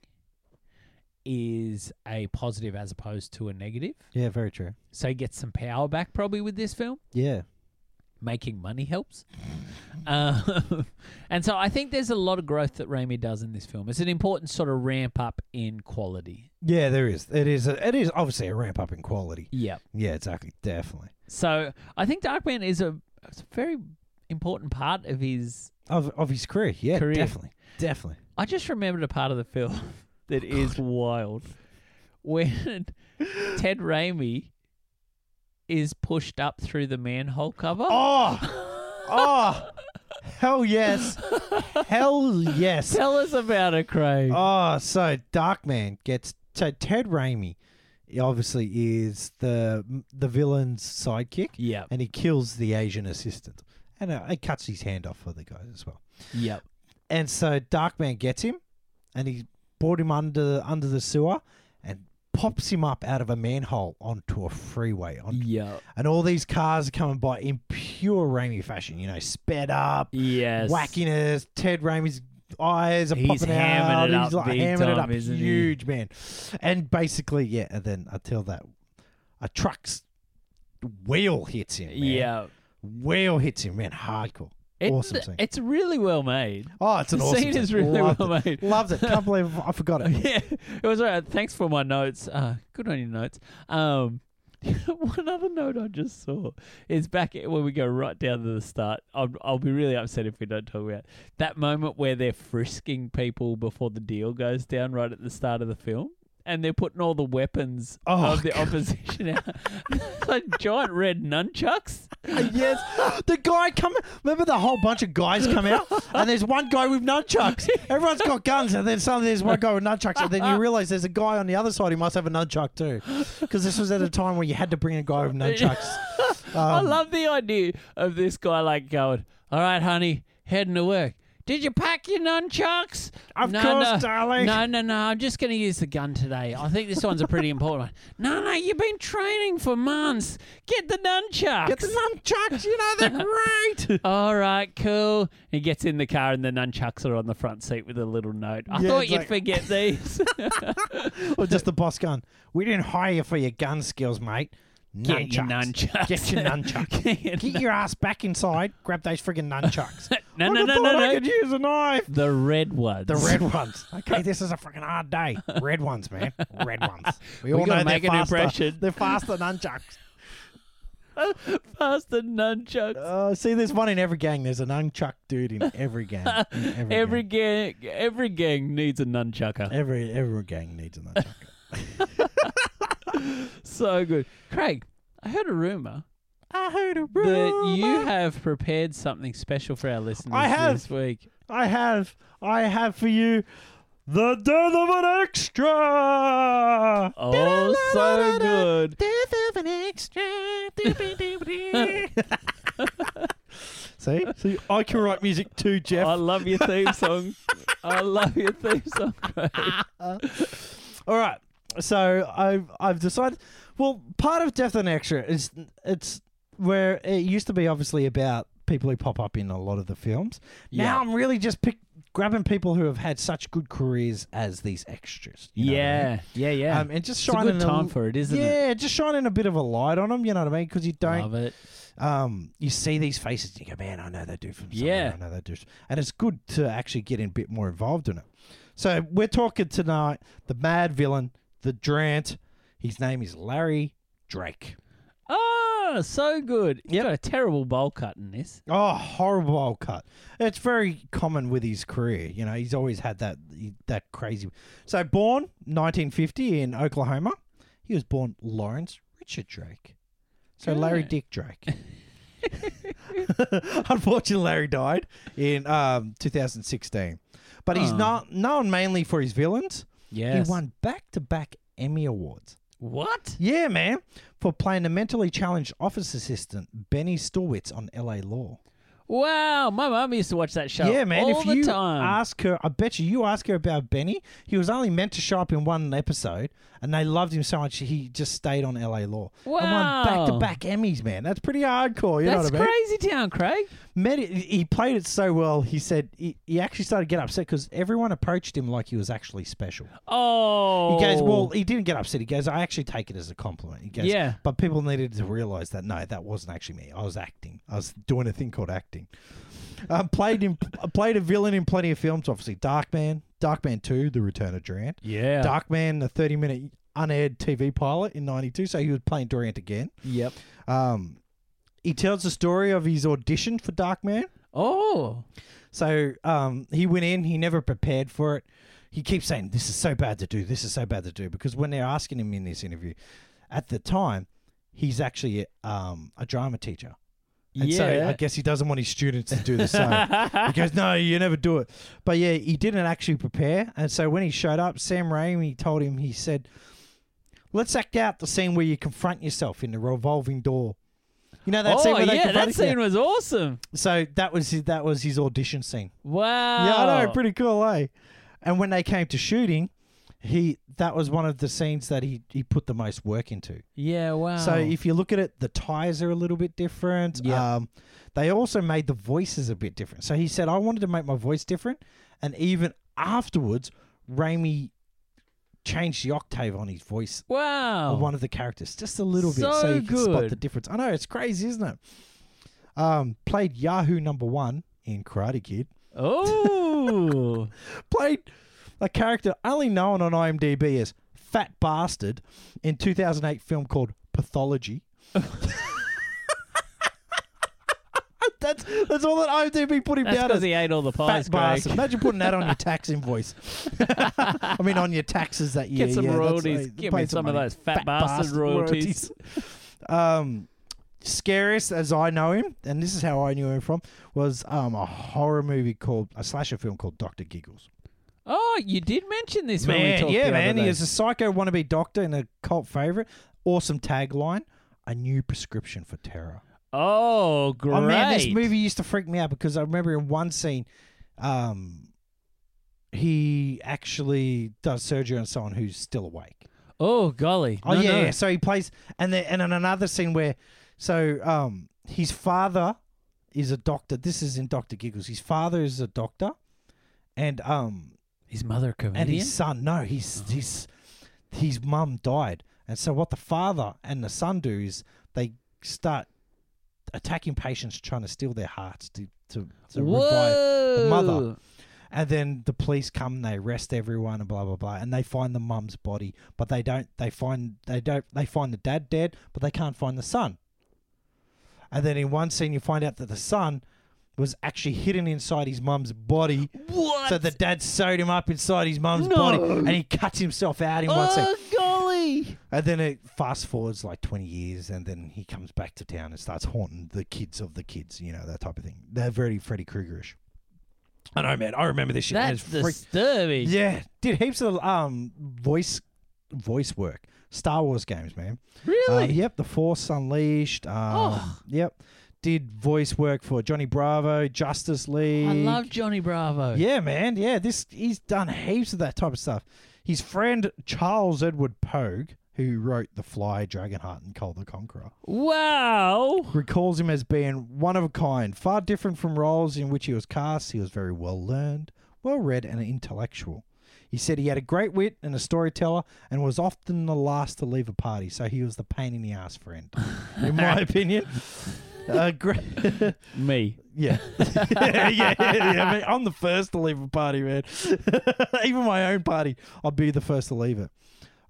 is a positive as opposed to a negative. Yeah, very true. So he gets some power back probably with this film. Yeah. Making money helps. Um, and so I think there's a lot of growth that Raimi does in this film. It's an important sort of ramp up in quality. Yeah, there is. It is. A, it is obviously a ramp up in quality. Yeah. Yeah, exactly. Definitely. So I think Darkman is a, it's a very important part of his. Of of his career. Yeah, Career. definitely. Definitely. I just remembered a part of the film that is wild when Ted Raimi is pushed up through the manhole cover. Oh, oh, hell yes, hell yes. Tell us about it, Craig. Oh, so Darkman gets so Ted Raimi, obviously is the the villain's sidekick, Yep. and he kills the Asian assistant, and uh, it cuts his hand off for the guys as well. Yep. And so Darkman gets him, and he brought him under under the sewer, and pops him up out of a manhole onto a freeway, on, Yep. and all these cars are coming by in pure Raimi fashion, you know, sped up, Yes. wackiness. Ted Raimi's eyes are He's popping hamming out. it He's up like big hamming it time, up, isn't he? huge man. And basically, yeah. And then until that, a truck's wheel hits him. Man. Yeah. wheel hits him, man. Hardcore. It- Awesome scene. It's really well made. Oh, it's an the awesome scene is scene. really Loved well it. made. Loved it. Can't believe I forgot it. yeah, it was all right. Thanks for my notes. Uh, good on your notes. Um, one other note I just saw is back at- when we go right down to the start. I'll, I'll be really upset if we don't talk about it. that moment where they're frisking people before the deal goes down right at the start of the film. and they're putting all the weapons Oh, of the opposition out. like giant red nunchucks. yes, the guy come. Remember the whole bunch of guys come out, and there's one guy with nunchucks. Everyone's got guns, and then suddenly there's one guy with nunchucks, and then you realise there's a guy on the other side who must have a nunchuck too, because this was at a time where you had to bring a guy with nunchucks. I Um, love the idea of this guy like going, All right, honey, heading to work. Did you pack your nunchucks? Of no, course, no, darling." No, no, no. I'm just going to use the gun today. I think this one's a pretty important one. No, no, you've been training for months. Get the nunchucks. Get the nunchucks, you know they're great. All right, cool. He gets in the car and the nunchucks are on the front seat with a little note. I Yeah, thought it's you'd like- forget these. or just the boss gun. We didn't hire you for your gun skills, mate. Get your nunchucks. Get your nunchuck. Get your Get your ass back inside. Grab those friggin' nunchucks. No, I no, no, thought no, I no. could use a knife. The red ones. The red ones. Okay, this is a freaking hard day. Red ones, man. Red ones. We, We all gotta know make they're an faster. impression. They're faster nunchucks. faster nunchucks. Uh, see, there's one in every gang. There's a nunchuck dude in every gang. In every, Every gang. gang, every gang needs a nunchucker. every every gang needs a nunchuck. So good, Craig. I heard a rumor I heard a rumor. that you have prepared something special for our listeners I have. this week. I have. I have for you. The death of an extra. Oh, so good. Death of an extra. see, see, I can write music too, Jeff. I love your theme song. I love your theme song, Craig. All right. So I've I've decided. Well, part of Death and Extra is it's where it used to be obviously about people who pop up in a lot of the films. Yeah. Now I'm really just pick, grabbing people who have had such good careers as these extras. you know what I mean? Yeah, yeah, yeah. Um, and just it's a shining good time a, for it, isn't it? yeah, just shining a bit of a light on them. You know what I mean? Because you don't Love it. um, you see these faces and you go, man, I know that dude from somewhere. Yeah. I know that dude. And it's good to actually get in a bit more involved in it. So we're talking tonight the mad villain, the Drant. His name is Larry Drake. Oh, so good. You Yep. got a terrible bowl cut in this. Oh, horrible old cut. It's very common with his career. You know, he's always had that that crazy. So born 1950 in Oklahoma, he was born Lawrence Richard Drake. So Larry Yeah. Dick Drake. Unfortunately, Larry died in um, 2016, but he's Oh. not known mainly for his villains. Yes. He won back-to-back Emmy awards. What? Yeah, man, for playing the mentally challenged office assistant Benny Stillwitz on L.A. Law. Wow, my mum used to watch that show. Yeah, man. all if the you time. ask her, I bet you you ask her about Benny. He was only meant to show up in one episode, and they loved him so much he just stayed on LA Law. And Wow. won back to back Emmys, man. That's pretty hardcore. You That's know what I mean? crazy town, Craig. Met it, he played it so well. He said he, he actually started to get upset because everyone approached him like he was actually special. Oh. He goes, well, he didn't get upset. He goes, I actually take it as a compliment. He goes, Yeah. But people needed to realize that no, that wasn't actually me. I was acting. I was doing a thing called acting. Um, played in played a villain in plenty of films. Obviously, Darkman, Darkman Two, The Return of Durant, Yeah. Darkman, the thirty minute unaired TV pilot in '92. So he was playing Durant again. Yep. Um, he tells the story of his audition for Darkman. Oh. So um, he went in. He never prepared for it. He keeps saying, "This is so bad to do. This is so bad to do." Because when they're asking him in this interview, at the time, he's actually um, a drama teacher, and yeah. so I guess he doesn't want his students to do the same. he goes, "No, you never do it." But yeah, he didn't actually prepare, and so when he showed up, Sam Raimi told him. He said, "Let's act out the scene where you confront yourself in the revolving door." You know that oh scene where they yeah, that confront- scene was awesome. So that was his, that was his audition scene. Wow. Yeah, I know, pretty cool, eh? And when they came to shooting, he that was one of the scenes that he he put the most work into. Yeah. Wow. So if you look at it, the tires are a little bit different. Yeah. Um, they also made the voices a bit different. So he said, I wanted to make my voice different, and even afterwards, Raimi changed the octave on his voice wow. of one of the characters just a little bit, Oh. So so you can spot good. the difference. I know it's crazy, isn't it? Um, played Yahoo number one in Karate Kid oh. played a character only known on IMDb as Fat Bastard in 2008 film called Pathology. That's That's, that's all that IMDb put him That's down because as. he ate all the pies, Fat bastard. Greg. Imagine putting that on your tax invoice. I mean, on your taxes that year. Get some yeah, that's- royalties. hey, Give pay me some of money. those fat, Fat bastard, bastard royalties. Um, scariest as I know him, and this is how I knew him from, was um, a horror movie called a slasher film called Doctor Giggles. Oh, you did mention this when we Man, talked yeah, the man, other he day. is a psycho wannabe doctor and a cult favorite. Awesome tagline: a new prescription for terror. Oh, great. Oh man, this movie used to freak me out because I remember in one scene, um, he actually does surgery on someone who's still awake. Oh, golly. Oh No, yeah, no. yeah. So he plays, and then and in another scene where, so um, his father is a doctor. This is in Doctor Giggles. His father is a doctor, and um, His mother a comedian? and his son. No, his his his mum died, and so what the father and the son do is they start attacking patients trying to steal their hearts to to, to revive mother. Whoa. and then the police come and they arrest everyone and blah blah blah and they find the mum's body but they don't they find they don't they find the dad dead but they can't find the son and then in one scene you find out that the son was actually hidden inside his mum's body What? so the dad sewed him up inside his mum's No. body and he cuts himself out in one scene oh, golly. and then it fast forwards like 20 years and then he comes back to town and starts haunting the kids of the kids you know that type of thing they're very freddy kruegerish I know, man. I remember this shit. and That's it's freak- disturbing. yeah, did heaps of um voice voice work. Star Wars games, man. Really? Uh, yep, The Force Unleashed. Um, Oh. Yep, did voice work for Johnny Bravo, Justice League. I love Johnny Bravo. Yeah, man. Yeah, this he's done heaps of that type of stuff. His friend Charles Edward Pogue, who wrote The Fly, Dragonheart, and Cole the Conqueror, Wow. recalls him as being one of a kind, far different from roles in which he was cast. He was very well learned, well read, and intellectual. He said he had a great wit and a storyteller and was often the last to leave a party, so he was the pain in the ass friend, in my opinion. Uh, great, Me. yeah. yeah, yeah, yeah, yeah. man. I'm the first to leave a party, man. Even my own party, I'll be the first to leave it.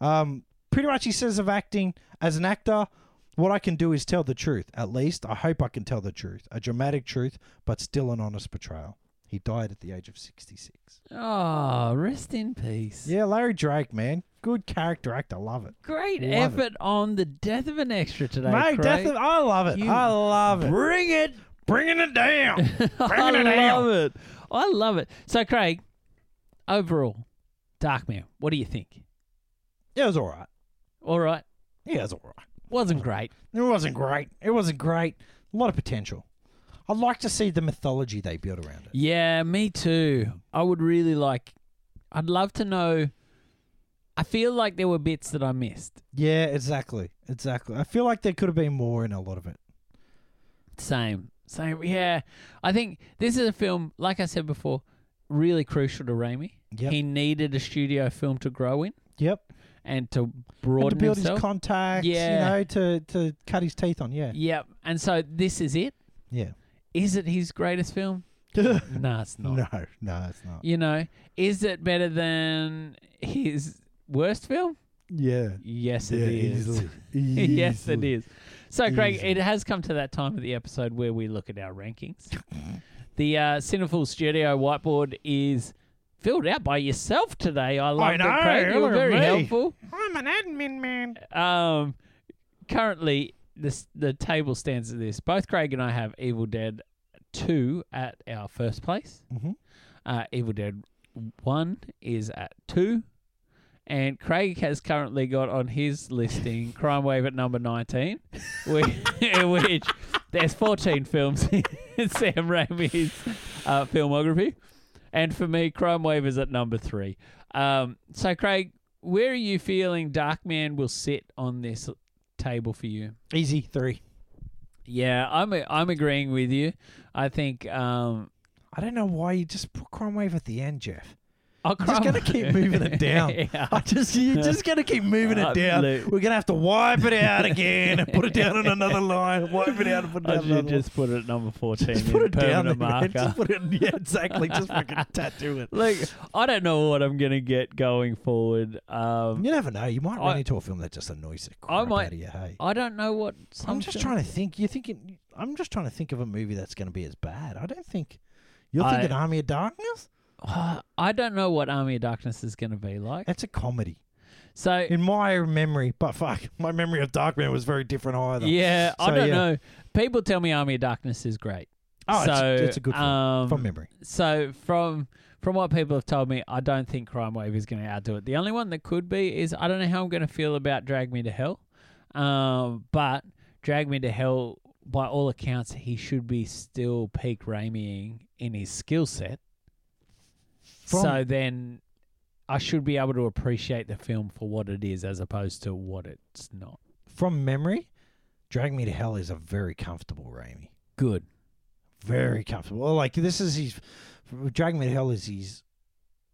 Um, pretty much, he says of acting as an actor, what I can do is tell the truth. At least, I hope I can tell the truth, a dramatic truth, but still an honest portrayal. He died at the age of 66. Oh, rest in peace. Yeah, Larry Drake, man, good character actor, love it. Great Love it. effort on the death of an extra today. Mate, Craig. death of, I love it. You I love it. Bring it. Bringing it down. I Bringing it down. love it. I love it. So, Craig, overall, Dark Mirror, what do you think? Yeah, it was all right. All right. Yeah, it was all right. Wasn't great. It wasn't great. It wasn't great. A lot of potential. I'd like to see the mythology they built around it. Yeah, me too. I would really like, I'd love to know. I feel like there were bits that I missed. Yeah, exactly. Exactly. I feel like there could have been more in a lot of it. Same. Same. Yeah. I think this is a film, like I said before, really crucial to Raimi. Yep. He needed a studio film to grow in yep. and to And broaden to build himself. his contacts, Yeah. you know, to, to cut his teeth on. Yeah. yep. And so this is it. Yeah. Is it his greatest film? no, No, it's not. no, it's not. You know, is it better than his worst film? Yeah. Yes, yeah, it is. easily. yes, it Easily. is. So, Craig, Easily. it has come to that time of the episode where we look at our rankings. the uh, Cinefull Studio whiteboard is filled out by yourself today. I love know, it, Craig. You look were at very me. helpful. I'm an admin man. Um, currently, this, the table stands at this. Both Craig and I have Evil Dead 2 at our first place. Mhm. Uh, Evil Dead 1 is at 2. And Craig has currently got on his listing Crime Wave at number 19, which, in which there's 14 films in Sam Raimi's uh, filmography. And for me, Crime Wave is at number 3. Um, so, Craig, where are you feeling Darkman will sit on this table for you? Easy three. Yeah, I'm I'm agreeing with you. I think um I don't know why you just put Cromwave at the end, Jeff. I'll I'm just cry gonna my- keep moving it down. Yeah. I just you're just gonna keep moving Uh, it down. Absolute. We're gonna have to wipe it out again and put it down on another line. Wipe it out and put it I down. should another just put it at number 14. line. just in put it down there, permanent man. marker. Just put it. Yeah, exactly. Just fucking tattoo it. Look, I don't know what I'm going to get going forward. Um, You never know. You might I- run into a film that just annoys the crap might- out of you. Hey, I don't know what. Some I'm just film- trying to think. You're thinking. I'm just trying to think of a movie that's going to be as bad. I don't think. You're I- thinking Army of Darkness? Uh, I don't know what Army of Darkness is going to be like. That's a comedy. So, In my memory, but fuck, my memory of Darkman was very different either. yeah, I So, don't yeah. know. People tell me Army of Darkness is great. Oh, so, it's- it's a good film, um, From memory. So from from what people have told me, I don't think Crime Wave is going to outdo it. The only one that could be is I don't know how I'm going to feel about Drag Me to Hell, um, but Drag Me to Hell, by all accounts, he should be still peak Raimiing in his skill set. From- So then, I should be able to appreciate the film for what it is, as opposed to what it's not. From memory, Drag Me to Hell is a very comfortable Raimi. Good. Very comfortable. Well, Like, this is his. Drag Me to Hell is his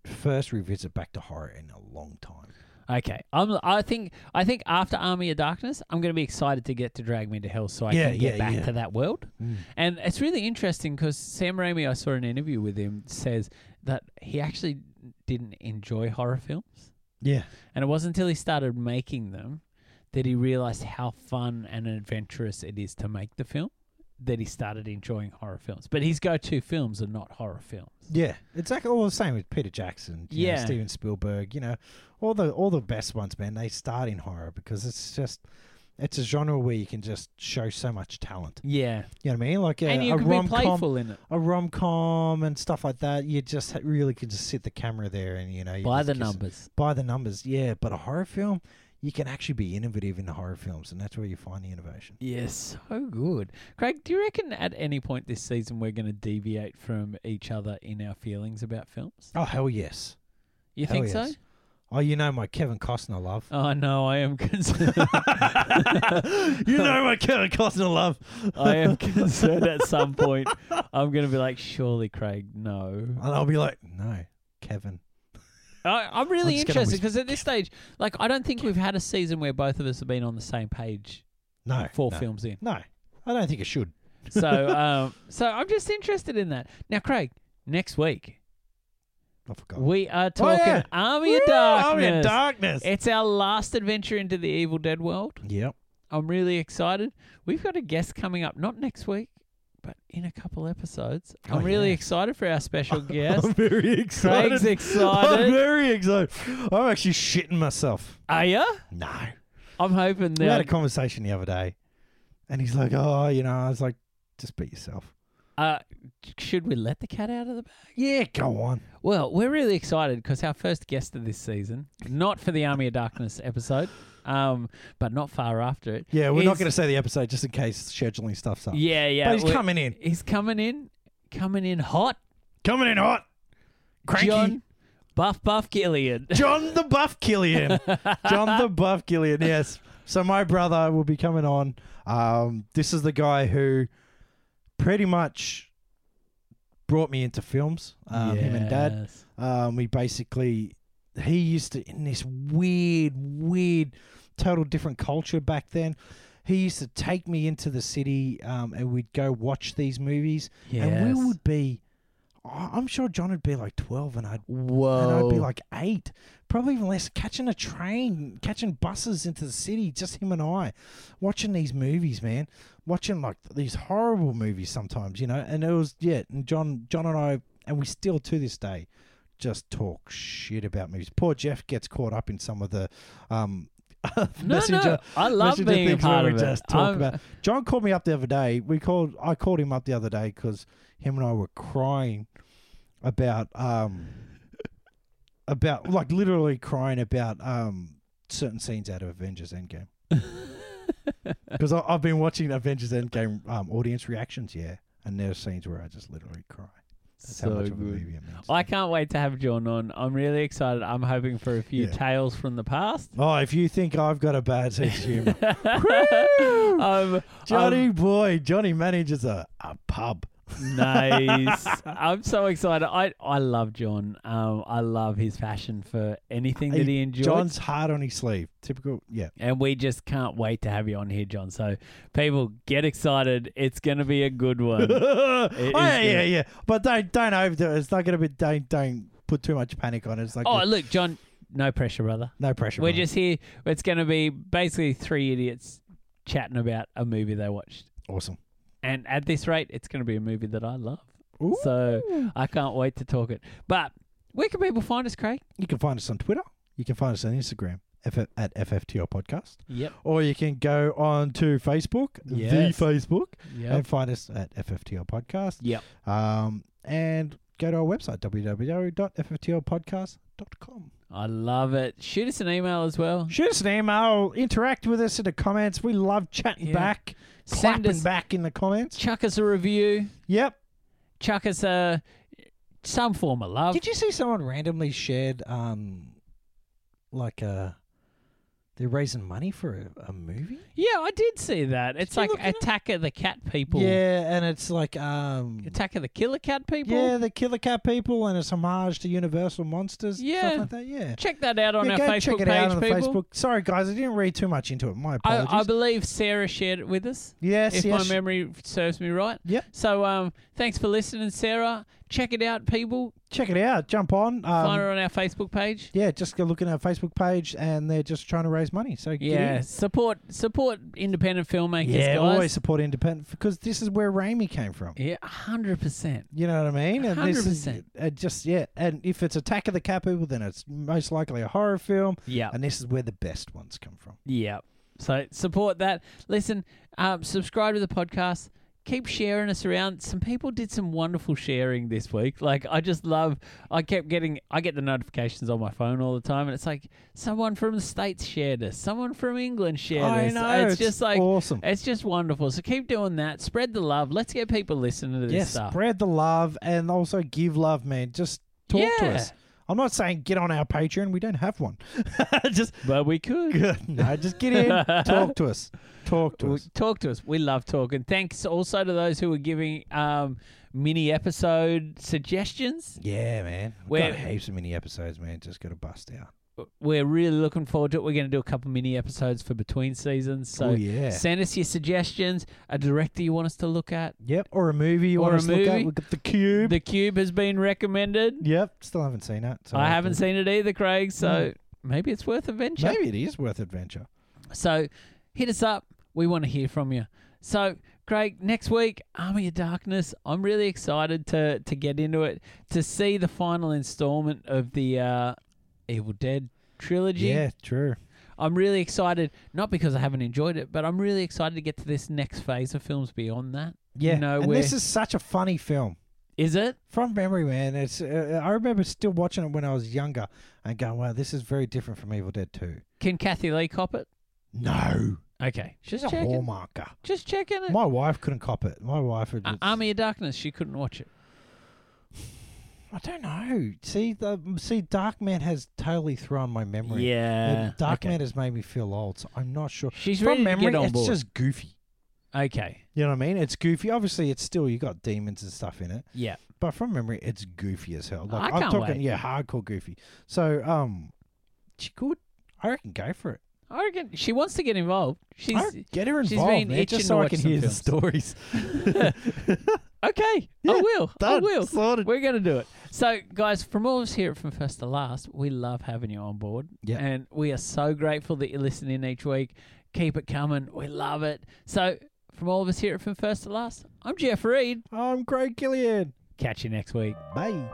first revisit back to horror in a long time. Okay, I'm. I think. I think after Army of Darkness, I'm going to be excited to get to Drag Me to Hell, so I Yeah, can get yeah, back yeah. to that world. And it's really interesting because Sam Raimi, I saw an interview with him, says that he actually didn't enjoy horror films, Yeah. and it wasn't until he started making them that he realized how fun and adventurous it is to make the film that he started enjoying horror films. But his go-to films are not horror films. Yeah, exactly. All the same with Peter Jackson, you know, Yeah. Steven Spielberg. You know, all the all the best ones, man. They start in horror because it's just it's a genre where you can just show so much talent. Yeah, You know what I mean? Like a, and you a can rom be com, playful in it. a rom com, and stuff like that. You just ha- really can just sit the camera there and you know you By just the kiss it. numbers. by the numbers. Yeah, but a horror film, you can actually be innovative in the horror films, and that's where you find the innovation. Yes, so good. Craig, do you reckon at any point this season we're going to deviate from each other in our feelings about films? Oh hell yes! You Hell think so? yes. Oh, you know my Kevin Costner love. Oh no, I am concerned. you know my Kevin Costner love. I am concerned at some point. I'm going to be like, surely, Craig, no. And I'll be like, no, Kevin. I, I'm really just gonna interested because at this stage, like, I don't think we've had a season where both of us have been on the same page No. four no, films in. No. I don't think it should. So, um, so I'm just interested in that. Now, Craig, next week I forgot. we are Oh, yeah. talking Army of Woo, Darkness. I'm in darkness. It's our last adventure into the Evil Dead world. Yep. I'm really excited. We've got a guest coming up, not next week, but in a couple episodes. I'm Oh, really yeah. excited for our special guest. I'm very excited. Craig's excited. I'm very excited. I'm actually shitting myself. Are ya? No. I'm hoping We had a that. conversation the other day, and he's like, oh, you know, I was like, just beat yourself. Uh, should we let the cat out of the bag? Yeah, go on. Well, we're really excited because our first guest of this season, not for the Army of Darkness episode, um, but not far after it. Yeah, we're not is- going to say the episode just in case scheduling stuff's up. Yeah, yeah. but he's we're- coming in. He's coming in, coming in hot. Coming in hot. Cranky. John Buff Buff Gillian. John the Buff Killian. John the Buff Killian, yes. So my brother will be coming on. Um, this is the guy who pretty much brought me into films, um, him and dad. Yes. Um, we basically, he used to, in this weird, weird, total different culture back then, he used to take me into the city um, and we'd go watch these movies. And we Yes. would be, I- I'm sure John would be like 12 and I'd Whoa. and I'd be like eight, probably even less. Catching a train, catching buses into the city, just him and I, watching these movies, man, watching like these horrible movies sometimes, you know. And it was yeah, and John, John and I, and we still to this day, just talk shit about movies. Poor Jeff gets caught up in some of the, um, no, messenger. no. I love messenger being a things where part we of it. just talk I'm- about. John called me up the other day. We called. I called him up the other day because him and I were crying about um about like literally crying about um certain scenes out of Avengers Endgame because I've been watching Avengers Endgame um, audience reactions. Yeah, and there's scenes where I just literally cry. That's so how much of a good. movie it means. I can't wait to have John on. I'm really excited. I'm hoping for a few Yeah. tales from the past. Oh, if you think I've got a bad sense of humor, um, Johnny boy, Johnny manages a, a pub. nice. I'm so excited. I, I love John. Um, I love his passion for anything that he enjoys. John's hard on his sleeve. Typical. Yeah. and we just can't wait to have you on here, John. So, people, get excited. It's going to be a good one. oh, is yeah, yeah, good. yeah. But don't don't overdo it. It's not gonna be. Don't don't put too much panic on it. It's like oh, a- look, John, no pressure, brother. no pressure. We're on it. just here. It's going to be basically three idiots chatting about a movie they watched. awesome. And at this rate, it's going to be a movie that I love. Ooh. So, I can't wait to talk it. But where can people find us, Craig? you can find us on Twitter. You can find us on Instagram F- at FFTL Podcast, Yep. or you can go on to Facebook, Yes. the Facebook, Yep. and find us at FFTL Podcast. Yep. Um, and go to our website www.fftlpodcast.com. I love it. Shoot us an email as well. Shoot us an email. Interact with us in the comments. We love chatting Yeah. back, Send clapping us, back in the comments. chuck us a review. Yep. Chuck us a some form of love. Did you see someone randomly shared um, like a they're raising money for a, a movie? Yeah, I did see that. It's you like look at it? Attack of the Cat People. Yeah, and it's like um Attack of the Killer Cat People. Yeah, the Killer Cat people and it's homage to Universal Monsters. Yeah. Stuff like that, yeah. Check that out on yeah, our go Facebook check it page, out on the people. Facebook. Sorry guys, I didn't read too much into it. My apologies. I, I believe Sarah shared it with us, yes, if yes. my memory serves me right. Yep. So um, thanks for listening, Sarah. Check it out, people. check it out. Jump on. Find Um, her on our Facebook page. yeah, just go look at our Facebook page and they're just trying to raise money. So get in. Yeah, support support independent filmmakers, Yeah, guys. always support independent because this is where Raimi came from. Yeah, hundred percent. You know what I mean? And this is 100%. uh, just yeah, and if it's Attack of the Cat People, then it's most likely a horror film, Yeah, and this is where the best ones come from. yeah. So support that. Listen, um, subscribe to the podcast. Keep sharing us around. Some people did some wonderful sharing this week. Like I just love. I kept getting. I get the notifications on my phone all the time, and it's like someone from the states shared us. Someone from England shared I us. know, It's, just like awesome. it's just wonderful. So keep doing that. Spread the love. Let's get people listening to this Yes, stuff. spread the love and also give love, man. Just talk to Yeah. us. I'm not saying get on our Patreon. We don't have one. just But we could. no, just get in, talk to us, talk to Well, us. Talk to us. We love talking. Thanks also to those who were giving um, mini episode suggestions. Yeah, man. We've Where- got heaps of mini episodes, man. Just got to bust out. We're really looking forward to it. We're going to do a couple mini episodes for between seasons. So oh yeah. send us your suggestions. A director you want us to look at. Yep. Or a movie you Or want a us to look at? movie. We've got the Cube. The Cube has been recommended. Yep. Still haven't seen that. so I I'll haven't have seen it either, Craig. So maybe it's worth a venture. to- Maybe it is worth adventure. So hit us up. We want to hear from you. So, Craig, next week, Army of Darkness. I'm really excited to to get into it, to see the final installment of the uh, Evil Dead trilogy. Yeah, true. I'm really excited, not because I haven't enjoyed it, but I'm really excited to get to this next phase of films beyond that. Yeah. know, and we're- this is such a funny film. Is it? From memory, man, it's uh, I remember still watching it when I was younger and going, "Wow, this is very different from Evil Dead 2." Can Kathy Lee cop it? No, Okay. she's Just a checking. hallmarker. Just checking it. My wife couldn't cop it. My wife would. Uh, Army of Darkness, she couldn't watch it. I don't know. See, the see, Dark Man has totally thrown my memory. Yeah. Dark Uh, okay. Man has made me feel old, so I'm not sure. She's From ready memory, to get on it's board. just goofy. okay. You know what I mean? It's goofy. Obviously, it's still you got demons and stuff in it, Yeah. but from memory, it's goofy as hell. Like I am can't talking, wait. yeah, hardcore goofy. So, um, she could. I reckon go for it. I reckon she wants to get involved. She's I get her she's involved, been man, itching to just so I watch can some hear films. the stories. Okay, I Yeah, will. I Done. will. Sorted. We're gonna do it. So, guys, from all of us here at From First to Last, we love having you on board, Yeah. and we are so grateful that you're listening each week. Keep it coming. We love it. So, from all of us here at From First to Last, I'm Jeff Reed. I'm Craig Gillian. Catch you next week. Bye.